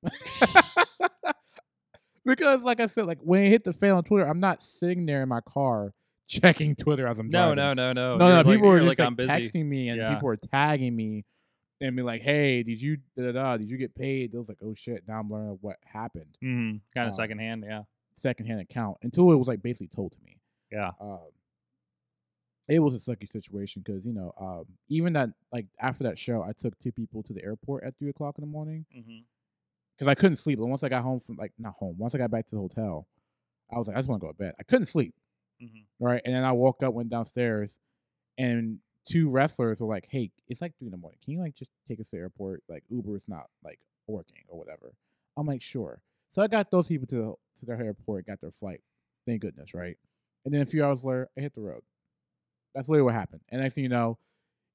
Speaker 5: that up. [LAUGHS] because, like I said, like when it hit the fan on Twitter, I'm not sitting there in my car [LAUGHS] checking Twitter as I'm
Speaker 2: No,
Speaker 5: driving.
Speaker 2: no, no, no.
Speaker 5: no, no.
Speaker 2: You're like-
Speaker 5: people were
Speaker 2: you're like,
Speaker 5: just like,
Speaker 2: I'm busy.
Speaker 5: texting me, and
Speaker 2: Yeah.
Speaker 5: people were tagging me, and be like, "Hey, did you da da da? Did you get paid?" They was like, "Oh shit!" Now I'm learning what happened
Speaker 2: Mm-hmm. Kind
Speaker 5: Uh,
Speaker 2: of secondhand. Yeah.
Speaker 5: secondhand account until it was like basically told to me.
Speaker 2: Yeah.
Speaker 5: Um, it was a sucky situation because you know, um, even that like after that show, I took two people to the airport at three o'clock in the morning
Speaker 2: Mm-hmm.
Speaker 5: because I couldn't sleep. And once I got home from like not home, once I got back to the hotel, I was like, I just want to go to bed. I couldn't sleep.
Speaker 2: Mm-hmm.
Speaker 5: Right, and then I woke up, went downstairs, and two wrestlers were like, "Hey, it's like three in the morning. Can you like just take us to the airport? Like Uber is not like working or whatever." I'm like, "Sure." So I got those people to the, to their airport, got their flight. Thank goodness, right? And then a few hours later, I hit the road. That's literally what happened. And next thing you know,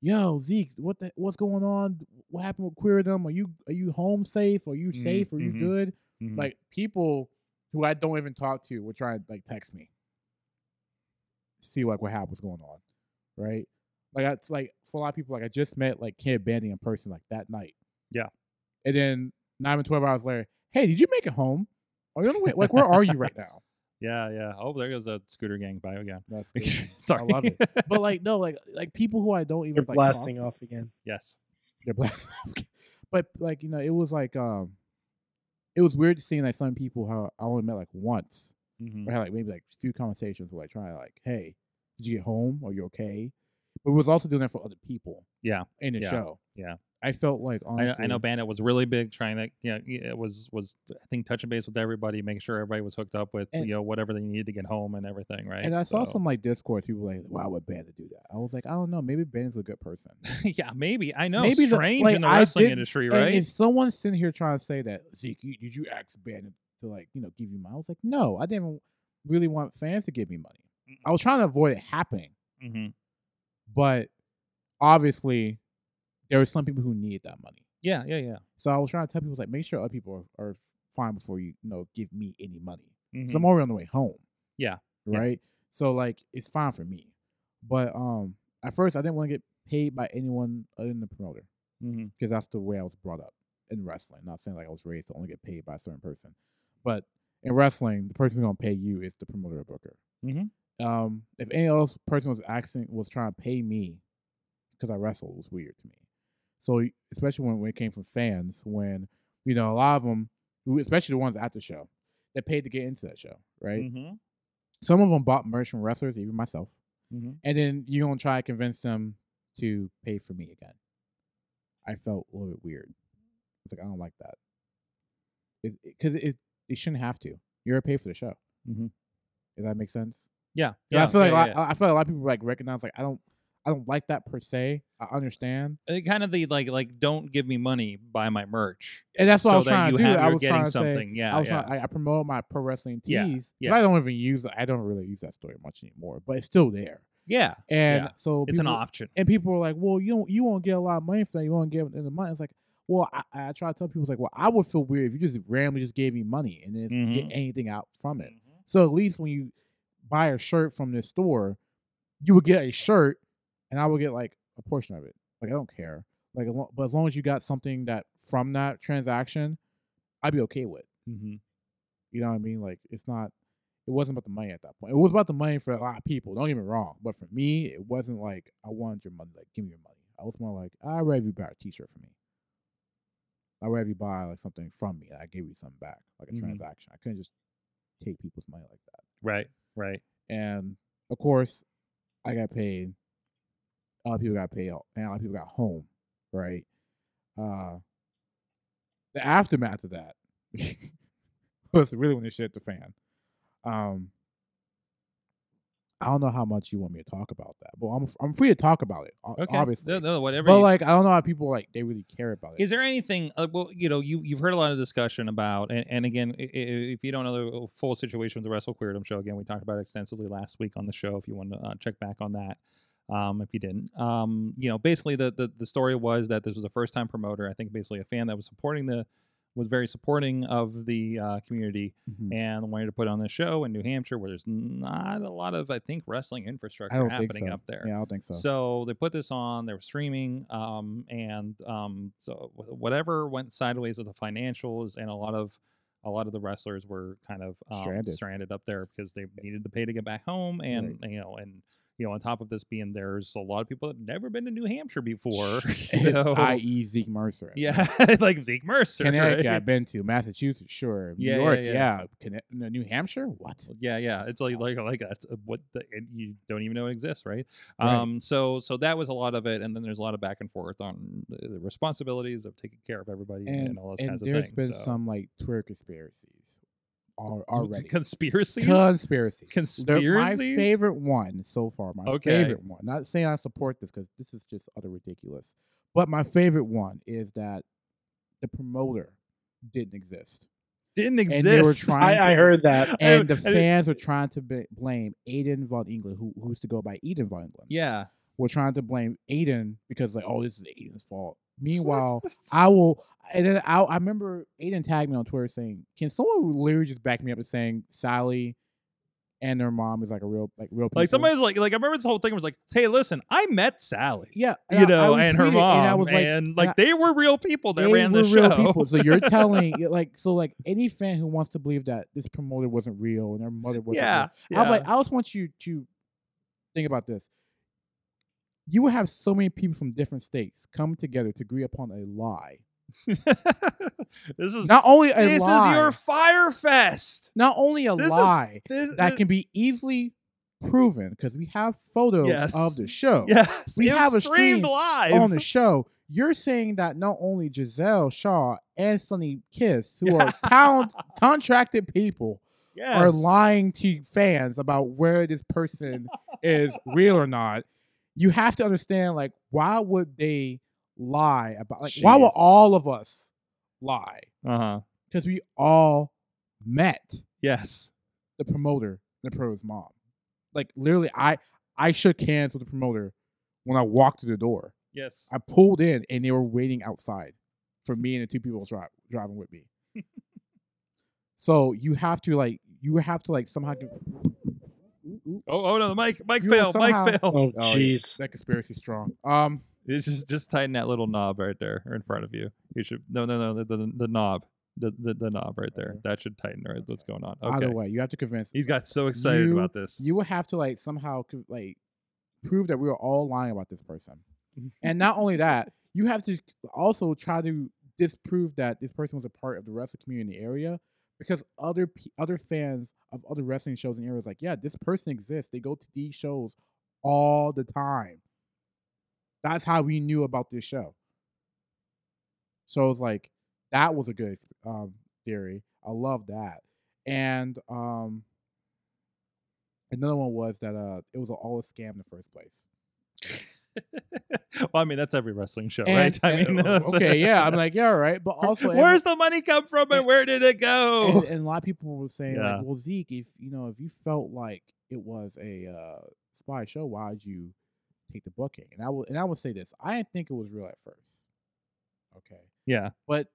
Speaker 5: yo Zeke, what the, what's going on? What happened with Queerdom? Are you are you home safe? Are you
Speaker 2: Mhm,
Speaker 5: safe? Are you
Speaker 2: mhm.
Speaker 5: good? Like people who I don't even talk to would try and like text me, see like what happened was going on, right? Like that's like for a lot of people, like I just met like Kid Bandy in person like that night.
Speaker 2: Yeah.
Speaker 5: and then not even twelve hours later, hey, did you make it home? Are you on the way? Like where are you right now?
Speaker 2: yeah, yeah. Oh, there goes a scooter gang bio
Speaker 5: [LAUGHS]
Speaker 2: again. [LAUGHS]
Speaker 5: That's good.
Speaker 2: Sorry.
Speaker 5: love [LAUGHS] it. but like no, like like people who I don't even
Speaker 4: You're
Speaker 5: like, talk
Speaker 4: blasting
Speaker 5: to.
Speaker 4: off again.
Speaker 2: yes.
Speaker 5: They're black. [LAUGHS] but like you know, it was like um, it was weird seeing like some people how I only met like once.
Speaker 2: Mm-hmm.
Speaker 5: or had like maybe like a few conversations where like trying to like, hey, did you get home? Are you okay? But we was also doing that for other people.
Speaker 2: Yeah,
Speaker 5: In the
Speaker 2: yeah,
Speaker 5: show.
Speaker 2: yeah.
Speaker 5: I felt like
Speaker 2: I know,
Speaker 5: honestly,
Speaker 2: I know Bandit was really big trying to, you know, it was, was I think touching base with everybody, making sure everybody was hooked up with,
Speaker 5: And-
Speaker 2: you know, whatever they needed to get home and everything, right?
Speaker 5: and I saw
Speaker 2: So-
Speaker 5: some like Discord people like, why would Bandit do that? I was like, I don't know. Maybe Bandit's a
Speaker 2: [LAUGHS]
Speaker 5: good person.
Speaker 2: [LAUGHS] yeah, maybe. I know.
Speaker 5: Maybe the-
Speaker 2: strange
Speaker 5: like,
Speaker 2: in the
Speaker 5: I
Speaker 2: wrestling
Speaker 5: did-
Speaker 2: industry,
Speaker 5: And
Speaker 2: right?
Speaker 5: if someone's sitting here trying to say that, Zeke, you, did you ask Bandit to like, you know, give you money? I was like, no, I didn't really want fans to give me money.
Speaker 2: Mm.
Speaker 5: I was trying to avoid it happening,
Speaker 2: hmm
Speaker 5: but obviously there were some people who needed that money.
Speaker 2: Yeah, yeah, yeah.
Speaker 5: So I was trying to tell people like, make sure other people are, are fine before you, you know give me any money. 'Cause
Speaker 2: Mhm.
Speaker 5: I'm already on the way home.
Speaker 2: Yeah, yeah.
Speaker 5: Right. So like it's fine for me, but um at first I didn't want to get paid by anyone other than the promoter
Speaker 2: Mhm.
Speaker 5: because that's the way I was brought up in wrestling. Not saying like I was raised to only get paid by a certain person, but in wrestling, the person who's gonna pay you is the promoter or booker.
Speaker 2: Mhm.
Speaker 5: Um, if any else person was asking was trying to pay me because I wrestled, it was weird to me. So y- especially when, when it came from fans, when you know a lot of them, especially the ones at the show, that paid to get into that show, [LAUGHS] right?
Speaker 2: Mhm.
Speaker 5: Some of them bought merch from wrestlers, even myself,
Speaker 2: Mhm.
Speaker 5: and then you gonna try to convince them to pay for me again. I felt a little bit weird. It's like I don't like that. It because it, it shouldn't have to. You're a pay for the show.
Speaker 2: Mhm.
Speaker 5: Does that make sense?
Speaker 2: Yeah,
Speaker 5: Yeah, I feel like
Speaker 2: yeah,
Speaker 5: a lot,
Speaker 2: yeah.
Speaker 5: I I feel like a lot of people like recognize like I don't I don't like that per se. I understand,
Speaker 2: It kind of the like like don't give me money buy my merch
Speaker 5: and that's what
Speaker 2: so
Speaker 5: I was
Speaker 2: that
Speaker 5: trying
Speaker 2: you
Speaker 5: to do.
Speaker 2: have
Speaker 5: I
Speaker 2: you're
Speaker 5: was
Speaker 2: getting
Speaker 5: trying to say
Speaker 2: something yeah
Speaker 5: I was
Speaker 2: yeah.
Speaker 5: trying, I, I promote my pro wrestling tees.
Speaker 2: Yeah,
Speaker 5: 'cause
Speaker 2: yeah.
Speaker 5: I don't even use I don't really use that story much anymore, but it's still there.
Speaker 2: yeah
Speaker 5: And
Speaker 2: Yeah.
Speaker 5: so
Speaker 2: it's an
Speaker 5: people-
Speaker 2: option
Speaker 5: and people were like, "Well, you don't, you won't get a lot of money for that. You won't get it in the money." It's like, well, I, I try to tell people it's like, well, I would feel weird if you just randomly just gave me money and then get
Speaker 2: Mhm.
Speaker 5: anything out from it. So at least when you buy a shirt from this store, you would get a shirt, and I would get like a portion of it. Like I don't care. Like, as lo- but as long as you got something that from that transaction, I'd be okay with.
Speaker 2: Mhm.
Speaker 5: You know what I mean? Like it's not. it wasn't about the money at that point. It was about the money for a lot of people. Don't get me wrong, but for me, it wasn't like I wanted your money. Like, give me your money. I was more like, I'd rather you buy a T-shirt for me. I'd rather you buy like something from me. and I give you something back, like a
Speaker 2: Mhm.
Speaker 5: transaction. I couldn't just take people's money like that
Speaker 2: Right. Right.
Speaker 5: and of course, I got paid. A lot of people got paid, and a lot of people got home, right? Uh, the aftermath of that [LAUGHS] was really when the shit hit the fan. Um, I don't know how much you want me to talk about that, but I'm I'm free to talk about it, o-
Speaker 2: Okay.
Speaker 5: obviously.
Speaker 2: No, no, whatever.
Speaker 5: but
Speaker 2: you-
Speaker 5: like, I don't know how people like they really care about it.
Speaker 2: Is there anything? Uh, well, you know, you you've heard a lot of discussion about, and, and again, i- i- if you don't know the full situation with the Wrestle Queerdom show, again, we talked about it extensively last week on the show. If you want to uh, check back on that, um, if you didn't, um, you know, basically the, the the story was that this was a first time promoter. I think basically a fan that was supporting the was very supporting of the uh, community [LAUGHS]
Speaker 5: Mhm.
Speaker 2: and wanted to put on this show in New Hampshire, where there's not a lot of, I think, wrestling
Speaker 5: I
Speaker 2: infrastructure
Speaker 5: don't think
Speaker 2: happening
Speaker 5: so.
Speaker 2: up there.
Speaker 5: Yeah, I don't think so.
Speaker 2: So. [LAUGHS] they put this on. They were streaming, um, and um, so wh- whatever went sideways with the financials, and a lot of a lot of the wrestlers were kind of um,
Speaker 5: Stranded. Eh.
Speaker 2: up there because they needed to pay to get back home, and you know, and you know, on top of this being there's a lot of people that have never been to New Hampshire before. [LAUGHS]
Speaker 5: [LAUGHS]
Speaker 2: so-
Speaker 5: i.e. E Zeke Mercer.
Speaker 2: yeah, [LAUGHS] like Zeke Mercer. right? [LAUGHS]
Speaker 5: Connecticut, I've been to Massachusetts, sure. New
Speaker 2: Yeah, yeah,
Speaker 5: York,
Speaker 2: yeah.
Speaker 5: yeah. Conne- no, New Hampshire, what?
Speaker 2: Yeah, yeah. It's like like like that's uh, what the, and you don't even know it exists, right?
Speaker 5: Right.
Speaker 2: Um, so so that was a lot of it, and then there's a lot of back and forth on the the responsibilities of taking care of everybody and,
Speaker 5: And,
Speaker 2: all those
Speaker 5: and
Speaker 2: kinds
Speaker 5: there's
Speaker 2: of things.
Speaker 5: been
Speaker 2: so.
Speaker 5: some like Twitter conspiracies al- already.
Speaker 2: conspiracies.
Speaker 5: Conspiracy.
Speaker 2: Conspiracies.
Speaker 5: My favorite one so far. My
Speaker 2: Okay.
Speaker 5: favorite one. Not saying I support this because this is just utter ridiculous. But my favorite one is that the promoter
Speaker 2: [LAUGHS]
Speaker 5: didn't exist,
Speaker 2: [LAUGHS] didn't exist.
Speaker 5: and they were
Speaker 2: [LAUGHS]
Speaker 5: trying. to,
Speaker 4: I, I heard that.
Speaker 5: [LAUGHS] and the
Speaker 2: I didn't-
Speaker 5: fans were trying to b- blame Aiden von England, who who used to go by Eden von England.
Speaker 2: yeah.
Speaker 5: We're trying to blame Aiden because like, oh, this is Aiden's fault.
Speaker 4: [LAUGHS]
Speaker 5: Meanwhile, I will, and then I, I remember Aiden tagged me on Twitter saying, "Can someone literally just back me up and saying Sally and their mom is like a real, like real people?"
Speaker 2: Like somebody's like like I remember this whole thing was like, hey, listen, I met Sally.
Speaker 5: yeah,
Speaker 2: You know,
Speaker 5: would
Speaker 2: and her
Speaker 5: tweet it,
Speaker 2: mom,
Speaker 5: and I was like, I-
Speaker 2: they were real people that
Speaker 5: they
Speaker 2: ran the
Speaker 5: were
Speaker 2: show. [LAUGHS]
Speaker 5: real people. So you're telling, you're like, so like any fan who wants to believe that this promoter wasn't real and their mother wasn't real,
Speaker 2: yeah, yeah.
Speaker 5: I'm like, I just want you to think about this. You will have so many people from different states come together to agree upon a lie.
Speaker 2: [LAUGHS] this is
Speaker 5: Not only a
Speaker 2: this
Speaker 5: lie,
Speaker 2: is your fire fest.
Speaker 5: not only a
Speaker 2: this is-
Speaker 5: lie
Speaker 2: This,
Speaker 5: that
Speaker 2: this-
Speaker 5: can be easily proven because we have photos
Speaker 2: Yes.
Speaker 5: of the show.
Speaker 2: Yes,
Speaker 5: We
Speaker 2: it was
Speaker 5: have a
Speaker 2: streamed
Speaker 5: stream
Speaker 2: live [LAUGHS]
Speaker 5: On the show, you're saying that not only Giselle Shaw and Sonny Kiss, who are count- contracted people,
Speaker 2: yes.
Speaker 5: are lying to fans about where this person
Speaker 2: [LAUGHS]
Speaker 5: is real or not, you have to understand like why would they lie about like why
Speaker 2: Jeez.
Speaker 5: would all of us lie?
Speaker 2: Uh huh.
Speaker 5: Because we all met
Speaker 2: Yes.
Speaker 5: the promoter, and the promoter's mom. Like literally, I I shook hands with the promoter when I walked through the door.
Speaker 2: Yes.
Speaker 5: I pulled in and they were waiting outside for me and the two people dri- driving with me. so you have to like you have to like somehow get-
Speaker 2: Oh, oh no, the mic, mic
Speaker 5: You
Speaker 2: fail,
Speaker 5: somehow-
Speaker 2: mic fail.
Speaker 4: Oh,
Speaker 5: yeah,
Speaker 4: jeez.
Speaker 5: that conspiracy strong. Um,
Speaker 2: It's just just tighten that little knob right there, or in front of you. You should no, no, no, the the, the knob, the, the the knob right there.
Speaker 5: Okay.
Speaker 2: That should tighten. Right, what's going on?
Speaker 5: either
Speaker 2: Okay.
Speaker 5: way, you have to convince.
Speaker 2: He's got so excited
Speaker 5: You-
Speaker 2: about this.
Speaker 5: You will have to like somehow co- like prove that we were all lying about this person, and not only that, you have to also try to disprove that this person was a part of the wrestling community in the area because other pe- other fans of other wrestling shows in the area is like, yeah, this person exists. They go to these shows all the time. That's how we knew about this show. So it's like that was a good um, theory. I love that. And um, another one was that uh, it was all a scam in the first place.
Speaker 2: [LAUGHS] well, I mean, that's every wrestling show,
Speaker 5: And-
Speaker 2: [LAUGHS] right? I mean, [LAUGHS]
Speaker 5: and- uh,
Speaker 2: that's-
Speaker 5: okay, yeah. I'm like, yeah, all right.
Speaker 2: [LAUGHS]
Speaker 5: But also, every-
Speaker 2: where's the money come from, and
Speaker 5: and-
Speaker 2: where did it go?
Speaker 5: and, and a lot of people were saying
Speaker 2: Yeah.
Speaker 5: like, well, Zeke, if you know, if you felt like it was a uh, spy show, why'd you take the booking? And I will, and I will say this: I didn't think it was real at first. Okay,
Speaker 2: yeah.
Speaker 5: but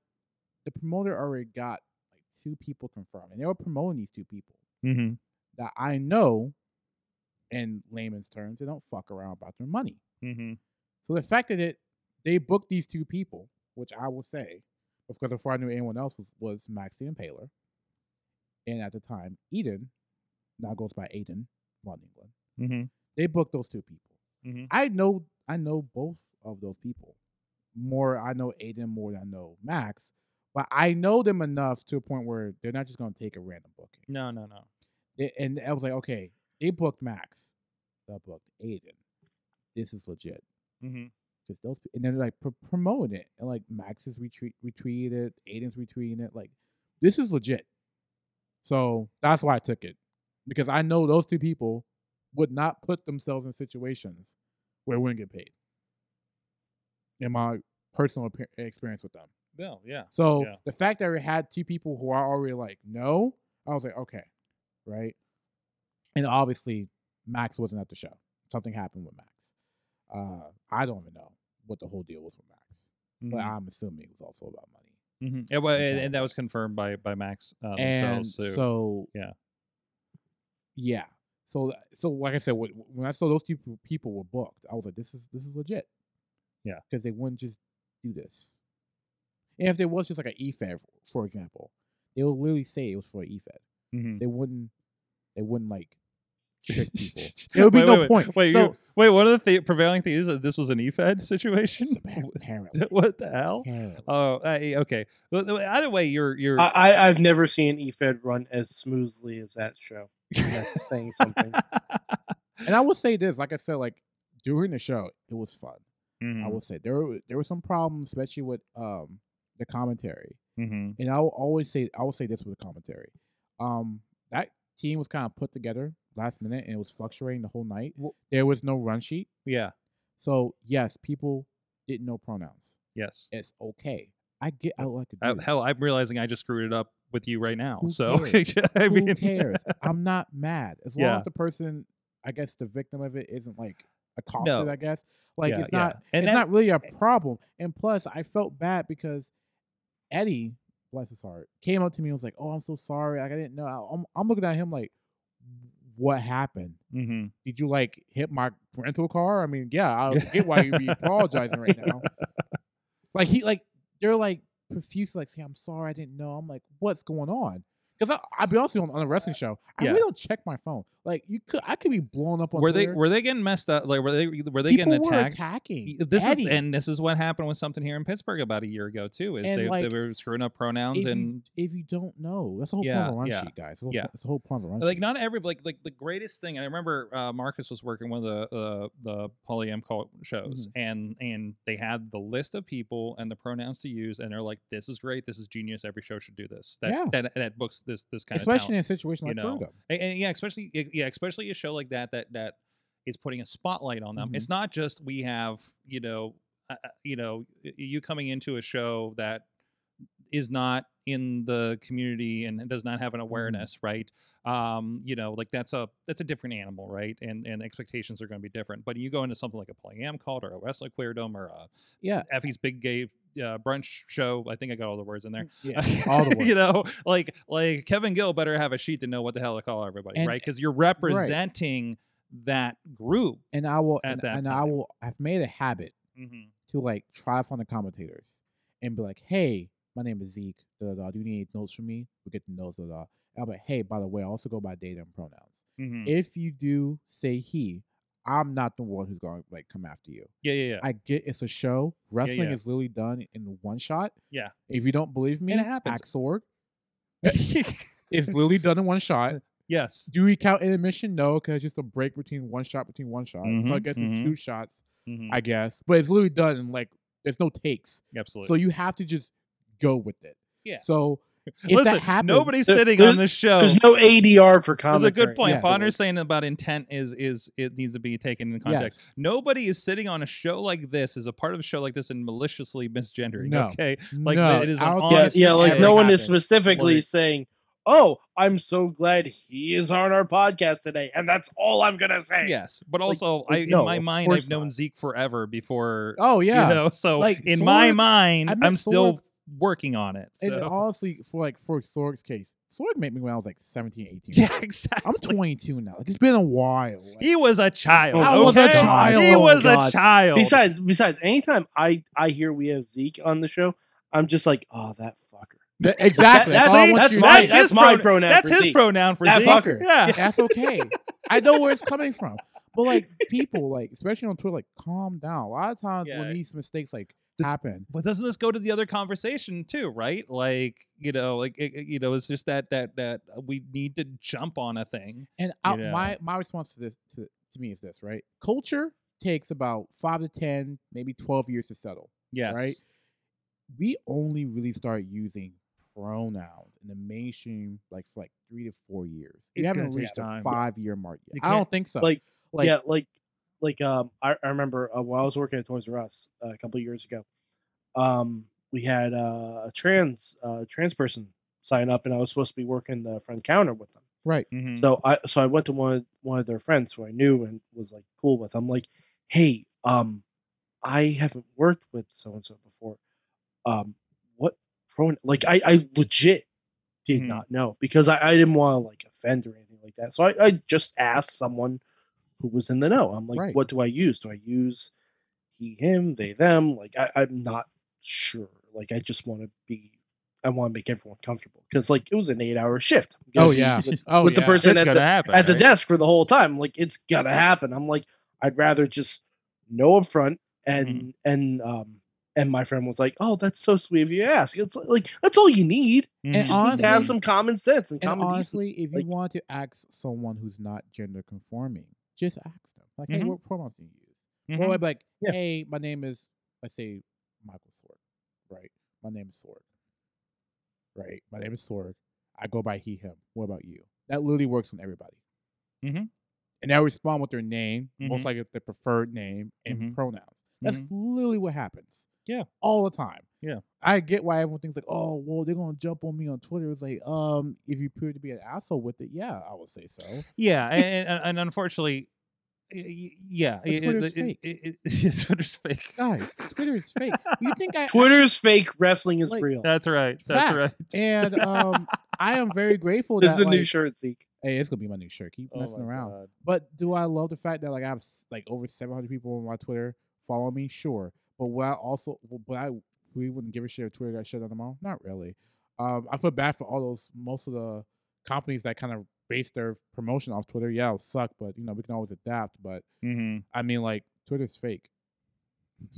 Speaker 5: the promoter already got like two people confirmed, and they were promoting these two people
Speaker 2: Mm-hmm.
Speaker 5: that I know. In layman's terms, they don't fuck around about their money.
Speaker 2: Mm-hmm.
Speaker 5: So the fact that it they booked these two people, which I will say, because before I knew anyone else was, was Maxie and Paler, and at the time Eden, now goes by Aiden Von England.
Speaker 2: Mhm.
Speaker 5: They booked those two people.
Speaker 2: Mhm.
Speaker 5: I know I know both of those people. More I know Aiden more than I know Max, but I know them enough to a point where they're not just gonna take a random booking.
Speaker 2: No, no, no.
Speaker 5: They- and I was like, okay, they booked Max, they booked Aiden. This is legit
Speaker 2: hmm
Speaker 5: because those pe- and they're like pro- promoting it and like Max is retweet retweeted it, Aiden's retweeting it. Like this is legit. So that's why I took it because I know those two people would not put themselves in situations where it wouldn't get paid. In my personal appear- experience with them,
Speaker 2: No, yeah.
Speaker 5: so
Speaker 2: Yeah.
Speaker 5: the fact that we had two people who are already like no, I was like okay, right, and obviously Max wasn't at the show. Something happened with Max. Uh, I don't even know what the whole deal was with Max, but
Speaker 2: Mhm.
Speaker 5: I'm assuming it was also about money.
Speaker 2: Mhm. It wa- and,
Speaker 5: Exactly.
Speaker 2: and that was confirmed by by Max uh,
Speaker 5: and
Speaker 2: themselves. too.
Speaker 5: so
Speaker 2: yeah.
Speaker 5: yeah. So th- so like I said, wh- when I saw those two p- people were booked, I was like, this is this is legit.
Speaker 2: Yeah.
Speaker 5: because they wouldn't just do this. And if there was just like an EFED, for example, they would literally say it was for an EFED.
Speaker 2: Mhm.
Speaker 5: They wouldn't. They wouldn't like trick people.
Speaker 2: [LAUGHS]
Speaker 5: There would be
Speaker 2: Wait,
Speaker 5: no
Speaker 2: wait, wait.
Speaker 5: point.
Speaker 2: Wait,
Speaker 5: so
Speaker 2: you- wait. One of the the- prevailing theories is that this was an EFED [LAUGHS] situation.
Speaker 5: apparently,
Speaker 2: [LAUGHS] what the hell?
Speaker 5: apparently.
Speaker 2: Oh, I- okay. Well, th- Either way, you're you're. [LAUGHS]
Speaker 4: I, I I've
Speaker 5: [LAUGHS]
Speaker 4: never seen EFED run as smoothly as that show. That's saying
Speaker 5: [LAUGHS]
Speaker 4: something.
Speaker 5: Oh. and I will say this, like I said, like during the show, it was fun. I
Speaker 2: Mhm,
Speaker 5: will say there were there were some problems, especially with um the commentary.
Speaker 2: mhm,
Speaker 5: And I will always say I will say this with the commentary. Um that team was kind of put together last minute and it was fluctuating the whole night.
Speaker 2: Well-
Speaker 5: there was no run sheet.
Speaker 2: Yeah.
Speaker 5: So yes, people didn't know pronouns.
Speaker 2: Yes.
Speaker 5: It's okay. I get I like to do
Speaker 2: I,
Speaker 5: that.
Speaker 2: hell, I'm realizing I just screwed it up with you right now.
Speaker 5: Who
Speaker 2: so [LAUGHS]
Speaker 5: cares?
Speaker 2: I
Speaker 5: Who
Speaker 2: mean-
Speaker 5: cares? I'm not mad. As long
Speaker 2: Yeah.
Speaker 5: as the person I guess the victim of it isn't like accosted,
Speaker 2: No.
Speaker 5: I guess. Like
Speaker 2: Yeah,
Speaker 5: it's not
Speaker 2: yeah. and
Speaker 5: it's
Speaker 2: that- eh
Speaker 5: not really a problem. And plus, I felt bad because Eddie, bless his heart, came up to me and was like, "Oh, I'm so sorry. Like I didn't know." I- I'm, I'm looking at him like, "What happened?
Speaker 2: Mhm.
Speaker 5: Did you like hit my rental car?" I mean, yeah,
Speaker 2: [LAUGHS]
Speaker 5: I get why you'd be apologizing right now. Like he, like they're like profuse, like, "Say I'm sorry. I didn't know." I'm like, "What's going on?" Because I'll be honest with you, on, on a wrestling show, I
Speaker 2: Yeah.
Speaker 5: really don't check my phone. Like you could, I could be blown up on.
Speaker 2: Were they
Speaker 5: Twitter.
Speaker 2: were they getting messed up? Like were they were they
Speaker 5: People
Speaker 2: getting
Speaker 5: were
Speaker 2: attacked?
Speaker 5: attacking?
Speaker 2: Y- This
Speaker 5: Eddie.
Speaker 2: is and this is what happened with something here in Pittsburgh about a year ago too. Is
Speaker 5: And,
Speaker 2: they, they
Speaker 5: like,
Speaker 2: were screwing up pronouns
Speaker 5: if you-
Speaker 2: and
Speaker 5: if you don't know, that's the whole
Speaker 2: Yeah,
Speaker 5: point of a run
Speaker 2: yeah,
Speaker 5: sheet, guys. That's the whole
Speaker 2: yeah.
Speaker 5: point- that's the whole point of a run
Speaker 2: like
Speaker 5: sheet.
Speaker 2: not every like like the greatest thing. I remember uh, Marcus was working one of the uh, the Poly M cult shows,
Speaker 5: Mm-hmm.
Speaker 2: and and they had the list of people and the pronouns to use, and they're like, "This is great. This is genius. Every show should do this. That
Speaker 5: Yeah.
Speaker 2: that, that books this this kind of
Speaker 5: especially
Speaker 2: talent.
Speaker 5: in a situation
Speaker 2: you
Speaker 5: like
Speaker 2: know.
Speaker 5: Freedom.
Speaker 2: And, and yeah, especially y- yeah, especially a show like that that that is putting a spotlight on them. It's not just we have you know uh, uh, you know y- you coming into a show that is not in the community and does not have an awareness, right? Um, you know, like that's a that's a different animal, right? And and expectations are going to be different. But you go into something like a Play Am cult or a Wrestling Queerdom or a
Speaker 5: Yeah,
Speaker 2: [LAUGHS] Effie's Big Gay uh, Brunch Show. I think I got all the words in there.
Speaker 5: yeah, all the
Speaker 2: [LAUGHS] you
Speaker 5: words.
Speaker 2: know, like like Kevin Gill better have a sheet to know what the hell to call everybody,
Speaker 5: And-
Speaker 2: right? Because you're representing that group.
Speaker 5: And I will,
Speaker 2: At
Speaker 5: and,
Speaker 2: that
Speaker 5: and I
Speaker 2: time.
Speaker 5: will. I've made a habit
Speaker 2: Mhm.
Speaker 5: to like try to find the commentators and be like, "Hey, my name is Zeke. Da, da, da. Do you need notes from me? We get the notes. Da, da. da." And I'm like, "Hey, by the way, I also go by they them pronouns.
Speaker 2: Mhm.
Speaker 5: If you do say he, I'm not the one who's going to like come after you.
Speaker 2: Yeah, yeah, yeah.
Speaker 5: I get it's a show. Wrestling
Speaker 2: yeah.
Speaker 5: is literally done in one shot.
Speaker 2: Yeah.
Speaker 5: If you don't believe me,
Speaker 2: it happens.
Speaker 5: Axe Org. It's literally done in one shot.
Speaker 2: [LAUGHS] yes.
Speaker 5: Do we count intermission? No, because it's just a break between one shot between one shot. so I
Speaker 2: Mhm,
Speaker 5: guess it's
Speaker 2: mhm.
Speaker 5: two shots,
Speaker 2: Mhm.
Speaker 5: I guess. But it's literally done in like there's no takes.
Speaker 2: Absolutely.
Speaker 5: So you have to just go with it.
Speaker 2: Yeah. [LAUGHS]
Speaker 5: So if
Speaker 2: Listen,
Speaker 5: that happens,
Speaker 2: nobody's
Speaker 4: There-
Speaker 2: sitting
Speaker 4: there-
Speaker 2: on this show.
Speaker 4: There's no ADR for
Speaker 2: That's
Speaker 4: commentary.
Speaker 2: a good point.
Speaker 5: Yes.
Speaker 2: Ponder's saying about intent is is it needs to be taken in context.
Speaker 5: yes,
Speaker 2: Nobody is sitting on a show like this, is a part of a show like this, and maliciously misgendering.
Speaker 5: No.
Speaker 2: Okay, Like,
Speaker 5: no,
Speaker 2: it is
Speaker 5: I
Speaker 2: an
Speaker 5: don't
Speaker 4: Yeah,
Speaker 5: think
Speaker 2: honest
Speaker 4: yeah, like
Speaker 2: mistake.
Speaker 4: no one
Speaker 5: happened.
Speaker 4: is specifically
Speaker 2: Word.
Speaker 4: saying, "Oh, I'm so glad he is on our podcast today," and that's all I'm gonna say.
Speaker 2: yes, but
Speaker 4: Like,
Speaker 2: also
Speaker 4: like,
Speaker 2: I, in
Speaker 4: no,
Speaker 2: my
Speaker 4: of
Speaker 2: mind, I've
Speaker 4: course
Speaker 2: known
Speaker 4: not.
Speaker 2: Zeke forever before.
Speaker 5: Oh yeah.
Speaker 2: you know, so
Speaker 5: Like,
Speaker 2: in my
Speaker 5: Sorg-
Speaker 2: mind,
Speaker 5: I met
Speaker 2: I'm still
Speaker 5: Sorg-
Speaker 2: working on it.
Speaker 5: and
Speaker 2: so-
Speaker 5: honestly, for like for Sorg's case, Sorg made me when I was like 17, 18.
Speaker 2: [LAUGHS] yeah, exactly.
Speaker 5: I'm 22 now. Like it's been a while. Like,
Speaker 2: He was a child.
Speaker 4: I was a
Speaker 2: okay?
Speaker 5: child.
Speaker 2: He
Speaker 5: Oh,
Speaker 2: was a
Speaker 4: God.
Speaker 2: child.
Speaker 4: Besides, besides, anytime I I hear we have Zeke on the show, I'm just like, "Oh, that fucker."
Speaker 5: That- exactly.
Speaker 4: That-
Speaker 5: that's all I
Speaker 4: see,
Speaker 5: want
Speaker 4: that's
Speaker 5: you to
Speaker 4: my-
Speaker 5: know.
Speaker 4: that's my pronoun
Speaker 2: That's
Speaker 4: for
Speaker 2: his
Speaker 4: Zeke.
Speaker 2: pronoun for
Speaker 4: That
Speaker 2: Zeke.
Speaker 4: fucker.
Speaker 2: Yeah.
Speaker 5: That's okay. I know where it's coming from. But like people, like especially on Twitter, like calm down. A lot of times
Speaker 2: Yeah.
Speaker 5: when these mistakes like
Speaker 2: This-
Speaker 5: happen,
Speaker 2: But doesn't this go to the other conversation too, right? Like, you know, like it, it- you know, it's just that that that we need to jump on a thing.
Speaker 5: and I,
Speaker 2: know.
Speaker 5: my my response to this to, to me is this: right, culture takes about five to ten, maybe twelve years to settle.
Speaker 2: Yes.
Speaker 5: Right. We only really start using pronouns in the mainstream like for like three to four years. We
Speaker 2: It's gonna
Speaker 5: haven't
Speaker 2: take
Speaker 5: reached
Speaker 2: time.
Speaker 5: the five year mark
Speaker 4: You
Speaker 5: yet. I don't think so.
Speaker 4: like,
Speaker 5: like
Speaker 4: yeah, like, like um, I, I remember uh, while I was working at Toys R Us uh, a couple years ago, um, we had uh, a trans uh, trans person sign up, and I was supposed to be working the front counter with them.
Speaker 5: right.
Speaker 2: Mhm.
Speaker 4: So I so I went to one of, one of their friends who I knew and was like cool with. I'm like, hey, um, I haven't worked with so and so before. Um, what pronoun? Like I I legit did
Speaker 5: Mm-hmm.
Speaker 2: Mhm.
Speaker 4: not know because I I didn't want to like offend or anything like that. So I I just asked someone who was in the know. I'm like,
Speaker 5: Right.
Speaker 4: what do I use? Do I use he him they them? Like I I'm not sure. Like I just want to be. I want to make everyone comfortable because, like, it was an eight-hour shift. I'm
Speaker 5: Oh
Speaker 4: guessing [LAUGHS]
Speaker 5: yeah.
Speaker 4: with-
Speaker 5: Oh
Speaker 4: with the
Speaker 5: yeah.
Speaker 4: person
Speaker 2: It's
Speaker 4: at
Speaker 2: gonna
Speaker 4: the,
Speaker 2: happen,
Speaker 4: at the
Speaker 2: right?
Speaker 4: desk for the whole time. Like it's gonna happen. I'm like, I'd rather just know up front and and um and my friend was like, Oh, that's so sweet of you to ask. It's like that's all you need.
Speaker 2: Mhm.
Speaker 5: and
Speaker 4: You just need to have
Speaker 5: Honestly-
Speaker 4: some common sense and,
Speaker 5: And
Speaker 4: common decency.
Speaker 5: honestly, if you
Speaker 4: like-
Speaker 5: want to ask someone who's not gender conforming, just ask them. Like,
Speaker 4: Mm-hmm.
Speaker 5: hey,
Speaker 2: Mhm.
Speaker 5: what pronouns do you use?
Speaker 2: Mhm.
Speaker 5: Or like,
Speaker 4: Yeah.
Speaker 5: hey, my name is, let's say, Michael Sorg, right? My name is Sorg, right? My name is Sorg. I go by he, him. What about you? That literally works on everybody.
Speaker 2: Mhm.
Speaker 5: And they'll respond with their name, most
Speaker 2: Mhm.
Speaker 5: likely their preferred name and
Speaker 2: Mhm.
Speaker 5: pronouns. That's
Speaker 2: Mhm.
Speaker 5: literally what happens.
Speaker 2: Yeah.
Speaker 5: All the time.
Speaker 2: Yeah.
Speaker 5: I get why everyone thinks like, oh, well, they're gonna jump on me on Twitter. It's like, um, if you appear to be an asshole with it, yeah, I would say
Speaker 2: [LAUGHS]
Speaker 5: so.
Speaker 2: Yeah, and, and, and unfortunately, y- y- yeah,
Speaker 5: But
Speaker 2: it- it-
Speaker 5: Twitter's
Speaker 2: it-
Speaker 5: fake.
Speaker 2: it- [LAUGHS] it- yeah, Twitter's fake.
Speaker 5: Guys, Twitter is fake. You think I
Speaker 4: Twitter's fake, wrestling is
Speaker 5: Like,
Speaker 4: real.
Speaker 2: That's right. That's
Speaker 5: Facts.
Speaker 2: right.
Speaker 5: And
Speaker 2: [LAUGHS]
Speaker 5: um, I am very grateful
Speaker 4: This is
Speaker 5: that
Speaker 4: a new
Speaker 5: like,
Speaker 4: shirt, Zeke. Oh
Speaker 5: hey, it's gonna be my new shirt.
Speaker 2: Oh
Speaker 5: Keep messing around. But do I love the fact that like I have s- like over 700 people on my Twitter follow me? Sure. But what I also, w- but I we wouldn't give a shit if Twitter got shut down tomorrow. Not really. Um, I feel bad for all those most of the companies that kind of base their promotion off Twitter. Yeah, it'll suck, but you know we can always adapt. But
Speaker 4: Mm-hmm.
Speaker 2: hmm
Speaker 5: I mean, like Twitter's fake.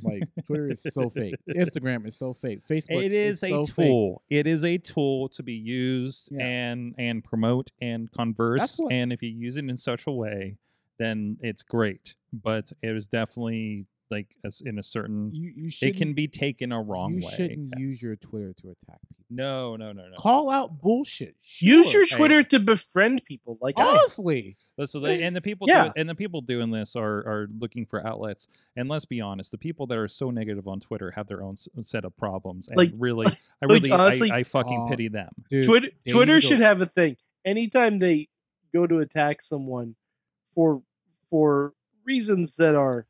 Speaker 5: Like Twitter is
Speaker 2: [LAUGHS]
Speaker 5: so fake. Instagram is so fake. Facebook.
Speaker 2: It is a
Speaker 5: so fake.
Speaker 2: tool. It is a tool to be used
Speaker 5: Yeah.
Speaker 2: and and promote and converse.
Speaker 5: what-
Speaker 2: And if you use it in such a way, then it's great. But it was definitely like as in a certain.
Speaker 5: You you
Speaker 2: It can
Speaker 5: shouldn't.
Speaker 2: be taken a wrong
Speaker 5: you
Speaker 2: way.
Speaker 5: shouldn't use
Speaker 2: yes.
Speaker 5: your Twitter to attack people.
Speaker 2: No, no, no, no.
Speaker 5: Call out bullshit.
Speaker 4: Use
Speaker 5: sure.
Speaker 4: your Twitter to befriend people. Like I-
Speaker 5: Honestly.
Speaker 2: That's so they, and the people
Speaker 4: Yeah.
Speaker 2: do, and the people doing this are are looking for outlets. And let's be honest, the people that are so negative on Twitter have their own s- set of problems. And
Speaker 4: Like- [LAUGHS]
Speaker 2: really, I
Speaker 4: like,
Speaker 2: really,
Speaker 4: honestly-
Speaker 2: I, I fucking
Speaker 5: Aw.
Speaker 2: pity them. [LAUGHS]
Speaker 5: Dude,
Speaker 4: Twitter
Speaker 5: there
Speaker 4: Twitter
Speaker 5: you
Speaker 4: should
Speaker 5: go.
Speaker 4: have a thing. Anytime they go to attack someone for for reasons that are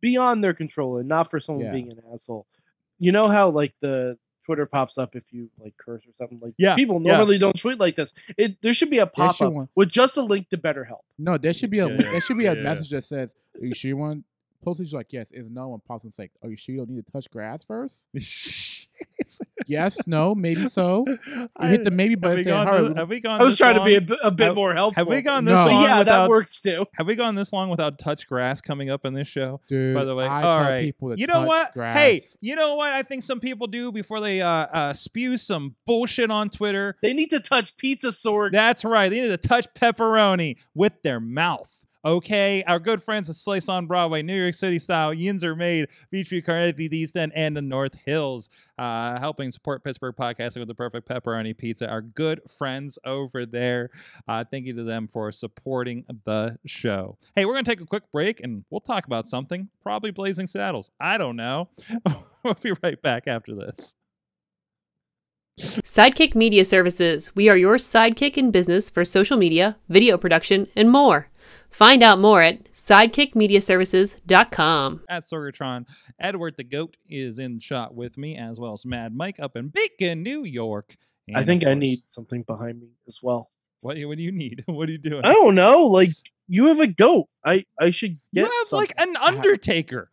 Speaker 4: beyond their control and not for someone
Speaker 5: Yeah.
Speaker 4: being an asshole. You know how like the Twitter pops up if you like curse or something like
Speaker 2: Yeah,
Speaker 4: people
Speaker 2: yeah.
Speaker 4: normally don't tweet like this. It there should be a pop
Speaker 5: should
Speaker 4: up
Speaker 5: one.
Speaker 4: with just a link to BetterHelp.
Speaker 5: No, there should be a
Speaker 2: Yeah,
Speaker 5: link-
Speaker 2: yeah,
Speaker 5: there should be
Speaker 2: yeah,
Speaker 5: a
Speaker 2: yeah, yeah.
Speaker 5: message that says, "Are you sure you want postage?" Like, yes. Is no one pops and it's like, "Are you sure you don't need to touch grass first?
Speaker 2: [LAUGHS]
Speaker 5: yes, no, maybe [LAUGHS] so. You
Speaker 2: I-
Speaker 5: hit the maybe
Speaker 2: have,
Speaker 5: button.
Speaker 2: we
Speaker 5: and Say,
Speaker 2: gone
Speaker 5: "All
Speaker 2: this,
Speaker 5: right,
Speaker 2: have we gone?
Speaker 4: I was
Speaker 2: this
Speaker 4: trying to be a,
Speaker 2: long-
Speaker 4: bi- a bit
Speaker 2: have-
Speaker 4: more helpful.
Speaker 2: Have we gone
Speaker 5: No.
Speaker 2: this
Speaker 4: So,
Speaker 2: long
Speaker 4: yeah,
Speaker 2: without?
Speaker 4: that works too.
Speaker 2: Have we gone this long without touch grass coming up in this show?
Speaker 5: dude,
Speaker 2: By the way,
Speaker 5: I
Speaker 2: all
Speaker 5: tell
Speaker 2: right.
Speaker 5: people to
Speaker 2: you know
Speaker 5: touch
Speaker 2: what?
Speaker 5: Grass.
Speaker 2: Hey, you know what? I think some people do before they uh, uh, spew some bullshit on Twitter.
Speaker 4: They need to touch pizza sword.
Speaker 2: That's right. They need to touch pepperoni with their mouth. Okay, our good friends at Slice on Broadway, New York City style, yins are made, Beachview, Carnegie, the East End, and the North Hills, uh, helping support Pittsburgh podcasting with the perfect pepperoni pizza. Our good friends over there. Uh, thank you to them for supporting the show. Hey, we're going to take a quick break and we'll talk about something, probably Blazing Saddles. I don't know. [LAUGHS] we'll be right back after this.
Speaker 6: Sidekick Media Services. We are your sidekick in business for social media, video production, and more. Find out more at sidekickmediaservices.com.
Speaker 2: at Sorgatron. Edward the Goat is in shot with me, as well as Mad Mike up in Bacon, New York. And
Speaker 4: I
Speaker 2: of
Speaker 4: think I
Speaker 2: course-
Speaker 4: need something behind me as well.
Speaker 2: What, do- what do you need? [LAUGHS] What are you doing?
Speaker 4: I don't know. Like you have a goat. I I should
Speaker 2: you
Speaker 4: get
Speaker 2: have
Speaker 4: something.
Speaker 2: like an Undertaker.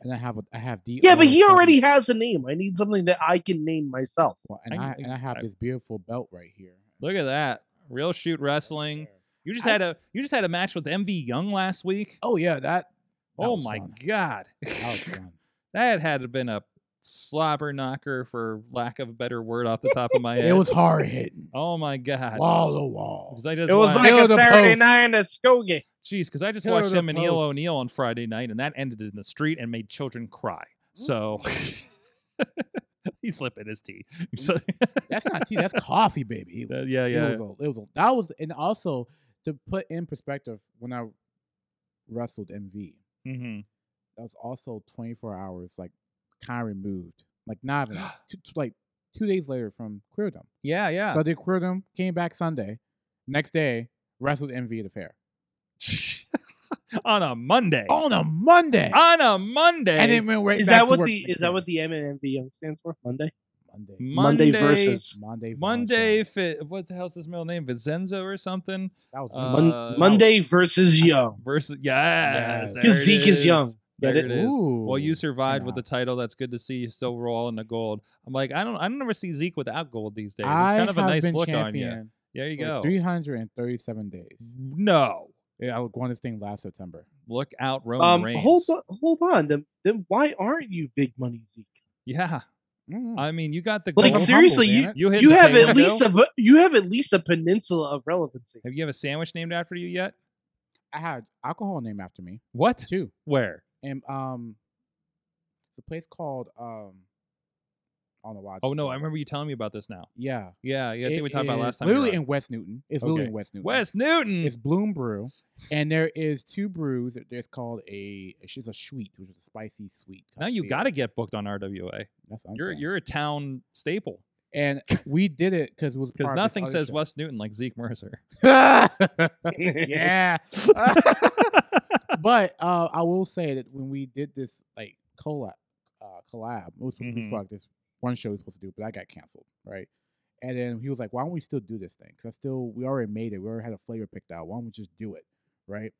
Speaker 5: and I have a, I have the
Speaker 4: Yeah, but he
Speaker 5: Arnold
Speaker 4: already
Speaker 5: Schwarzenegger-
Speaker 4: has a name. I need something that I can name myself.
Speaker 5: Well, and
Speaker 2: I-
Speaker 5: I, and I have
Speaker 2: I-
Speaker 5: this beautiful belt right here.
Speaker 2: Look at that. Real shoot wrestling. You just
Speaker 5: I-
Speaker 2: had a you just had a match with MV Young last week.
Speaker 5: Oh yeah, that. that
Speaker 2: oh
Speaker 5: was
Speaker 2: my
Speaker 5: fun.
Speaker 2: god. [LAUGHS]
Speaker 5: That was fun.
Speaker 2: that had been a slobber knocker for lack of a better word off the top of my head.
Speaker 5: [LAUGHS] It was hard hitting,
Speaker 2: oh my god.
Speaker 5: wall to wall.
Speaker 2: 'Cause I just
Speaker 4: It was
Speaker 2: watched,
Speaker 4: like
Speaker 5: Kill
Speaker 4: a
Speaker 5: the
Speaker 4: Saturday
Speaker 5: post.
Speaker 4: night at Skokie.
Speaker 2: Jeez, because I just
Speaker 5: Terror
Speaker 2: watched
Speaker 5: the
Speaker 2: him and Neil
Speaker 5: Post.
Speaker 2: O'Neill on Friday night, and that ended in the street and made children cry. So [LAUGHS] he's slipping his [LAUGHS] tea. So,
Speaker 5: That's not tea. That's coffee, baby. It
Speaker 2: that-
Speaker 5: was-
Speaker 2: yeah, yeah.
Speaker 5: It was, a, it was a, that was, and also to put in perspective, when I wrestled MV,
Speaker 2: Mhm.
Speaker 5: that was also 24 hours, like kind of removed, like not even, like, two, two- like two days later from Queerdom.
Speaker 2: Yeah, yeah.
Speaker 5: So I did Queerdom, came back Sunday, next day wrestled MV at the fair
Speaker 2: [LAUGHS] on a Monday.
Speaker 5: on a Monday,
Speaker 2: on a Monday.
Speaker 5: Oh, and then went right
Speaker 4: Is
Speaker 5: back
Speaker 4: that
Speaker 5: to
Speaker 4: what
Speaker 5: work
Speaker 4: the
Speaker 5: next
Speaker 4: is that
Speaker 5: day.
Speaker 4: what the MNV Young stands for? Monday.
Speaker 5: Monday?
Speaker 2: Monday,
Speaker 4: versus-
Speaker 5: Monday. Von
Speaker 2: Monday. Fi-
Speaker 5: Schell.
Speaker 2: what the hell's his middle name? Vincenzo or something?
Speaker 5: That was
Speaker 2: uh,
Speaker 5: Wednesday.
Speaker 4: Mon- Monday versus Young.
Speaker 2: Versus yes,
Speaker 5: Yes.
Speaker 2: there
Speaker 4: 'Cause
Speaker 2: it
Speaker 4: Zeke is young. Get
Speaker 2: There
Speaker 4: it?
Speaker 2: it is. Well, you
Speaker 5: Ooh.
Speaker 2: survived with
Speaker 5: Yeah.
Speaker 2: the title. That's good to see. You still roll in the gold. I'm like, I don't, I don't ever see Zeke without gold these days. It's
Speaker 5: I
Speaker 2: kind of a
Speaker 5: have
Speaker 2: nice
Speaker 5: been
Speaker 2: look on you.
Speaker 5: champion
Speaker 2: There you
Speaker 5: for
Speaker 2: go. Mm-hmm.
Speaker 5: 337 days.
Speaker 2: No,
Speaker 5: Yeah, I was going this thing last September.
Speaker 2: look out, Roman
Speaker 4: Um,
Speaker 2: Reigns.
Speaker 4: hold on, hold on. Then, then why aren't you Big Money Zeke?
Speaker 2: Yeah,
Speaker 5: Mm.
Speaker 2: I mean, you got the
Speaker 4: Like
Speaker 5: Well,
Speaker 2: gold.
Speaker 5: I'm
Speaker 4: seriously,
Speaker 5: humble,
Speaker 4: you
Speaker 5: damn it.
Speaker 2: you hit
Speaker 4: you
Speaker 2: the
Speaker 4: have at
Speaker 2: Flamingo?
Speaker 4: least a v- you have at least a peninsula of relevancy.
Speaker 2: Have you have a sandwich named after you yet?
Speaker 5: I had alcohol named
Speaker 2: [LAUGHS]
Speaker 5: after me
Speaker 2: What?
Speaker 5: too,
Speaker 2: Where?
Speaker 5: and um, the place called um, I don't know why. I
Speaker 2: Oh
Speaker 5: just
Speaker 2: no, I
Speaker 5: said it.
Speaker 2: remember you telling me about this now.
Speaker 5: Yeah,
Speaker 2: Yeah, yeah. I think
Speaker 5: It
Speaker 2: we talked about it
Speaker 5: is
Speaker 2: last time. you were
Speaker 5: Literally
Speaker 2: on.
Speaker 5: in West Newton. It's literally
Speaker 2: Okay.
Speaker 5: in West Newton.
Speaker 2: West Newton.
Speaker 5: It's Bloom Brew, and there is two brews. There- There's called a it's just a sweet, which is a spicy sweet.
Speaker 2: now you got to get booked on RWA.
Speaker 5: That's what I'm
Speaker 2: You're
Speaker 5: saying.
Speaker 2: you're a town staple
Speaker 5: and we did it because
Speaker 2: [LAUGHS]
Speaker 5: it was
Speaker 2: because
Speaker 5: part of this
Speaker 2: nothing
Speaker 5: other
Speaker 2: says
Speaker 5: show.
Speaker 2: West Newton like Zeke [LAUGHS] Mercer.
Speaker 5: [LAUGHS] [LAUGHS]
Speaker 2: [LAUGHS]
Speaker 5: yeah. but uh, I will say that when we did this like collab, uh, collab, it was supposed to
Speaker 2: Mhm.
Speaker 5: be fuck this one show we was supposed to do, but that got canceled, right? And then he was like, "Why don't we still do this thing? Because I still we already made it. We already had a flavor picked out. Why don't we just do it, right?"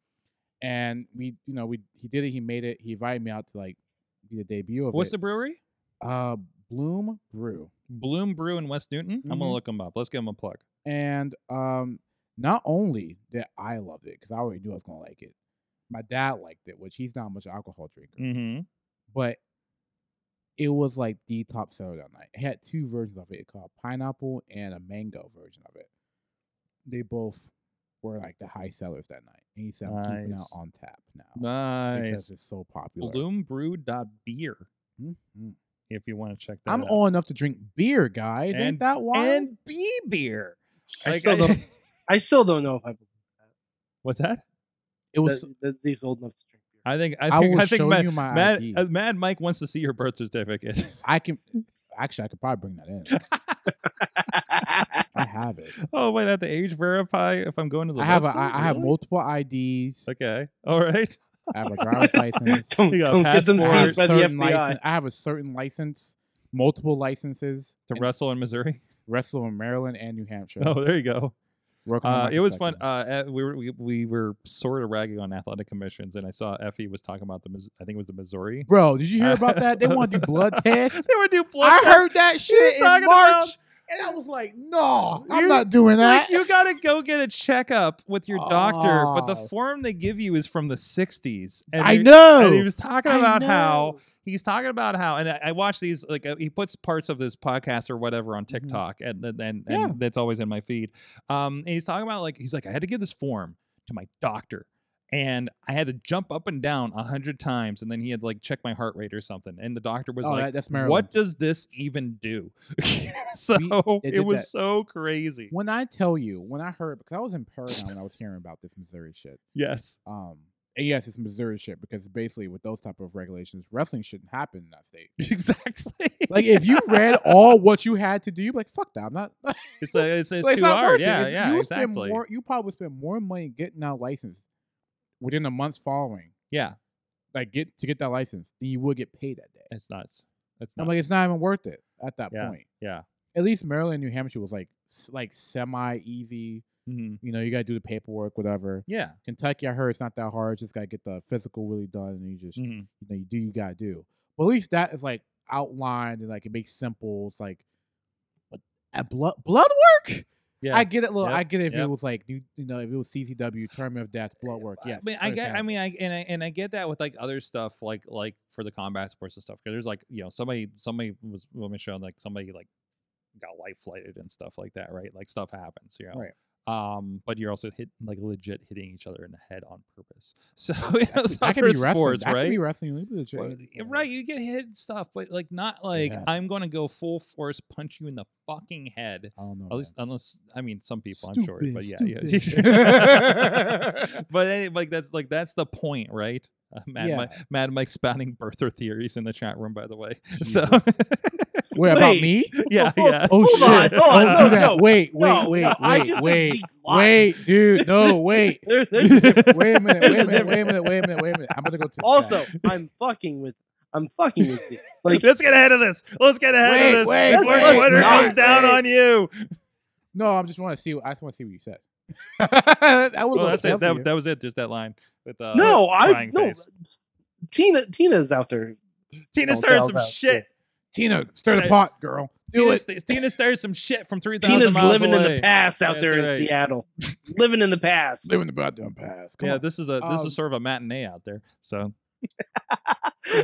Speaker 5: And we, you know, we he did it. He made it. He invited me out to like be the debut of
Speaker 2: What's the
Speaker 5: it.
Speaker 2: brewery?
Speaker 5: uh, Bloom Brew.
Speaker 2: Bloom Brew in West Newton. I'm gonna
Speaker 5: Mhm.
Speaker 2: look them up. Let's give them a plug.
Speaker 5: And um, not only that I loved it because I already knew I was gonna like it. My dad liked it, which he's not much an alcohol drinker,
Speaker 2: Mm-hmm.
Speaker 5: but it was like the top seller that night. It had two versions of it, it called pineapple and a mango version of it. They both were like the high sellers that night. And he said, "I'm keeping out
Speaker 2: Nice.
Speaker 5: on tap now
Speaker 2: Nice.
Speaker 5: because it's so popular."
Speaker 2: Bloom Brew dot beer.
Speaker 5: Mhm.
Speaker 2: If you want to check that
Speaker 5: I'm
Speaker 2: out.
Speaker 5: old enough to drink beer, guys.
Speaker 2: And-
Speaker 5: Ain't that wild?
Speaker 2: and B beer.
Speaker 4: I
Speaker 2: Like,
Speaker 4: still
Speaker 2: I-
Speaker 4: don't. I still don't know if I
Speaker 2: [LAUGHS] What's that?
Speaker 5: it was.
Speaker 4: believe that, that he's old enough to drink beer.
Speaker 2: I think I
Speaker 5: I,
Speaker 2: think
Speaker 5: will
Speaker 2: I, think
Speaker 5: show
Speaker 2: Mad,
Speaker 5: you my
Speaker 2: Mad,
Speaker 5: ID.
Speaker 2: uh, Mad Mike wants to see your birth certificate. [LAUGHS]
Speaker 5: I can actually I could probably bring that in. I have it.
Speaker 2: oh wait, at the age verify if I'm going to the
Speaker 5: I have a,
Speaker 2: website?
Speaker 5: I, I have
Speaker 2: Really?
Speaker 5: multiple IDs.
Speaker 2: Okay. All right.
Speaker 5: I have a
Speaker 2: [LAUGHS]
Speaker 5: driver's license.
Speaker 4: don't
Speaker 2: You got a
Speaker 4: don't get them
Speaker 5: I
Speaker 2: passport,
Speaker 5: have
Speaker 4: seized
Speaker 5: a
Speaker 4: by the
Speaker 5: certain
Speaker 4: FBI.
Speaker 5: license. I have a certain license, multiple licenses
Speaker 2: To
Speaker 5: and
Speaker 2: wrestle in Missouri.
Speaker 5: wrestle in Maryland and New Hampshire.
Speaker 2: Oh, there you go.
Speaker 5: Working on
Speaker 2: Uh,
Speaker 5: my
Speaker 2: it was fun.
Speaker 5: Kentucky.
Speaker 2: Uh, eh, we were we, we were sort of ragging on athletic commissions, and I saw Effie was talking about the Mis- I think it was the Missouri.
Speaker 5: Bro, did you hear about that? They
Speaker 2: [LAUGHS]
Speaker 5: want to do blood tests.
Speaker 2: they would do blood.
Speaker 5: I
Speaker 2: tests.
Speaker 5: heard that
Speaker 2: He was
Speaker 5: shit in March,
Speaker 2: talking about-
Speaker 5: and I was like, "No,
Speaker 2: You-
Speaker 5: I'm not doing
Speaker 2: Like,
Speaker 5: [LAUGHS] that."
Speaker 2: you gotta go get a checkup with your doctor, but the
Speaker 5: Oh.
Speaker 2: form they give you is from the '60s. And
Speaker 5: I
Speaker 2: they-
Speaker 5: know.
Speaker 2: And he was talking
Speaker 5: I
Speaker 2: about how
Speaker 5: know.
Speaker 2: he's talking about how, and I, I watch these like uh, he puts parts of this podcast or whatever on
Speaker 5: Mhm.
Speaker 2: TikTok, and and, and,
Speaker 5: Yeah.
Speaker 2: and that's always in my feed. Um, and he's talking about like he's like I had to give this form to my doctor, and I had to jump up and down a hundred times, and then he had to, like check my heart rate or something, and the doctor was
Speaker 5: Oh,
Speaker 2: like,
Speaker 5: that- that's Maryland.
Speaker 2: "What does this even do?" [LAUGHS] so
Speaker 5: they
Speaker 2: it
Speaker 5: did
Speaker 2: was
Speaker 5: that.
Speaker 2: so crazy.
Speaker 5: When I tell you, when I heard, because I was in
Speaker 2: [LAUGHS]
Speaker 5: Paragon when I was hearing about this Missouri shit.
Speaker 2: Yes. [LAUGHS]
Speaker 5: Um, and yes, it's Missouri shit because basically with those type of regulations, wrestling shouldn't happen in that state.
Speaker 2: Exactly.
Speaker 5: Like if [LAUGHS] you
Speaker 2: [LAUGHS]
Speaker 5: read all what you had to do, you'd be like fuck that. I'm not. [LAUGHS] like,
Speaker 2: it's, a, it's, it's,
Speaker 5: it's
Speaker 2: too
Speaker 5: not
Speaker 2: hard.
Speaker 5: worth it.
Speaker 2: Yeah,
Speaker 5: It's-
Speaker 2: yeah,
Speaker 5: you would spend
Speaker 2: exactly.
Speaker 5: more- you probably would spend more money getting that license within the months following,
Speaker 2: Yeah,
Speaker 5: like get to get that license, than you would get paid that day.
Speaker 2: it's nuts. It's nuts.
Speaker 5: I'm like, it's not even worth it at that
Speaker 2: Yeah,
Speaker 5: point.
Speaker 2: yeah.
Speaker 5: At least Maryland, New Hampshire was like s- like semi easy
Speaker 2: [LAUGHS] Mhm.
Speaker 5: You know, you got to do the paperwork, whatever.
Speaker 2: Yeah.
Speaker 5: Kentucky, I heard it's not that hard. Just got to get the physical really done, and you just
Speaker 2: Mhm.
Speaker 5: you know you do you got to do. But at least that is like outlined and like it makes simple. It's like, but at blood blood work.
Speaker 2: Yeah.
Speaker 5: I get it. Look,
Speaker 2: Yep.
Speaker 5: I get it if
Speaker 2: Yep. Eh,
Speaker 5: it was like you, you know if it was CCW tournament of death blood work. Yes,
Speaker 2: I mean, I get. I
Speaker 5: understandable.
Speaker 2: mean, [LAUGHS] I and I and I get that with like other stuff, like like for the combat sports and stuff. Because there's like you know somebody somebody was woman shown like somebody like got life flighted and stuff like that, right? Like stuff happens, you know.
Speaker 5: Right.
Speaker 2: Um, but you're also hit like legit hitting each other in the head on purpose. [LAUGHS] So you know, so
Speaker 5: that could
Speaker 2: for
Speaker 5: be wrestling.
Speaker 2: sports,
Speaker 5: that
Speaker 2: right?
Speaker 5: could be wrestling. You could
Speaker 2: Well,
Speaker 5: change-
Speaker 2: y- Right, you get hit and stuff, but like not like
Speaker 5: Yeah.
Speaker 2: I'm gonna go full force punch you in the fucking head.
Speaker 5: I don't know.
Speaker 2: At
Speaker 5: man. [LAUGHS]
Speaker 2: least, unless I mean, some people I'm sure, but yeah,
Speaker 5: Stupid,
Speaker 2: [LAUGHS] yeah.
Speaker 5: stupid.
Speaker 2: but any, like that's like that's the point, right? Uh, Mad,
Speaker 5: Yeah.
Speaker 2: Mike, Mad Mike spouting birther theories in the chat room, by the way. [LAUGHS] So
Speaker 5: Jesus. [LAUGHS] Wait, about
Speaker 4: Wait.
Speaker 2: [LAUGHS]
Speaker 5: me?
Speaker 2: yeah, yeah.
Speaker 5: Oh
Speaker 4: Hold
Speaker 5: shit!
Speaker 4: on, hold on,
Speaker 5: Don't
Speaker 4: no,
Speaker 2: [LAUGHS]
Speaker 5: do that.
Speaker 4: no,
Speaker 5: wait, wait,
Speaker 4: no,
Speaker 5: wait,
Speaker 4: no, I
Speaker 5: wait,
Speaker 4: just
Speaker 5: wait,
Speaker 4: need lies.
Speaker 5: wait, dude. No, wait,
Speaker 4: [LAUGHS]
Speaker 2: [LAUGHS]
Speaker 4: There- there's a
Speaker 5: [LAUGHS]
Speaker 4: difference.
Speaker 5: wait a minute,
Speaker 4: There's
Speaker 5: wait
Speaker 4: a
Speaker 5: a minute, wait a minute, wait a minute, wait a minute. I'm gonna go to the
Speaker 4: also,
Speaker 5: chat.
Speaker 4: I'm fucking with. I'm fucking with
Speaker 5: [LAUGHS]
Speaker 4: you. Like
Speaker 2: Let's get ahead of this. Let's get ahead
Speaker 5: Wait,
Speaker 2: of this
Speaker 5: wait,
Speaker 2: before
Speaker 4: wait,
Speaker 2: Twitter
Speaker 4: wait,
Speaker 2: comes down
Speaker 5: wait.
Speaker 2: on you.
Speaker 5: No, I just want to see. I just want to see what you said. [LAUGHS] I was
Speaker 2: Well,
Speaker 5: gonna
Speaker 2: that's
Speaker 5: tell
Speaker 2: it. That,
Speaker 5: you.
Speaker 2: that was it. Just that line with uh,
Speaker 4: no, I
Speaker 2: crying
Speaker 4: no.
Speaker 2: face.
Speaker 4: Tina Tina's out there.
Speaker 2: Tina
Speaker 4: Don't
Speaker 2: started
Speaker 4: tell
Speaker 2: some
Speaker 4: that.
Speaker 2: shit.
Speaker 5: Tina, stir the pot, girl. Do
Speaker 2: Tina,
Speaker 5: it.
Speaker 2: st- Tina started some shit from three thousand
Speaker 4: Tina's
Speaker 2: miles
Speaker 4: living in
Speaker 2: away.
Speaker 4: the past out
Speaker 2: That's
Speaker 4: there in
Speaker 2: right.
Speaker 4: Seattle. living in the past.
Speaker 5: [LAUGHS] Live in the goddamn past. Come
Speaker 2: Yeah,
Speaker 5: on.
Speaker 2: this is a this
Speaker 5: Um,
Speaker 2: is sort of a matinee out there. So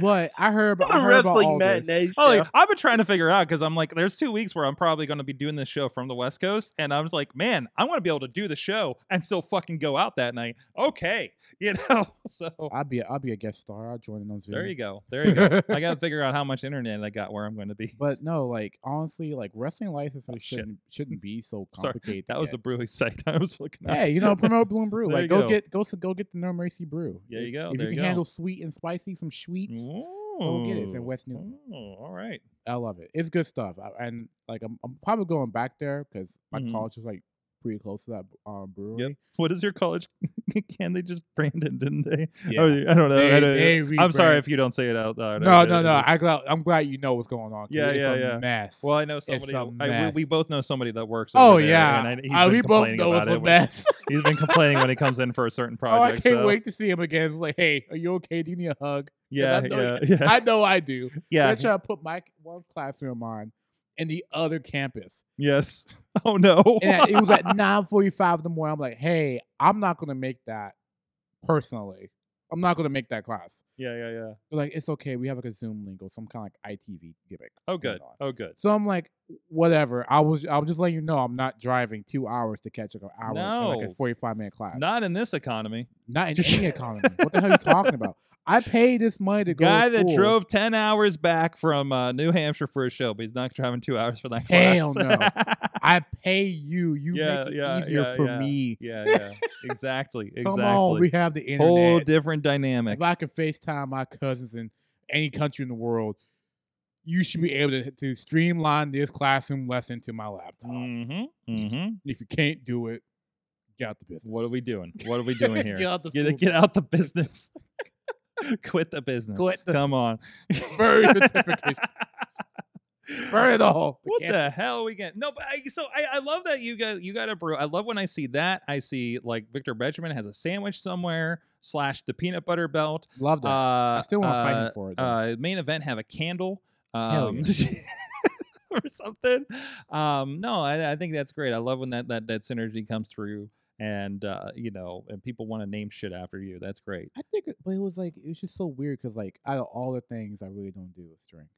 Speaker 5: But I heard about, I
Speaker 4: a
Speaker 5: heard about
Speaker 4: wrestling
Speaker 5: all this.
Speaker 4: matinee
Speaker 2: Oh,
Speaker 4: show.
Speaker 2: like, I've been trying to figure out because I'm like, there's two weeks where I'm probably going to be doing this show from the West Coast, and I was like, man, I want to be able to do the show and still fucking go out that night. Okay, [LAUGHS] you know. So
Speaker 5: I'll be, a, I'll be a guest star. I'll join in on Zoom.
Speaker 2: there you go, there you go.
Speaker 5: [LAUGHS]
Speaker 2: I got to figure out how much internet I got where I'm going to be. [LAUGHS]
Speaker 5: But no, like honestly, like wrestling licenses
Speaker 2: Oh, shit.
Speaker 5: shouldn't shouldn't be so
Speaker 2: [LAUGHS] Sorry,
Speaker 5: complicated. to
Speaker 2: That was
Speaker 5: get.
Speaker 2: the brewing site [LAUGHS] I was looking at.
Speaker 5: Hey, you
Speaker 2: [LAUGHS]
Speaker 5: know, promote Bloom Brew.
Speaker 2: There you
Speaker 5: like, go,
Speaker 2: go.
Speaker 5: get go s- go get the No Mercy Brew.
Speaker 2: There you
Speaker 5: If-
Speaker 2: go,
Speaker 5: If
Speaker 2: there
Speaker 5: you
Speaker 2: you
Speaker 5: can
Speaker 2: go.
Speaker 5: handle sweet and spicy, some sweets, go get it. It's in
Speaker 2: Ooh.
Speaker 5: West Newton.
Speaker 2: Ooh, all right.
Speaker 5: I love it. It's good stuff. I, and like, I'm, I'm probably going back there because my
Speaker 2: Mhm.
Speaker 5: college is like pretty close to that um, brewery.
Speaker 2: What is your college? [LAUGHS] Can they just brand it? Didn't they?
Speaker 5: [LAUGHS] Yeah.
Speaker 2: Oh, I don't know. I
Speaker 5: They-
Speaker 2: don't-
Speaker 5: they
Speaker 2: I'm sorry
Speaker 5: rebrand-
Speaker 2: if you don't say it out loud.
Speaker 5: No,
Speaker 2: I-
Speaker 5: no,
Speaker 2: I-
Speaker 5: no. I glad, I'm glad you know what's going on. 'cause
Speaker 2: Yeah,
Speaker 5: it's
Speaker 2: yeah,
Speaker 5: a
Speaker 2: yeah.
Speaker 5: Mess.
Speaker 2: Well, I know somebody.
Speaker 5: a
Speaker 2: I, we, we
Speaker 5: mess.
Speaker 2: both know somebody that works.
Speaker 5: oh
Speaker 2: over there,
Speaker 5: yeah.
Speaker 2: and I, he's
Speaker 5: Uh,
Speaker 2: been
Speaker 5: we both
Speaker 2: complaining
Speaker 5: know
Speaker 2: about
Speaker 5: it's a
Speaker 2: it.
Speaker 5: mess.
Speaker 2: He's been complaining when he comes in for a certain
Speaker 5: [LAUGHS] oh, I
Speaker 2: project.
Speaker 5: can't
Speaker 2: so.
Speaker 5: wait to see him again. It's like, hey, are you okay? Do you need a
Speaker 2: [LAUGHS]
Speaker 5: hug?
Speaker 2: Yeah,
Speaker 5: [LAUGHS] I know
Speaker 2: yeah,
Speaker 5: you-
Speaker 2: yeah,
Speaker 5: I know I do.
Speaker 2: yeah.
Speaker 5: I try to put my one classroom of mine in the other campus.
Speaker 2: Yes. [LAUGHS] Oh no.
Speaker 5: And at- it
Speaker 2: [LAUGHS]
Speaker 5: was at 9.45 in the morning. I'm like, hey, I'm not going to make that personally. I'm not going to make that class.
Speaker 2: yeah, yeah, yeah.
Speaker 5: They're like, it's okay. We have like a Zoom link or some kind of like ITV gimmick.
Speaker 2: Oh
Speaker 5: going
Speaker 2: good.
Speaker 5: on."
Speaker 2: Oh good.
Speaker 5: So I'm like, whatever. I was I was just letting you know I'm not driving two hours to catch like an hour in like
Speaker 2: No.
Speaker 5: a 45 minute class.
Speaker 2: Not in this economy. [LAUGHS]
Speaker 5: Not in any economy. What the hell are you talking about? I paid this money to
Speaker 2: The
Speaker 5: go to
Speaker 2: guy that
Speaker 5: school.
Speaker 2: drove ten hours back from uh, New Hampshire for a show, but he's not driving two hours for that
Speaker 5: Hell
Speaker 2: class. [LAUGHS] no.
Speaker 5: I pay you. You
Speaker 2: Yeah,
Speaker 5: make it
Speaker 2: yeah,
Speaker 5: easier
Speaker 2: yeah,
Speaker 5: for
Speaker 2: yeah.
Speaker 5: me.
Speaker 2: yeah, yeah. Exactly. Exactly.
Speaker 5: Come on, we have the internet.
Speaker 2: Whole different dynamic.
Speaker 5: if I can FaceTime my cousins in any country in the world, you should be able to, to streamline this classroom lesson to my laptop. [LAUGHS]
Speaker 2: Mm-hmm. Mm-hmm.
Speaker 5: If you can't do it, get out the business.
Speaker 2: What are
Speaker 5: [LAUGHS]
Speaker 2: we doing? What are we doing here?
Speaker 5: get out the
Speaker 2: get
Speaker 5: school.
Speaker 2: it- get out the business. [LAUGHS] Quit the business.
Speaker 5: Quit the-
Speaker 2: Come on.
Speaker 5: Bury the certificate.
Speaker 2: [LAUGHS]
Speaker 5: Burn it all.
Speaker 2: What the hell are we getting? No, but I, so I, I love that you got you got a brew. I love when I see that. I see like Victor Benjamin has a sandwich somewhere slash the peanut butter belt.
Speaker 5: Love that.
Speaker 2: Uh,
Speaker 5: I still want to fight
Speaker 2: uh,
Speaker 5: him for it. though.
Speaker 2: uh, main event have a candle.
Speaker 5: Hell
Speaker 2: Um, [LAUGHS] or something. Um, no, I, I think that's great. I love when that that that synergy comes through, and uh, you know, and people want to name shit after you. That's great.
Speaker 5: I think, it, but it was like it was just so weird because like out of all the things I really don't do is drink. And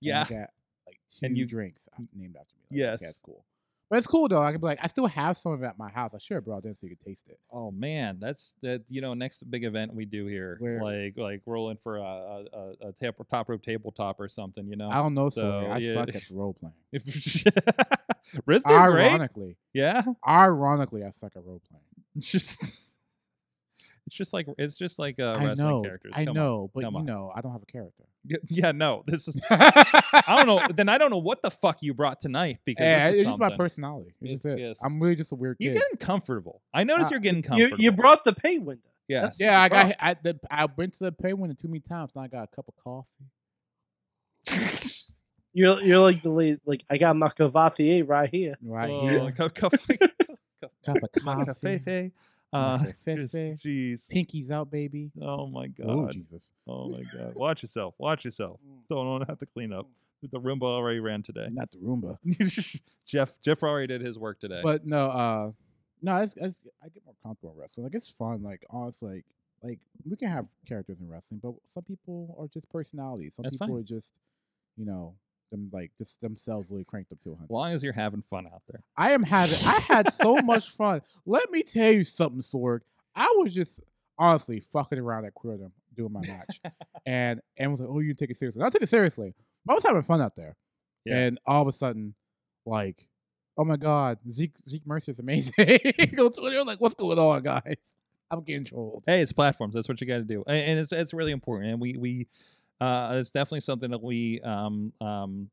Speaker 2: Yeah.
Speaker 5: I got like two
Speaker 2: And you-
Speaker 5: drinks af- named after me. Like, okay,
Speaker 2: Yes.
Speaker 5: that's cool. But it's cool though. I can be like, I still have some of it at my house. I should have brought it in so you could taste it.
Speaker 2: Oh man, that's that. You know, next big event we do here,
Speaker 5: Where-
Speaker 2: like like rolling for a a, a, a tap, top rope tabletop or something. You know,
Speaker 5: I don't know, so
Speaker 2: Uh, So,
Speaker 5: I
Speaker 2: yeah.
Speaker 5: suck
Speaker 2: [LAUGHS]
Speaker 5: at the role playing.
Speaker 2: If- [LAUGHS] Riz did great.
Speaker 5: Ironically,
Speaker 2: Yeah, [LAUGHS]
Speaker 5: ironically, I suck at role playing.
Speaker 2: it's just it's just like it's just like uh,
Speaker 5: I
Speaker 2: wrestling
Speaker 5: know,
Speaker 2: characters.
Speaker 5: I
Speaker 2: Come on.
Speaker 5: know, but
Speaker 2: come
Speaker 5: you
Speaker 2: on.
Speaker 5: know, I don't have a character.
Speaker 2: Y- Yeah, no, this
Speaker 5: [LAUGHS]
Speaker 2: is. I don't know. Then I don't know what the fuck you brought tonight because
Speaker 5: Yeah,
Speaker 2: this is
Speaker 5: it's just my
Speaker 2: something.
Speaker 5: personality.
Speaker 2: Yes,
Speaker 5: It's just it.
Speaker 2: yes.
Speaker 5: I'm really just a weird
Speaker 2: You're
Speaker 5: kid.
Speaker 2: getting comfortable. I notice
Speaker 5: Uh,
Speaker 2: you're getting
Speaker 4: You,
Speaker 2: comfortable.
Speaker 4: you brought the pay window.
Speaker 2: yes.
Speaker 5: Yeah, I
Speaker 2: [LAUGHS]
Speaker 5: got hit- I, the, I went to the pay window too many times. Now I got a cup of coffee.
Speaker 4: You're you're like the lady, like I got my cavatier right here.
Speaker 5: Right
Speaker 2: Oh,
Speaker 5: here. [LAUGHS]
Speaker 2: cup- cup- cup- [LAUGHS]
Speaker 5: Cup of
Speaker 2: Maca
Speaker 5: coffee.
Speaker 2: Fefe. Uh,
Speaker 5: Maca
Speaker 2: [LAUGHS] just-
Speaker 5: Fefe.
Speaker 2: Jeez.
Speaker 5: Pinkies out, baby.
Speaker 2: Oh my
Speaker 5: Oh,
Speaker 2: god.
Speaker 5: Jesus.
Speaker 2: Oh
Speaker 5: [LAUGHS]
Speaker 2: my god. Watch yourself. Watch yourself.
Speaker 5: Mm.
Speaker 2: Don't want to have to clean up. The Roomba already ran today.
Speaker 5: Not the Roomba.
Speaker 2: [LAUGHS] Jeff Jeff already did his work today.
Speaker 5: But no, uh, no, it's, it's, I get more comfortable in wrestling. Like it's fun. Like honestly, like, like we can have characters in wrestling, but some people are just personalities. Some
Speaker 2: That's
Speaker 5: people
Speaker 2: fine.
Speaker 5: are just, you know, them like just themselves really cranked up to a
Speaker 2: as
Speaker 5: hundred.
Speaker 2: long as you're having fun out there.
Speaker 5: I am having. I
Speaker 2: [LAUGHS]
Speaker 5: had so much fun. Let me tell you something, Sorg. I was just honestly fucking around at Queerdom doing
Speaker 2: [LAUGHS]
Speaker 5: my match, and and was like, "Oh, you take it seriously." And I took it seriously. But I was having fun out there,
Speaker 2: Yeah.
Speaker 5: and all of a sudden, like, oh my god, Zeke Zeke Mercer is amazing. [LAUGHS] On Twitter, I'm like, what's going on, guys? I'm getting trolled.
Speaker 2: hey it's platforms that's what you got to do A- and, it's it's really important and we we uh it's definitely something that we um um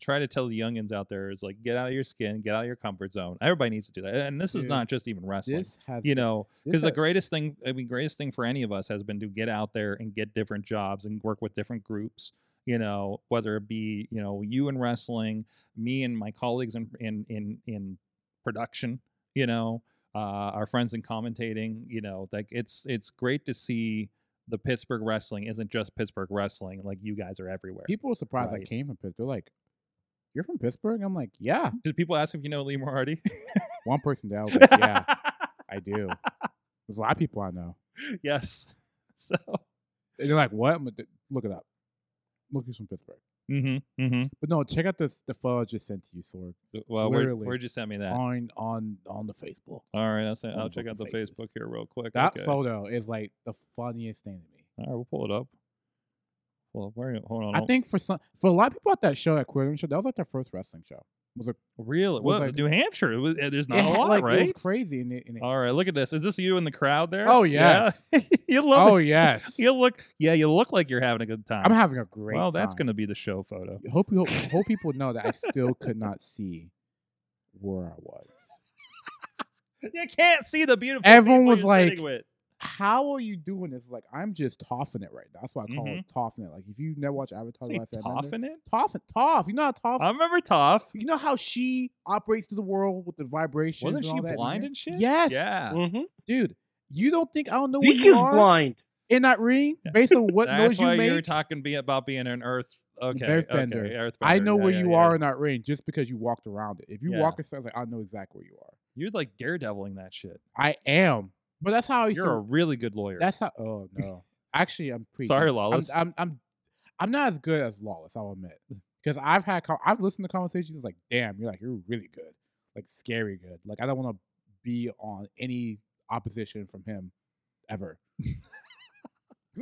Speaker 2: try to tell the youngins out there is like get out of your skin get out of your comfort zone everybody needs to do that and this is
Speaker 5: Dude,
Speaker 2: not just even wrestling
Speaker 5: This has,
Speaker 2: you know
Speaker 5: this
Speaker 2: because the
Speaker 5: has-
Speaker 2: greatest thing i mean greatest thing for any of us has been to get out there and get different jobs and work with different groups you know whether it be you know you in wrestling me and my colleagues in in in, in production you know uh, our friends in commentating you know like it's it's great to see the pittsburgh wrestling isn't just pittsburgh wrestling like you guys are everywhere people,
Speaker 5: people were surprised I
Speaker 2: Right.
Speaker 5: came from Pittsburgh. They're like, you're from Pittsburgh? I'm like, yeah.
Speaker 2: Did people ask if you know lee Moriarty?
Speaker 5: One person
Speaker 2: [LAUGHS]
Speaker 5: down, was like, [LAUGHS] yeah, I do. There's a lot of people I know.
Speaker 2: yes [LAUGHS] so
Speaker 5: And they're like, "What?" I'm like, "D- look it up. Look who's from Pittsburgh.
Speaker 2: mm-hmm mm-hmm
Speaker 5: But no, check out this the photo I just sent to you, Sorg,
Speaker 2: well where,
Speaker 5: Literally.
Speaker 2: where'd you send me that
Speaker 5: on on on the Facebook.
Speaker 2: All right, I'll, send,
Speaker 5: on
Speaker 2: I'll
Speaker 5: the
Speaker 2: check out the
Speaker 5: fucking faces.
Speaker 2: Facebook here real quick.
Speaker 5: That
Speaker 2: okay.
Speaker 5: photo is like the funniest thing to me.
Speaker 2: All right, we'll pull it up. Well, where, hold on. oh,
Speaker 5: I
Speaker 2: I'll-
Speaker 5: think for some for a lot of people at that show, that Queer show, that was like their first wrestling show. Was it
Speaker 2: really
Speaker 5: was
Speaker 2: well,
Speaker 5: like-
Speaker 2: New Hampshire. It was, uh,
Speaker 5: [LAUGHS]
Speaker 2: there's not
Speaker 5: it
Speaker 2: a
Speaker 5: had,
Speaker 2: lot,
Speaker 5: like, It
Speaker 2: right?
Speaker 5: was crazy. And it, and it,
Speaker 2: All right, look at this. Is this you in the crowd there?
Speaker 5: oh
Speaker 2: Yeah? [LAUGHS]
Speaker 5: yes,
Speaker 2: you love
Speaker 5: oh
Speaker 2: it. [LAUGHS]
Speaker 5: yes.
Speaker 2: You look. Yeah, you look like you're having a good time.
Speaker 5: I'm having a great.
Speaker 2: Well, that's
Speaker 5: time.
Speaker 2: gonna be the show photo. [LAUGHS]
Speaker 5: Hope you hope, hope people know that I still could not see where I was.
Speaker 2: You can't see the beautiful.
Speaker 5: Everyone
Speaker 2: people
Speaker 5: was
Speaker 2: you're sitting
Speaker 5: like-
Speaker 2: with.
Speaker 5: how are you doing this? Like, I'm just toffing it right now. That's why I call it toffing it. Like, if you never watch Avatar,
Speaker 2: Mm-hmm. Say
Speaker 5: The Last
Speaker 2: Toff
Speaker 5: Airbender,
Speaker 2: in it.
Speaker 5: toff it, toff. You know how toff.
Speaker 2: I remember Toff.
Speaker 5: you know how she operates to the world with the vibrations.
Speaker 2: Wasn't
Speaker 5: and
Speaker 2: she
Speaker 5: all that in
Speaker 2: blind
Speaker 5: there?
Speaker 2: and shit?
Speaker 5: Yes.
Speaker 2: Yeah.
Speaker 4: Mhm.
Speaker 5: dude. You don't think I don't know what
Speaker 4: Zeke
Speaker 5: Mm-hmm. you
Speaker 4: is
Speaker 5: are
Speaker 4: blind.
Speaker 5: in that ring
Speaker 2: [LAUGHS]
Speaker 5: based on what
Speaker 2: That's
Speaker 5: noise you
Speaker 2: why you were
Speaker 5: make?
Speaker 2: talking be- about being an Earth. Okay.
Speaker 5: Earthbender.
Speaker 2: Okay, Earthbender.
Speaker 5: I know
Speaker 2: yeah,
Speaker 5: where
Speaker 2: yeah,
Speaker 5: you
Speaker 2: yeah.
Speaker 5: are in that ring just because you walked around it. If you
Speaker 2: Yeah.
Speaker 5: walk inside, like I know exactly where you are.
Speaker 2: You're like daredeviling that shit.
Speaker 5: I am, but that's how I used
Speaker 2: You're
Speaker 5: to.
Speaker 2: a really good lawyer.
Speaker 5: Oh, That's how. Oh no. Actually, I'm pretty.
Speaker 2: Sorry,
Speaker 5: decent. I'm-
Speaker 2: Lawless.
Speaker 5: I'm, I'm, I'm, not as good as Lawless. I'll admit, because I've had, con- I've listened to conversations like, damn, you're like, you're really good, like scary good. Like I don't want to be on any opposition from him ever.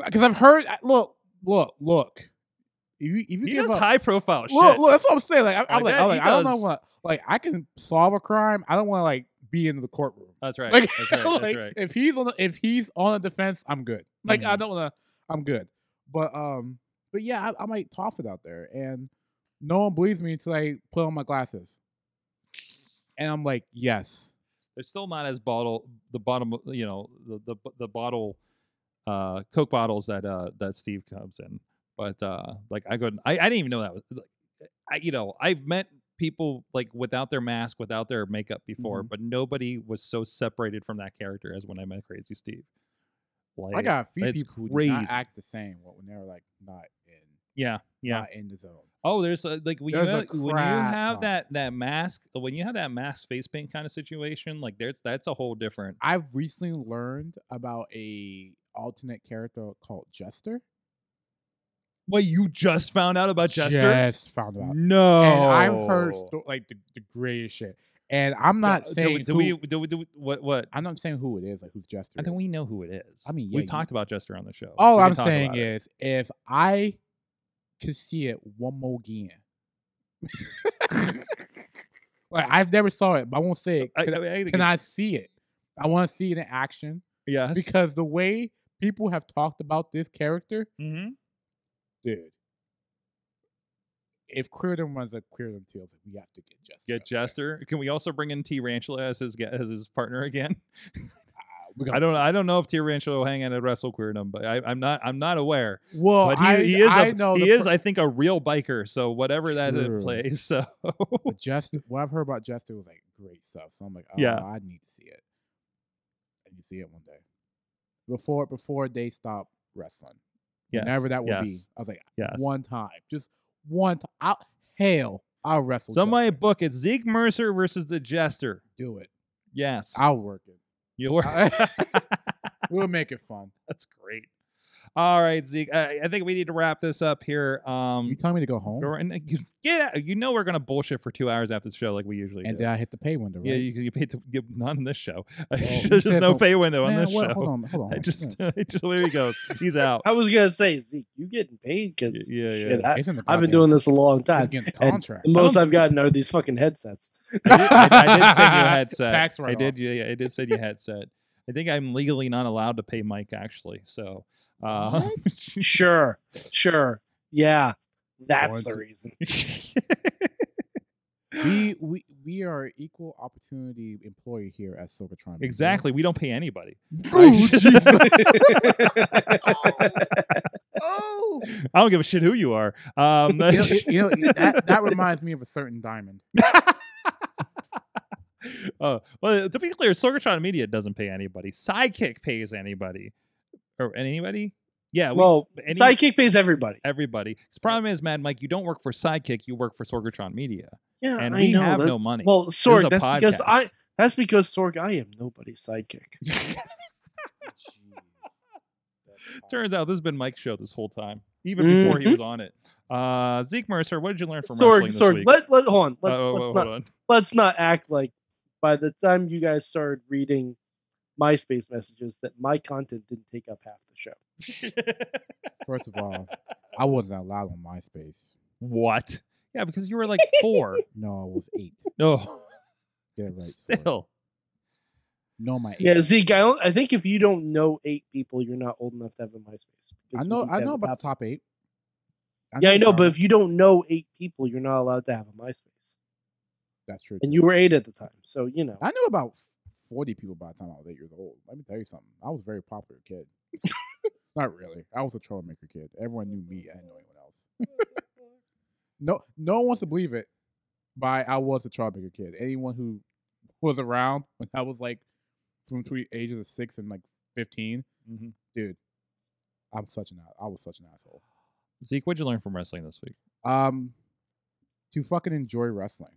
Speaker 5: Because I've heard. I- Look, look, look. If you, if you
Speaker 2: he
Speaker 5: give
Speaker 2: does
Speaker 5: up,
Speaker 2: high profile
Speaker 5: look,
Speaker 2: shit.
Speaker 5: look, that's what I'm saying. Like I,
Speaker 2: Like
Speaker 5: I'm like,
Speaker 2: that,
Speaker 5: I'm
Speaker 2: he
Speaker 5: like, I don't know
Speaker 2: does.
Speaker 5: what. Like I can solve a crime. I don't want to like be in the courtroom.
Speaker 2: That's right.
Speaker 5: Like,
Speaker 2: that's
Speaker 5: [LAUGHS]
Speaker 2: right. That's
Speaker 5: like,
Speaker 2: right.
Speaker 5: if he's on the, if he's on the defense, I'm good. Like I
Speaker 2: Mhm.
Speaker 5: don't wanna I'm good. But um but yeah, I, I might toss it out there and no one believes me until I put on my glasses. And I'm like, yes.
Speaker 2: They're still not as bottle the bottom. You know the the, the bottle, uh, Coke bottles that uh that Steve comes in. But uh, like I go, I, I didn't even know that was. Like, I you know I've met people like without their mask, without their makeup before,
Speaker 5: Mhm.
Speaker 2: but nobody was so separated from that character as when I met Crazy Steve. Like
Speaker 5: I got a few
Speaker 2: it's
Speaker 5: people who do not
Speaker 2: crazy.
Speaker 5: act the same when they're like not in
Speaker 2: yeah yeah.
Speaker 5: not in the zone.
Speaker 2: Oh, there's a, like when you,
Speaker 5: There's a
Speaker 2: have, when you
Speaker 5: crap
Speaker 2: have
Speaker 5: ton.
Speaker 2: that that mask uh, when you have that mask face paint kind of situation like there's that's a whole different
Speaker 5: I've recently learned about a alternate character called Jester.
Speaker 2: Wait, you just found out about Jester?
Speaker 5: Just found out.
Speaker 2: No.
Speaker 5: And I've heard sto- like the, the greatest shit. And I'm not
Speaker 2: Do- do,
Speaker 5: saying
Speaker 2: we- do
Speaker 5: who-
Speaker 2: we do we do we, what what?
Speaker 5: I'm not saying who it is, like who's Jester.
Speaker 2: I think
Speaker 5: is.
Speaker 2: we know who it is.
Speaker 5: I mean, yeah,
Speaker 2: we
Speaker 5: you-
Speaker 2: talked about Jester on the show.
Speaker 5: All
Speaker 2: We can
Speaker 5: I'm
Speaker 2: talk
Speaker 5: saying
Speaker 2: about it.
Speaker 5: is, if I could see it one
Speaker 2: [LAUGHS]
Speaker 5: more again, like I've never saw it, but I won't say
Speaker 2: So,
Speaker 5: it.
Speaker 2: I-
Speaker 5: Can, I,
Speaker 2: I mean, I think
Speaker 5: can
Speaker 2: it's-
Speaker 5: I see it? I want to see it in action
Speaker 2: Yes.
Speaker 5: because the way people have talked about this character,
Speaker 2: Mhm.
Speaker 5: dude. If Queerdom runs a Queerdom too, I was like, we have to get Jester.
Speaker 2: get
Speaker 5: up there.
Speaker 2: Jester. Can we also bring in T Ranchula as his gu- as his partner again?
Speaker 5: I we
Speaker 2: [LAUGHS]
Speaker 5: got
Speaker 2: I don't. I don't know if Tyrion will hang out at Wrestle Queerdom, but I, I'm not. I'm not aware.
Speaker 5: Well,
Speaker 2: but he,
Speaker 5: Oh, I,
Speaker 2: he is. a-
Speaker 5: I know
Speaker 2: he
Speaker 5: the
Speaker 2: is.
Speaker 5: per-
Speaker 2: I think a real biker. So whatever that is
Speaker 5: True.
Speaker 2: plays. [LAUGHS] So [LAUGHS]
Speaker 5: But Jester, what I've heard about Jester was like great stuff. So I'm like, oh,
Speaker 2: Yeah.
Speaker 5: I need to see it. I need to see it one day. Before before they stop wrestling,
Speaker 2: yes,
Speaker 5: whenever that will
Speaker 2: yes,
Speaker 5: be. I was like,
Speaker 2: Yes.
Speaker 5: one time, just one time. I'll, hell, I'll wrestle.
Speaker 2: Somebody
Speaker 5: Jester.
Speaker 2: book it. Zeke Mercer versus the Jester.
Speaker 5: do
Speaker 2: [LAUGHS]
Speaker 5: it.
Speaker 2: Yes.
Speaker 5: I'll work it.
Speaker 2: you were.
Speaker 5: [LAUGHS] We'll make it fun.
Speaker 2: [LAUGHS] That's great. All right, Zeke. I, I think we need to wrap this up here.
Speaker 5: You
Speaker 2: Um,
Speaker 5: telling me to go home,
Speaker 2: or- and you- yeah, you know we're gonna bullshit for two hours after the show, like we usually
Speaker 5: and
Speaker 2: do.
Speaker 5: then I hit the pay window. Right?
Speaker 2: yeah, you, you paid to give not on this show. [LAUGHS]
Speaker 5: you
Speaker 2: There's
Speaker 5: said
Speaker 2: no
Speaker 5: the-
Speaker 2: pay window on
Speaker 5: Man,
Speaker 2: this
Speaker 5: what-
Speaker 2: show.
Speaker 5: Hold on, hold on.
Speaker 2: I just, [LAUGHS]
Speaker 5: Yeah.
Speaker 2: I just, there he goes. He's out.
Speaker 4: I was gonna say, Zeke, you getting paid? Because
Speaker 2: Y- yeah, yeah.
Speaker 4: I,
Speaker 5: It's in the
Speaker 4: I've been
Speaker 5: goddamn-
Speaker 4: doing this a long
Speaker 5: it's
Speaker 4: time.
Speaker 5: getting the
Speaker 4: and
Speaker 5: contract.
Speaker 4: The most I've gotten are these fucking headsets.
Speaker 2: [LAUGHS] I did, I- I did send
Speaker 5: [LAUGHS]
Speaker 2: you a headset.
Speaker 5: Tax
Speaker 2: I
Speaker 5: write-off.
Speaker 2: did. Yeah, yeah, I did send you a headset. I think I'm legally not allowed to pay Mike actually. So, uh,
Speaker 4: [LAUGHS] Sure, sure, yeah, that's the
Speaker 5: Warranty.
Speaker 2: [LAUGHS]
Speaker 4: reason.
Speaker 2: [GASPS]
Speaker 5: we we we are equal opportunity employee here at Silvertron.
Speaker 2: [LAUGHS]
Speaker 5: Media.
Speaker 2: exactly. We don't pay anybody.
Speaker 5: [LAUGHS] Oh, Jesus.
Speaker 2: oh, I don't give a shit who you are.
Speaker 4: [LAUGHS]
Speaker 2: Um,
Speaker 5: you know,
Speaker 2: [LAUGHS]
Speaker 5: you- you know, that, that reminds me of a certain diamond.
Speaker 2: oh, well, to be clear, Sorgatron Media doesn't pay anybody. Sidekick pays anybody, or anybody. Yeah, we,
Speaker 4: well,
Speaker 2: any-
Speaker 4: Sidekick pays everybody.
Speaker 2: everybody. The problem is, Mad Mike, you don't work for Sidekick. You work for Sorgatron Media,
Speaker 4: Yeah,
Speaker 2: and
Speaker 4: Uh, I
Speaker 2: we
Speaker 4: know,
Speaker 2: have
Speaker 4: that-
Speaker 2: no money.
Speaker 4: Well,
Speaker 2: This is
Speaker 4: Sorg,
Speaker 2: a
Speaker 4: that's because I.
Speaker 2: podcast.
Speaker 4: That's because Sorg, I am nobody's sidekick.
Speaker 2: [LAUGHS] Turns out this has been Mike's show this whole time, even before he
Speaker 4: Mhm.
Speaker 2: was on it. Uh, Zeke Mercer, what did you learn from wrestling
Speaker 4: Sorg,
Speaker 2: this
Speaker 4: Sorg,
Speaker 2: week?
Speaker 4: let let hold on. Let,
Speaker 2: Uh, oh,
Speaker 4: let's
Speaker 2: hold
Speaker 4: not
Speaker 2: on.
Speaker 4: let's not act like by the time you guys started reading MySpace messages that my content didn't take up half the show.
Speaker 5: First of all, I wasn't allowed on MySpace.
Speaker 2: What? Yeah, because you were
Speaker 4: [LAUGHS]
Speaker 2: like four.
Speaker 5: No, I was eight.
Speaker 2: [LAUGHS] no,
Speaker 5: Get it right. Sorg.
Speaker 2: still.
Speaker 5: No, my age.
Speaker 4: Yeah, Zeke, I, don't, I think if you don't know eight people, you're not old enough to have a MySpace.
Speaker 5: I
Speaker 4: because you
Speaker 5: know.
Speaker 4: need to
Speaker 5: I
Speaker 4: have
Speaker 5: know
Speaker 4: a
Speaker 5: about the
Speaker 4: top-
Speaker 5: top eight.
Speaker 4: Yeah, I know,
Speaker 5: about
Speaker 4: but
Speaker 5: it.
Speaker 4: if you don't know eight people, you're not allowed to have a MySpace.
Speaker 5: that's true.
Speaker 4: And
Speaker 5: too.
Speaker 4: you were eight at the time, so you know.
Speaker 5: I knew about forty people by the time I was eight years old. Let me tell you something. I was a very popular kid. [LAUGHS] Not really. I was a troublemaker kid. Everyone knew me. I didn't know anyone else. [LAUGHS] no, no one wants to believe it, but I was a troublemaker kid. Anyone who was around when I was like from between ages of six and like fifteen,
Speaker 2: Mhm.
Speaker 5: dude, I'm such an a- I was such an asshole.
Speaker 2: Zeke, what'd you learn from wrestling this week?
Speaker 5: Um, to fucking enjoy wrestling.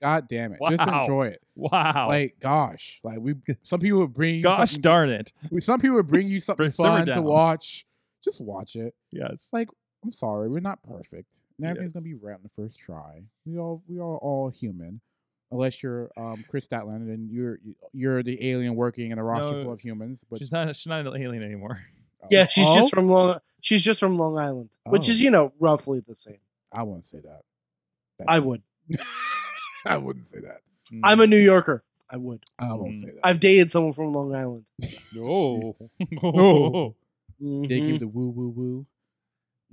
Speaker 5: God damn it, just
Speaker 2: Wow.
Speaker 5: enjoy it.
Speaker 2: Wow.
Speaker 5: Like, gosh, like
Speaker 2: [LAUGHS]
Speaker 5: we some people would bring you
Speaker 2: Gosh
Speaker 5: something-
Speaker 2: darn it.
Speaker 5: we- some people would bring you
Speaker 2: [LAUGHS]
Speaker 5: something
Speaker 2: Bring summer
Speaker 5: fun to
Speaker 2: down.
Speaker 5: watch. Just watch it.
Speaker 2: Yes.
Speaker 5: I'm sorry, we're not perfect. And everything's gonna
Speaker 2: Yes.
Speaker 5: be right on the first try. We all we are all human, unless you're um, Chris Statland and you're you're the alien working in a roster
Speaker 2: No,
Speaker 5: full of humans. But
Speaker 2: she's not she's not an alien anymore.
Speaker 5: uh,
Speaker 4: yeah, she's
Speaker 5: oh,
Speaker 4: just from Long. She's just from Long Island, which is
Speaker 5: Oh.
Speaker 4: you know roughly the same.
Speaker 5: I wouldn't say that.
Speaker 4: I would.
Speaker 5: Mm-hmm. [LAUGHS] I wouldn't say that.
Speaker 4: [LAUGHS]
Speaker 2: [LAUGHS]
Speaker 4: I'm a New Yorker. I would.
Speaker 5: I won't
Speaker 2: Mm.
Speaker 5: say that. [LAUGHS]
Speaker 4: I've dated someone from Long Island.
Speaker 2: [LAUGHS] No. Mm-hmm.
Speaker 5: No. They
Speaker 4: Mhm.
Speaker 5: give the woo woo woo.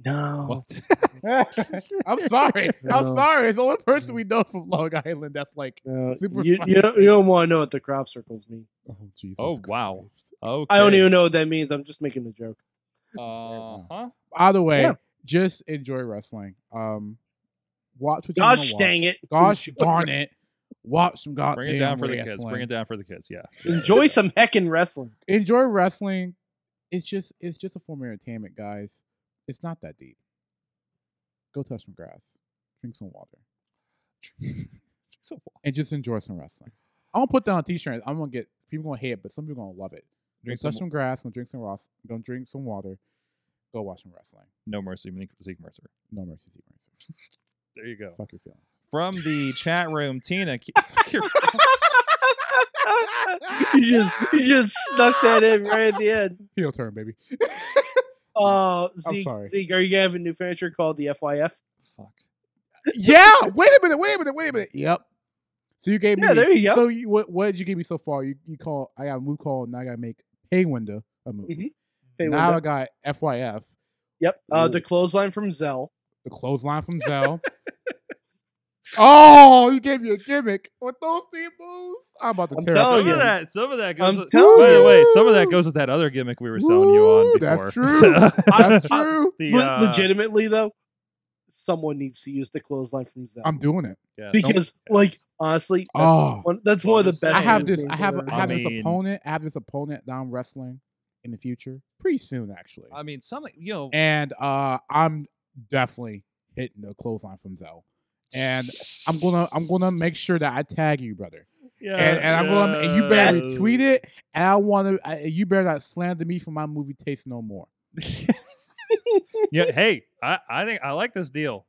Speaker 4: no.
Speaker 2: What? [LAUGHS]
Speaker 5: [LAUGHS] I'm sorry. I'm
Speaker 4: No.
Speaker 5: sorry. It's the only person we know from Long Island that's like,
Speaker 4: [LAUGHS] No,
Speaker 5: [LAUGHS] Super
Speaker 4: you,
Speaker 5: funny.
Speaker 4: you, don't, you don't want to know what the crop circles mean.
Speaker 5: oh Jesus.
Speaker 2: Oh, wow.
Speaker 5: Christ.
Speaker 2: Okay.
Speaker 4: I don't even know what that means. I'm just making a joke.
Speaker 2: Uh huh.
Speaker 5: Either way,
Speaker 4: Yeah.
Speaker 5: just enjoy wrestling. Um, watch what you want
Speaker 4: Gosh
Speaker 5: to watch.
Speaker 4: dang it!
Speaker 2: [LAUGHS]
Speaker 4: [LAUGHS]
Speaker 5: Gosh darn it! Watch some
Speaker 4: Uh,
Speaker 5: goddamn
Speaker 2: Bring it down for the kids.
Speaker 5: wrestling.
Speaker 2: Bring it down for the kids. Yeah. [LAUGHS]
Speaker 4: Enjoy some heckin'
Speaker 5: [LAUGHS]
Speaker 4: wrestling.
Speaker 5: Enjoy wrestling. It's just it's just a form of entertainment, guys. It's not that deep. Go touch some grass, drink some water,
Speaker 2: So-
Speaker 5: and just enjoy some wrestling. I'm gonna put that on t-shirts. I'm gonna get people gonna hate it, but some people gonna love it.
Speaker 2: Drink
Speaker 5: Drink touch
Speaker 2: some-
Speaker 5: some, grass, gonna drink some Ross, gonna drink some water, go watch some wrestling.
Speaker 2: no mercy, Zeke Mercer.
Speaker 5: No mercy, T. Grayson.
Speaker 2: There you go.
Speaker 5: Fuck your feelings.
Speaker 2: From the chat
Speaker 4: [LAUGHS]
Speaker 2: room, Tina. [LAUGHS]
Speaker 5: [LAUGHS]
Speaker 4: You just you just snuck that in right at the end.
Speaker 5: Heel turn, baby. [LAUGHS]
Speaker 4: Oh,
Speaker 5: I'm
Speaker 4: Zeke,
Speaker 5: sorry.
Speaker 4: Zeke, are you gonna have a new furniture called the FYF?
Speaker 2: Fuck.
Speaker 5: [LAUGHS] yeah. Wait a minute. Wait a minute. Wait a minute. Yep. So you gave me.
Speaker 4: Yeah, there you go.
Speaker 5: So you, what? What did you give me so far? You you call. I got a move call, and I got to make pay window a move.
Speaker 4: Mhm. Hey,
Speaker 5: Mm-hmm. now I
Speaker 4: Linda.
Speaker 5: got FYF,
Speaker 4: Yep. Uh, the
Speaker 5: Ooh.
Speaker 4: clothesline from Zell.
Speaker 5: [LAUGHS] the clothesline from Zell. Oh, you gave me a gimmick with those three moves. I'm about to
Speaker 4: I'm
Speaker 5: tear
Speaker 4: telling
Speaker 5: up.
Speaker 2: some
Speaker 4: you.
Speaker 2: of that, some of that goes.
Speaker 4: I'm
Speaker 2: with,
Speaker 4: telling
Speaker 2: by the way,
Speaker 5: you.
Speaker 2: some of that goes with that other gimmick we were selling you on
Speaker 5: Woo,
Speaker 2: before. [LAUGHS]
Speaker 5: that's true. [LAUGHS] That's
Speaker 2: The,
Speaker 5: true.
Speaker 4: Le-
Speaker 2: uh,
Speaker 4: legitimately though, someone needs to use the clothesline from Zell
Speaker 5: I'm doing it.
Speaker 2: yeah, some-
Speaker 4: because, like, honestly, that's,
Speaker 5: Oh,
Speaker 4: one, that's one of the best.
Speaker 5: I have
Speaker 4: things
Speaker 5: this. I
Speaker 4: I've
Speaker 5: have.
Speaker 4: ever
Speaker 5: I have
Speaker 4: done.
Speaker 5: this
Speaker 2: mean-
Speaker 5: opponent. I have this opponent that I'm wrestling in the future, pretty soon actually.
Speaker 2: I mean, something you know.
Speaker 5: And uh, I'm definitely hitting the clothesline from Zell. And I'm gonna. I'm gonna make sure that I tag you, brother. and, and I'm gonna, and you better
Speaker 2: yes.
Speaker 5: retweet it. And I want to, you better not slander me for my movie taste no more.
Speaker 2: yeah, hey, I, I think I like this deal.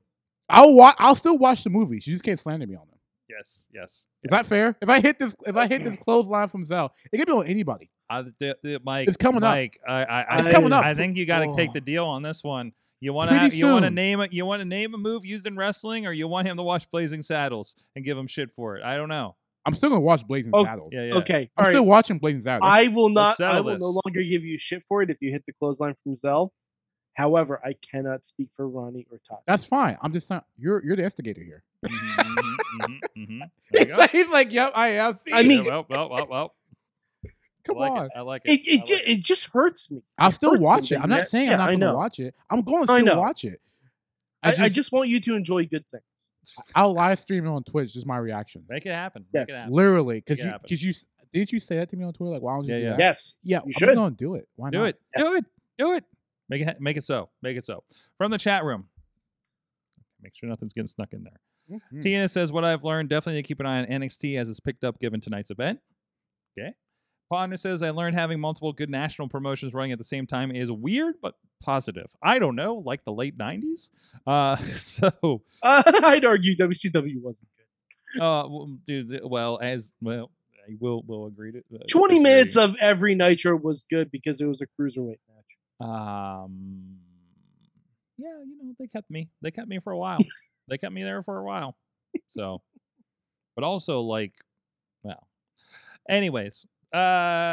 Speaker 5: I'll watch. I'll still watch the movies. You just can't slander me on them.
Speaker 2: Yes, yes.
Speaker 5: Is that fair? If I hit this, if I hit this
Speaker 2: [LAUGHS]
Speaker 5: clothesline from Zell, it can be on anybody.
Speaker 2: I, the, the, Mike,
Speaker 5: It's coming up.
Speaker 2: Mike, I, I,
Speaker 5: It's
Speaker 2: I-
Speaker 5: coming up.
Speaker 2: I think you got to take
Speaker 4: Oh.
Speaker 2: the deal on this one. You want
Speaker 5: Pretty
Speaker 2: to you want to
Speaker 5: soon.
Speaker 2: name it. You want to name a move used in wrestling, or you want him to watch Blazing Saddles and give him shit for it. I don't know.
Speaker 5: I'm still gonna watch Blazing
Speaker 4: Oh,
Speaker 5: Saddles.
Speaker 2: Yeah, yeah.
Speaker 4: Okay, all
Speaker 5: I'm still
Speaker 4: right.
Speaker 5: watching Blazing Saddles.
Speaker 4: I will not. I
Speaker 2: settle
Speaker 4: will no
Speaker 2: this.
Speaker 4: longer give you shit for it if you hit the clothesline from Zell. However, I cannot speak for Ronnie or Todd.
Speaker 5: That's fine. I'm just not. You're you're the instigator here.
Speaker 2: Mhm, mhm, mhm,
Speaker 5: [LAUGHS]
Speaker 2: mhm. [LAUGHS] There you
Speaker 5: He's
Speaker 2: go.
Speaker 5: like, he's like, yep, I am.
Speaker 4: I mean-
Speaker 2: Yeah, well, well, well, well.
Speaker 5: come
Speaker 2: I like
Speaker 5: on.
Speaker 2: It. I like it.
Speaker 4: it, it,
Speaker 2: I
Speaker 4: ju-
Speaker 2: like
Speaker 4: it just hurts me.
Speaker 5: I'll still
Speaker 4: hurts
Speaker 5: watch
Speaker 4: me,
Speaker 5: it. I'm
Speaker 4: man.
Speaker 5: not saying
Speaker 4: Yeah,
Speaker 5: I'm not
Speaker 4: I
Speaker 5: gonna
Speaker 4: know.
Speaker 5: watch it. I'm going to
Speaker 4: I
Speaker 5: still
Speaker 4: know.
Speaker 5: watch it.
Speaker 4: I, I just want you to enjoy good things.
Speaker 5: I'll live stream it on Twitch. Just my reaction.
Speaker 2: Make it happen. Make
Speaker 4: Yes.
Speaker 2: it happen.
Speaker 5: Literally,
Speaker 2: Make
Speaker 5: because
Speaker 2: it
Speaker 5: you,
Speaker 2: happen.
Speaker 5: because you, s- didn't you say that to me on Twitter? Like, why don't you
Speaker 2: Yeah,
Speaker 5: do
Speaker 2: yeah.
Speaker 5: that?
Speaker 4: Yes.
Speaker 5: Yeah,
Speaker 4: You
Speaker 5: I'm
Speaker 4: should.
Speaker 5: just gonna do it. Why
Speaker 2: Do
Speaker 5: not?
Speaker 2: it. Do it. Do it. Make it. ha- Make it so. Make it so. From the chat room. Make sure nothing's getting snuck in there.
Speaker 4: Hmm.
Speaker 5: Mhm.
Speaker 2: Tina says, "What I've learned, definitely to keep an eye on NXT as it's picked up given tonight's event." Okay. Ponder says, "I learned having multiple good national promotions running at the same time is weird, but positive. I don't know, like the late '90s." Uh, [LAUGHS] so,
Speaker 4: Uh, [LAUGHS] I'd argue WCW wasn't good.
Speaker 2: uh, w- dude, th- well, as well, I will will agree to uh,
Speaker 4: 20
Speaker 2: disagree.
Speaker 4: minutes of every Nitro was good because it was a cruiserweight match.
Speaker 2: Um, yeah, you know, they kept me. They kept me for a [LAUGHS] while. they kept me there for a while. So, but also like, well, anyways,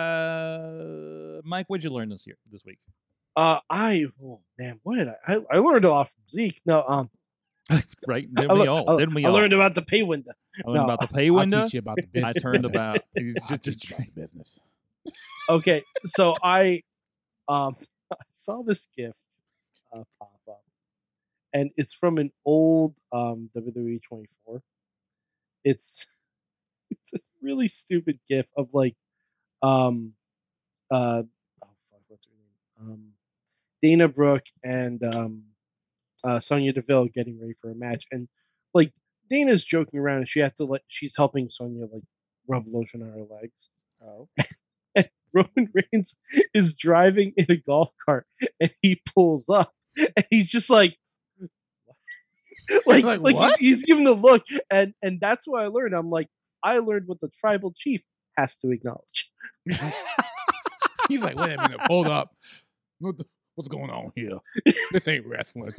Speaker 2: uh, Mike, what'd you learn this year, this week?
Speaker 4: Uh, I, oh man, what did I, I, I learned a lot from Zeke. No, um,
Speaker 2: [LAUGHS] right?
Speaker 4: I,
Speaker 2: Didn't we
Speaker 4: lear-
Speaker 2: all?
Speaker 4: I,
Speaker 2: didn't we
Speaker 4: I
Speaker 2: all?
Speaker 4: learned about the pay window.
Speaker 2: I learned
Speaker 4: no,
Speaker 2: about the
Speaker 4: [LAUGHS]
Speaker 2: pay
Speaker 5: I'll
Speaker 2: window.
Speaker 5: teach you about
Speaker 2: [LAUGHS]
Speaker 5: the
Speaker 2: I
Speaker 5: business.
Speaker 2: turned about.
Speaker 5: [LAUGHS]
Speaker 2: [LAUGHS]
Speaker 5: I'll
Speaker 2: just,
Speaker 5: teach
Speaker 2: just,
Speaker 5: you about the business.
Speaker 4: Okay,
Speaker 2: [LAUGHS]
Speaker 4: so I, um, [LAUGHS] I saw this GIF uh, pop up, and it's from an old um WWE 24. It's [LAUGHS] it's a really stupid GIF of like, um, uh, oh fuck, what's her name? Um, Dana Brooke and um, uh, Sonya Deville getting ready for a match, and like Dana's joking around, and she has to like she's helping Sonya like rub lotion on her legs. [LAUGHS] Oh. Roman Reigns is driving in a golf cart and he pulls up and he's just [LAUGHS] like like,
Speaker 5: Like,
Speaker 4: like,
Speaker 5: what?
Speaker 4: He's, he's giving the look and and that's what I learned. I'm like, I learned what the tribal chief has to acknowledge.
Speaker 5: He's like, wait a minute, hold up. What the, what's going on here? This ain't wrestling.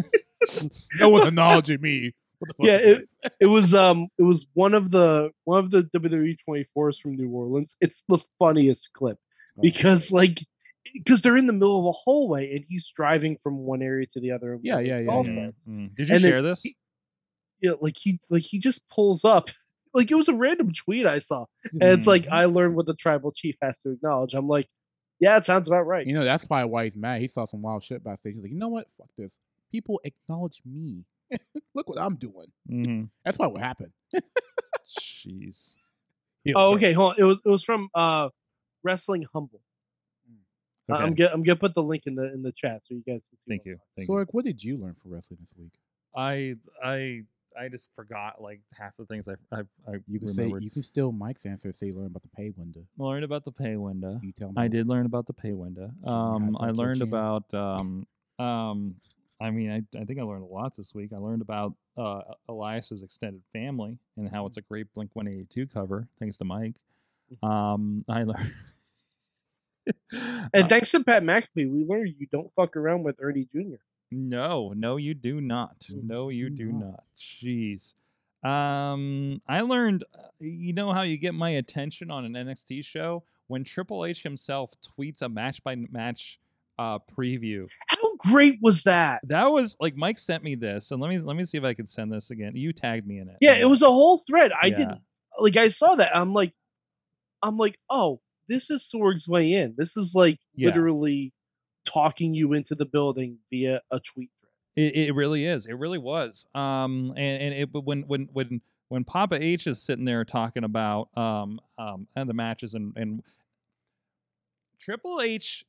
Speaker 5: no one's acknowledging me. What the fuck
Speaker 4: Yeah,
Speaker 5: is this?
Speaker 4: It was um it was one of the one of the WWE 24s from New Orleans. It's the funniest clip
Speaker 5: Oh,
Speaker 4: because like because they're in the middle of a hallway and he's driving from one area to the other. in
Speaker 5: Yeah,
Speaker 4: one of
Speaker 5: yeah,
Speaker 4: the
Speaker 5: yeah,
Speaker 4: golf
Speaker 5: yeah.
Speaker 4: carts.
Speaker 2: Mm, mm. Did you
Speaker 4: And then
Speaker 2: share this?
Speaker 4: he- yeah, like he like he just pulls up. Like it was a random tweet I saw,
Speaker 5: He's
Speaker 4: and it's like
Speaker 2: Mhm.
Speaker 4: I
Speaker 5: Mm-hmm.
Speaker 4: learned what the tribal chief has to acknowledge. I'm like, yeah, it sounds about right.
Speaker 5: you know, that's probably why he's mad. He saw some wild shit backstage. He's like, you know what? Fuck this. People acknowledge me. [LAUGHS] Look what I'm doing.
Speaker 4: [LAUGHS]
Speaker 2: Mhm.
Speaker 5: That's probably what happened.
Speaker 2: Jeez.
Speaker 5: Heel
Speaker 4: oh,
Speaker 5: turn.
Speaker 4: okay, hold on. It was it was from uh, Wrestling Humble. Uh,
Speaker 2: Okay.
Speaker 4: I'm gonna I'm gonna put the link in the in the chat so you guys can see.
Speaker 2: Thank
Speaker 4: what-
Speaker 2: you. Thank you.
Speaker 5: Sorg, what did you learn from wrestling this week?
Speaker 2: I I I just forgot like half the things I I, I
Speaker 5: You can
Speaker 2: remembered.
Speaker 5: say you can steal Mike's answer. and Say you learned about the pay window.
Speaker 2: learned about the pay window.
Speaker 5: You tell me.
Speaker 2: I did learn about the pay window.
Speaker 5: Should we
Speaker 2: Um,
Speaker 5: highlight
Speaker 2: I
Speaker 5: your
Speaker 2: learned
Speaker 5: channel?
Speaker 2: about um, um, I mean, I, I think I learned a lot this week. I learned about uh, Elias's extended family and how
Speaker 5: Mm-hmm.
Speaker 2: it's a great Blink One Eighty Two cover, thanks to Mike. Um, I [LAUGHS] learned. Uh,
Speaker 4: And thanks to Pat McAfee, we learned you don't fuck around with Ernie Jr.
Speaker 2: No, no, you do not.
Speaker 5: You
Speaker 2: No, you
Speaker 5: do
Speaker 2: do
Speaker 5: not.
Speaker 2: not. Jeez. Um, I learned, uh, you know how you get my attention on an NXT show when Triple H himself tweets a match by match uh, preview.
Speaker 4: How great was that?
Speaker 2: That was like Mike sent me this, and let me let me see if I can send this again. You tagged me in it.
Speaker 4: Yeah, it was a whole thread. I
Speaker 2: Yeah.
Speaker 4: didn't like. I saw that. I'm like, I'm like, oh, this is Sorg's way in. This is like
Speaker 2: Yeah.
Speaker 4: literally talking you into the building via a tweet thread.
Speaker 2: It, it really is. It really was. Um, and and it but when when when when Papa H is sitting there talking about um um and the matches and and Triple H,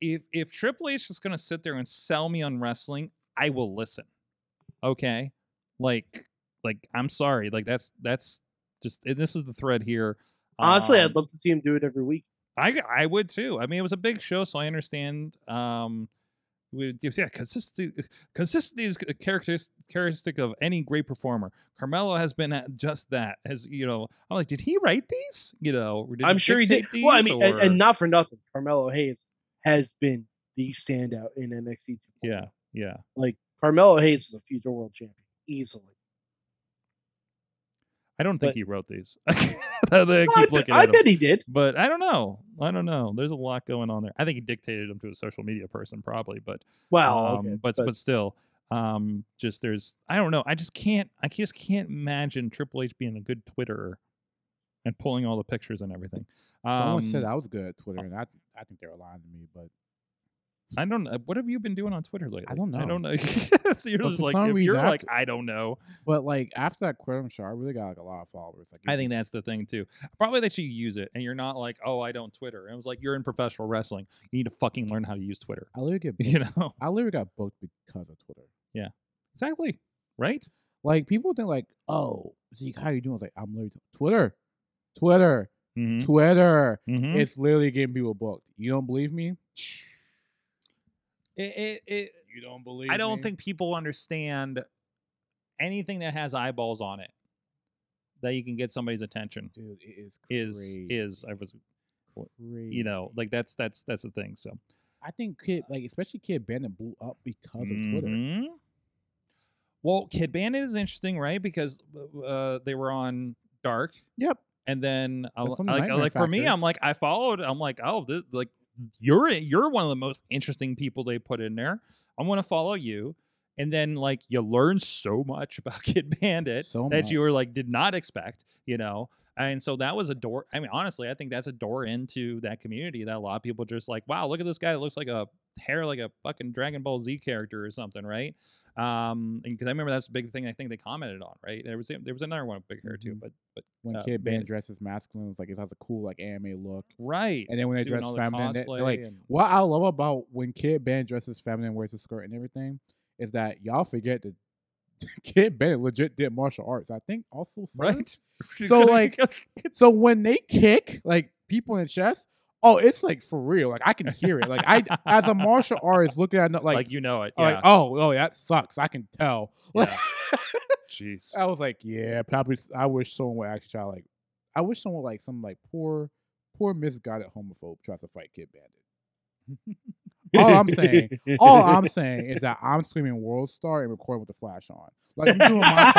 Speaker 2: if if Triple H is gonna sit there and sell me on wrestling, I will listen. Okay, like like I'm sorry, like that's that's just and this is the thread here.
Speaker 4: Honestly,
Speaker 2: Um,
Speaker 4: I'd love to see him do it every week.
Speaker 2: I I would too. I mean, it was a big show, so I understand. Um, we yeah, consistency consistency is a characteris- characteristic of any great performer. Carmelo has been at just that. Has you know, I'm like, did he write these? You know, or did
Speaker 4: I'm sure he did.
Speaker 2: dictate
Speaker 4: Well, I
Speaker 2: these,
Speaker 4: mean, and, and
Speaker 2: or-
Speaker 4: not for nothing, Carmelo Hayes has been the standout in NXT. 2.0.
Speaker 2: yeah, yeah.
Speaker 4: oh. like Carmelo Hayes is a future world champion easily.
Speaker 2: I don't think
Speaker 4: But-
Speaker 2: he wrote these. [LAUGHS] I
Speaker 4: Well, I,
Speaker 2: keep
Speaker 4: bet,
Speaker 2: looking
Speaker 4: I
Speaker 2: at them.
Speaker 4: bet he did.
Speaker 2: but I don't know. I don't know. There's a lot going on there. I think he dictated them to a social media person, probably. But
Speaker 4: Wow,
Speaker 5: Oh,
Speaker 2: um,
Speaker 4: okay,
Speaker 2: but, but still, um, just there's I don't know. I just can't. I just can't imagine Triple H being a good Twitterer and pulling all the pictures and everything.
Speaker 5: Someone said
Speaker 2: Um,
Speaker 5: I was good at Twitter, and I I think they're lying to me, but
Speaker 2: I don't. know. What have you been doing on Twitter lately?
Speaker 5: don't
Speaker 2: I don't
Speaker 5: know.
Speaker 2: know. [LAUGHS]
Speaker 5: [LAUGHS]
Speaker 2: So you're
Speaker 5: But
Speaker 2: just
Speaker 5: for
Speaker 2: like
Speaker 5: some
Speaker 2: if
Speaker 5: reason
Speaker 2: you're
Speaker 5: after- [LAUGHS]
Speaker 2: like I don't know.
Speaker 5: but like after I quit, I'm sure I really got like a lot of followers. Like
Speaker 2: I think that's the thing too. Probably that you use it and you're not like oh I don't Twitter. And it was like you're in professional wrestling. You need to fucking learn how to use Twitter. [LAUGHS]
Speaker 5: I literally get booked,
Speaker 2: You know
Speaker 5: I literally got booked because of Twitter.
Speaker 2: exactly right.
Speaker 5: Like people think like, oh, Zeke, how you doing? It's like I'm literally t- Twitter, Twitter,
Speaker 2: Mhm,
Speaker 5: Twitter.
Speaker 2: mhm.
Speaker 5: It's literally getting people booked. You don't believe
Speaker 2: [SNIFFS]
Speaker 5: me?
Speaker 2: It- it, it,
Speaker 5: You don't believe?
Speaker 2: I don't
Speaker 5: me?
Speaker 2: think people understand anything that has eyeballs on it that you can get somebody's attention
Speaker 5: dude. It is
Speaker 2: is
Speaker 5: crazy.
Speaker 2: is I was
Speaker 5: crazy.
Speaker 2: you know like that's that's that's the thing so
Speaker 5: I think kid like especially kid Bandit blew up because of Twitter.
Speaker 2: Mhm. Well, Kid Bandit is interesting, right? Because uh, they were on Dark,
Speaker 5: Yep.
Speaker 2: and then I,
Speaker 5: That's
Speaker 2: li-
Speaker 5: from the
Speaker 2: like,
Speaker 5: Nightmare
Speaker 2: like for me,
Speaker 5: Factory.
Speaker 2: I'm like I followed. I'm like, oh, this, like you're you're one of the most interesting people they put in there. I'm gonna follow you, and then like you learn so much about [LAUGHS] Kid Bandit
Speaker 5: So
Speaker 2: that you
Speaker 5: much.
Speaker 2: were like did not expect, you know. And so that was a door. I mean, honestly, I think that's a door into that community that a lot of people just like, wow, look at this guy that looks like a hair like a fucking Dragon Ball Z character or something, right? Um, and because I remember that's a big thing I think they commented on, right? There was there was another one with big hair too,
Speaker 5: Mhm.
Speaker 2: but but
Speaker 5: When
Speaker 2: uh,
Speaker 5: kid
Speaker 2: Bandit.
Speaker 5: Bandit dresses masculine, it's like it has a cool like anime look.
Speaker 2: right.
Speaker 5: And then when they
Speaker 2: doing
Speaker 5: dress
Speaker 2: all the
Speaker 5: feminine, they,
Speaker 2: cosplay
Speaker 5: are like
Speaker 2: and-
Speaker 5: what I love about when Kid Bandit dresses feminine, wears a skirt and everything, is that y'all forget that [LAUGHS] Kid Bandit legit did martial arts. I think also
Speaker 2: [LAUGHS]
Speaker 5: served.
Speaker 2: right? You're
Speaker 5: So,
Speaker 2: gonna- [LAUGHS]
Speaker 5: like- So when they kick like people in the chest, oh, it's like for real. Like I can hear it. Like I, as a martial artist, looking at it,
Speaker 2: like,
Speaker 5: like,
Speaker 2: you know it, yeah.
Speaker 5: I'm like oh, oh, that sucks. I can tell. Like,
Speaker 2: Yeah. Jeez,
Speaker 5: I was like, yeah, probably. s- I wish someone would actually try. Like, I wish someone like some like poor, poor misguided homophobe tries to fight Kid Bandit. [LAUGHS] all I'm saying-
Speaker 4: [LAUGHS]
Speaker 5: All
Speaker 2: [LAUGHS]
Speaker 5: I'm saying is that I'm screaming world star and recording with the flash on. Like I'm doing my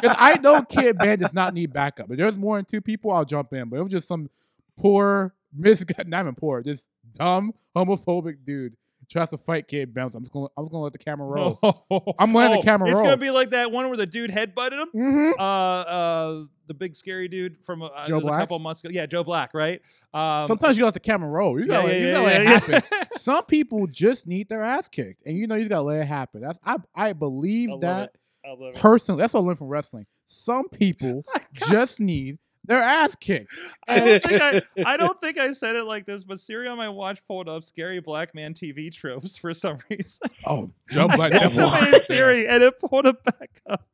Speaker 2: [LAUGHS]
Speaker 5: 'Cause I know Kid Band does not need backup. If there's more than two people, I'll jump in. But it was just some poor, misguided, not even poor, just dumb, homophobic dude tries to fight Kid Band. I'm just gonna, I'm just gonna let the
Speaker 2: [LAUGHS]
Speaker 5: camera roll. I'm letting the camera
Speaker 2: Oh, It's gonna
Speaker 5: roll.
Speaker 2: be like that one where the dude headbutted him.
Speaker 5: hmm
Speaker 2: Uh, uh, the big scary dude from uh,
Speaker 5: Joe
Speaker 2: there's a
Speaker 5: Black?
Speaker 2: couple months ago. Yeah, Joe Black, right? Um,
Speaker 5: Sometimes you gotta let the camera roll. You
Speaker 2: yeah,
Speaker 5: gotta, let-
Speaker 2: yeah,
Speaker 5: you
Speaker 2: yeah,
Speaker 5: gotta let
Speaker 2: yeah,
Speaker 5: it
Speaker 2: [LAUGHS]
Speaker 5: happen.
Speaker 2: yeah.
Speaker 5: Some people just need their ass kicked, and you know you just gotta let it happen. That's I, I believe
Speaker 2: I love
Speaker 5: that
Speaker 2: it. I love it.
Speaker 5: personally. That's what I learned from wrestling.
Speaker 2: [LAUGHS]
Speaker 5: Some people just need their ass kicked.
Speaker 2: I don't, think I,
Speaker 5: [LAUGHS]
Speaker 2: I don't think I said it like this, but Siri on my watch pulled up scary black man TV tropes for some [LAUGHS] reason.
Speaker 5: [LAUGHS] Oh, jump
Speaker 2: [LAUGHS]
Speaker 5: like
Speaker 2: That's
Speaker 5: devil.
Speaker 2: what made Siri, and it pulled it back up.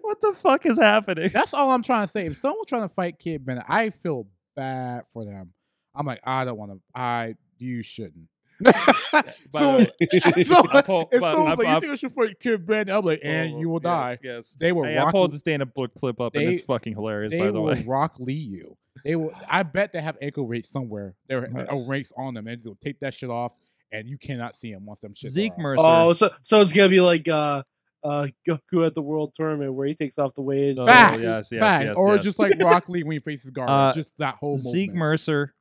Speaker 2: What the fuck is happening?
Speaker 5: That's all I'm trying to say. If someone trying to fight Kid Bennett, I feel bad for them. I'm like, I don't want to. I you shouldn't. [LAUGHS]
Speaker 2: By
Speaker 5: so,
Speaker 2: the way,
Speaker 5: [LAUGHS] so
Speaker 2: [LAUGHS] I pulled-
Speaker 5: if
Speaker 2: but
Speaker 5: someone's
Speaker 2: I-
Speaker 5: like,
Speaker 2: I-
Speaker 5: you think I should fight Kid Bennett? I'm like, [LAUGHS] and you will
Speaker 2: yes,
Speaker 5: die.
Speaker 2: Yes.
Speaker 5: They were
Speaker 2: Hey, I
Speaker 5: rock.
Speaker 2: pulled the stand-up book clip up, and
Speaker 5: They-
Speaker 2: it's fucking hilarious.
Speaker 5: They
Speaker 2: By the
Speaker 5: will
Speaker 2: way,
Speaker 5: rock Lee you. They will. I bet they have ankle rates somewhere. They're ranks on them, and they'll take that shit off, and you cannot see them once them shit.
Speaker 2: Zeke Mercer.
Speaker 4: Oh, so so it's gonna be like uh uh Goku at the World Tournament where he takes off the weight.
Speaker 2: Oh,
Speaker 5: Facts,
Speaker 2: yes, yes,
Speaker 5: facts.
Speaker 2: yes,
Speaker 5: or
Speaker 2: yes.
Speaker 5: just like Rock Lee when he faces Garland,
Speaker 2: Uh,
Speaker 5: just that whole
Speaker 2: Zeke
Speaker 5: movement.
Speaker 2: Mercer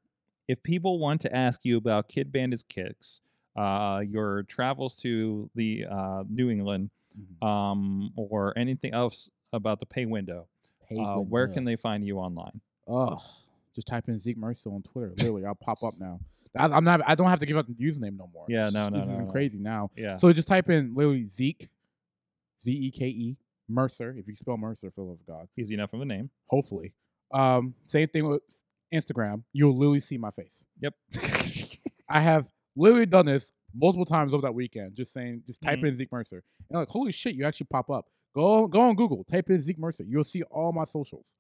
Speaker 2: if people want to ask you about Kid Bandit's kicks, uh, your travels to the uh, New England,
Speaker 5: Mhm.
Speaker 2: um, or anything else about the pay window,
Speaker 5: Pay
Speaker 2: uh,
Speaker 5: with
Speaker 2: where
Speaker 5: the-
Speaker 2: can they find you online?
Speaker 5: Oh, just type in Zeke Mercer on Twitter. Literally, I'll pop up now. I, I'm not. I don't have to give up the username no more.
Speaker 2: Yeah, no,
Speaker 5: This-
Speaker 2: no,
Speaker 5: This
Speaker 2: no,
Speaker 5: isn't
Speaker 2: no.
Speaker 5: crazy now.
Speaker 2: Yeah.
Speaker 5: So just type in literally Zeke, Z E K E Mercer. If you spell Mercer, for the love of God,
Speaker 2: Easy enough of a
Speaker 5: [LAUGHS]
Speaker 2: name.
Speaker 5: hopefully. Um, same thing with Instagram. You'll literally see my face.
Speaker 2: Yep.
Speaker 5: I have literally done this multiple times over that weekend. Just saying, just type
Speaker 2: Mhm.
Speaker 5: in Zeke Mercer, and like, holy shit, you actually pop up. Go go on Google, type in Zeke Mercer. You'll see all my socials.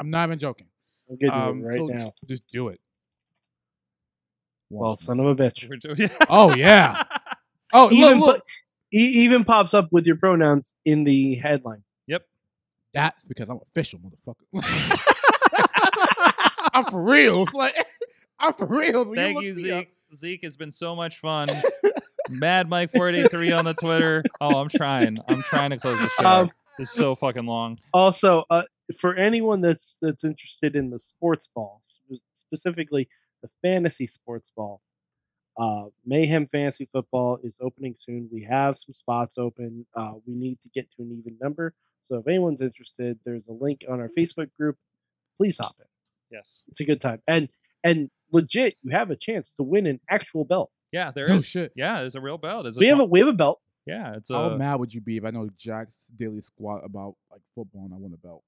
Speaker 5: I'm not even joking.
Speaker 4: I'm getting
Speaker 5: Um,
Speaker 4: it right
Speaker 5: so
Speaker 4: now.
Speaker 5: Just do it.
Speaker 4: Well, son of a bitch.
Speaker 2: [LAUGHS]
Speaker 5: oh yeah. Oh
Speaker 4: Even
Speaker 5: look, look.
Speaker 4: pu- e- even pops up with your pronouns in the headline.
Speaker 5: That's because I'm official, motherfucker. [LAUGHS] I'm for reals. Like [LAUGHS] I'm for reals. When
Speaker 2: Thank
Speaker 5: look
Speaker 2: you,
Speaker 5: me up-
Speaker 2: Zeke. Zeke has been so much
Speaker 5: [LAUGHS]
Speaker 2: fun. Mad Mike 483 on the Twitter. Oh, I'm trying. I'm trying to close the
Speaker 5: [LAUGHS]
Speaker 2: show.
Speaker 4: Um,
Speaker 2: it's so fucking long.
Speaker 4: also, uh, for anyone that's that's interested in the sports ball, sp- specifically the fantasy sports ball, uh, Mayhem Fantasy Football is opening soon. We have some spots open. Uh, we need to get to an even number. So if anyone's interested, there's a link on our Facebook group. Please hop in.
Speaker 2: Yes.
Speaker 4: It's a good time. And and legit, you have a chance to win an actual belt.
Speaker 2: Yeah, there is.
Speaker 5: Oh, shit.
Speaker 2: Yeah, there's a real belt. It's
Speaker 4: we have
Speaker 2: twen-
Speaker 4: a we have a belt.
Speaker 2: yeah, it's
Speaker 5: How
Speaker 2: a
Speaker 5: mad would you be if I know Jack's daily squat about like football and I won a belt?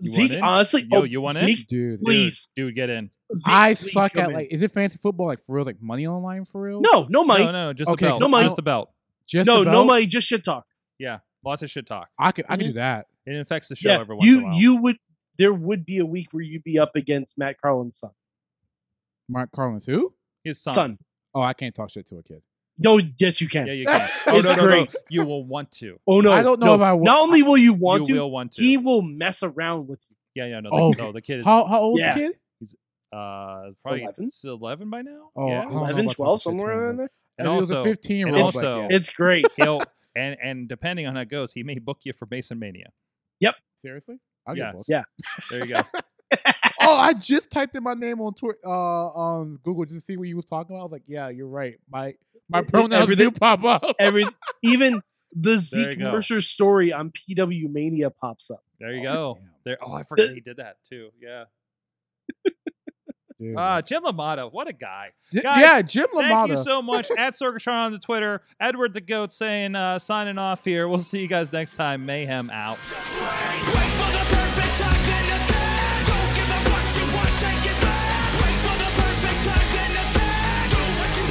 Speaker 2: You want
Speaker 4: Zeke,
Speaker 2: in?
Speaker 4: honestly,
Speaker 2: Yo,
Speaker 4: oh,
Speaker 2: you want in?
Speaker 4: Zeke,
Speaker 5: Dude,
Speaker 4: please.
Speaker 2: dude. Get in.
Speaker 4: Zeke,
Speaker 5: I
Speaker 4: please
Speaker 5: suck
Speaker 4: come
Speaker 5: at
Speaker 4: in.
Speaker 5: like is it fantasy football like for real? Like money online for real?
Speaker 4: no, no money,
Speaker 2: No, no, just
Speaker 5: Okay,
Speaker 2: the belt.
Speaker 4: no, Mike.
Speaker 2: just the belt.
Speaker 5: Just
Speaker 4: no, no
Speaker 5: about?
Speaker 4: money, Mm-hmm. just shit talk.
Speaker 2: Yeah, lots of shit talk.
Speaker 5: I could I could do that.
Speaker 2: It infects the show every once
Speaker 4: you
Speaker 2: in a while.
Speaker 4: you would there would be a week where you'd be up against Matt Carlin's son.
Speaker 5: Mark Carlin's who?
Speaker 2: His
Speaker 4: Son,
Speaker 2: son.
Speaker 5: Oh, I can't talk shit to a kid.
Speaker 4: no, yes you can.
Speaker 2: Yeah, you can. Oh
Speaker 4: It's
Speaker 2: no, no, no.
Speaker 4: great.
Speaker 2: You will want to.
Speaker 4: Oh no,
Speaker 5: I don't know
Speaker 4: no.
Speaker 5: if I wa-
Speaker 4: Not only will you want
Speaker 2: you
Speaker 4: to,
Speaker 2: will want to.
Speaker 4: he will mess around with you.
Speaker 2: yeah, yeah, no. The,
Speaker 5: Oh,
Speaker 2: no, the kid is
Speaker 5: How how old's
Speaker 4: Yeah.
Speaker 5: the kid?
Speaker 2: uh probably
Speaker 4: 11?
Speaker 2: it's 11 by now.
Speaker 5: Oh, I
Speaker 2: yeah.
Speaker 5: don't know
Speaker 4: 11,
Speaker 5: about
Speaker 4: 12,
Speaker 5: talking shit to
Speaker 4: somewhere
Speaker 5: him,
Speaker 4: around
Speaker 5: but-
Speaker 4: there.
Speaker 5: And
Speaker 2: And
Speaker 5: it was a
Speaker 2: also-
Speaker 5: 15 year
Speaker 2: and
Speaker 5: old. like,
Speaker 2: also-
Speaker 5: yeah.
Speaker 4: It's great.
Speaker 2: He'll and and depending on how it goes, he may book you for Mason Mania.
Speaker 5: seriously? I'll
Speaker 2: Yeah.
Speaker 5: get booked.
Speaker 4: Yeah.
Speaker 2: There you go.
Speaker 5: oh, I just typed in my name on Twitter, uh, on Google just to see what you was talking about. I was like, yeah, you're right. My my
Speaker 4: It- it-
Speaker 5: pronouns do
Speaker 4: everything-
Speaker 5: pop up.
Speaker 4: Every even the
Speaker 2: [LAUGHS] There you
Speaker 4: Zeke
Speaker 2: go.
Speaker 4: Mercer story on PW Mania pops up.
Speaker 2: There you
Speaker 5: Oh,
Speaker 2: go.
Speaker 5: damn.
Speaker 2: There. Oh, I forgot he did that too. Yeah.
Speaker 5: Dude.
Speaker 2: Ah, Jim Lamotta, what a guy.
Speaker 5: J-
Speaker 2: guys,
Speaker 5: yeah, Jim
Speaker 2: Thank you
Speaker 5: LaMotta.
Speaker 2: so much. At Circutron on the Twitter, Edward the Goat saying, uh, signing off here. We'll see you guys next time. Mayhem out.
Speaker 3: Just wait. Wait for the perfect time, then attack. Don't give up what you want, take it back. Wait for the perfect time, then attack. Do what you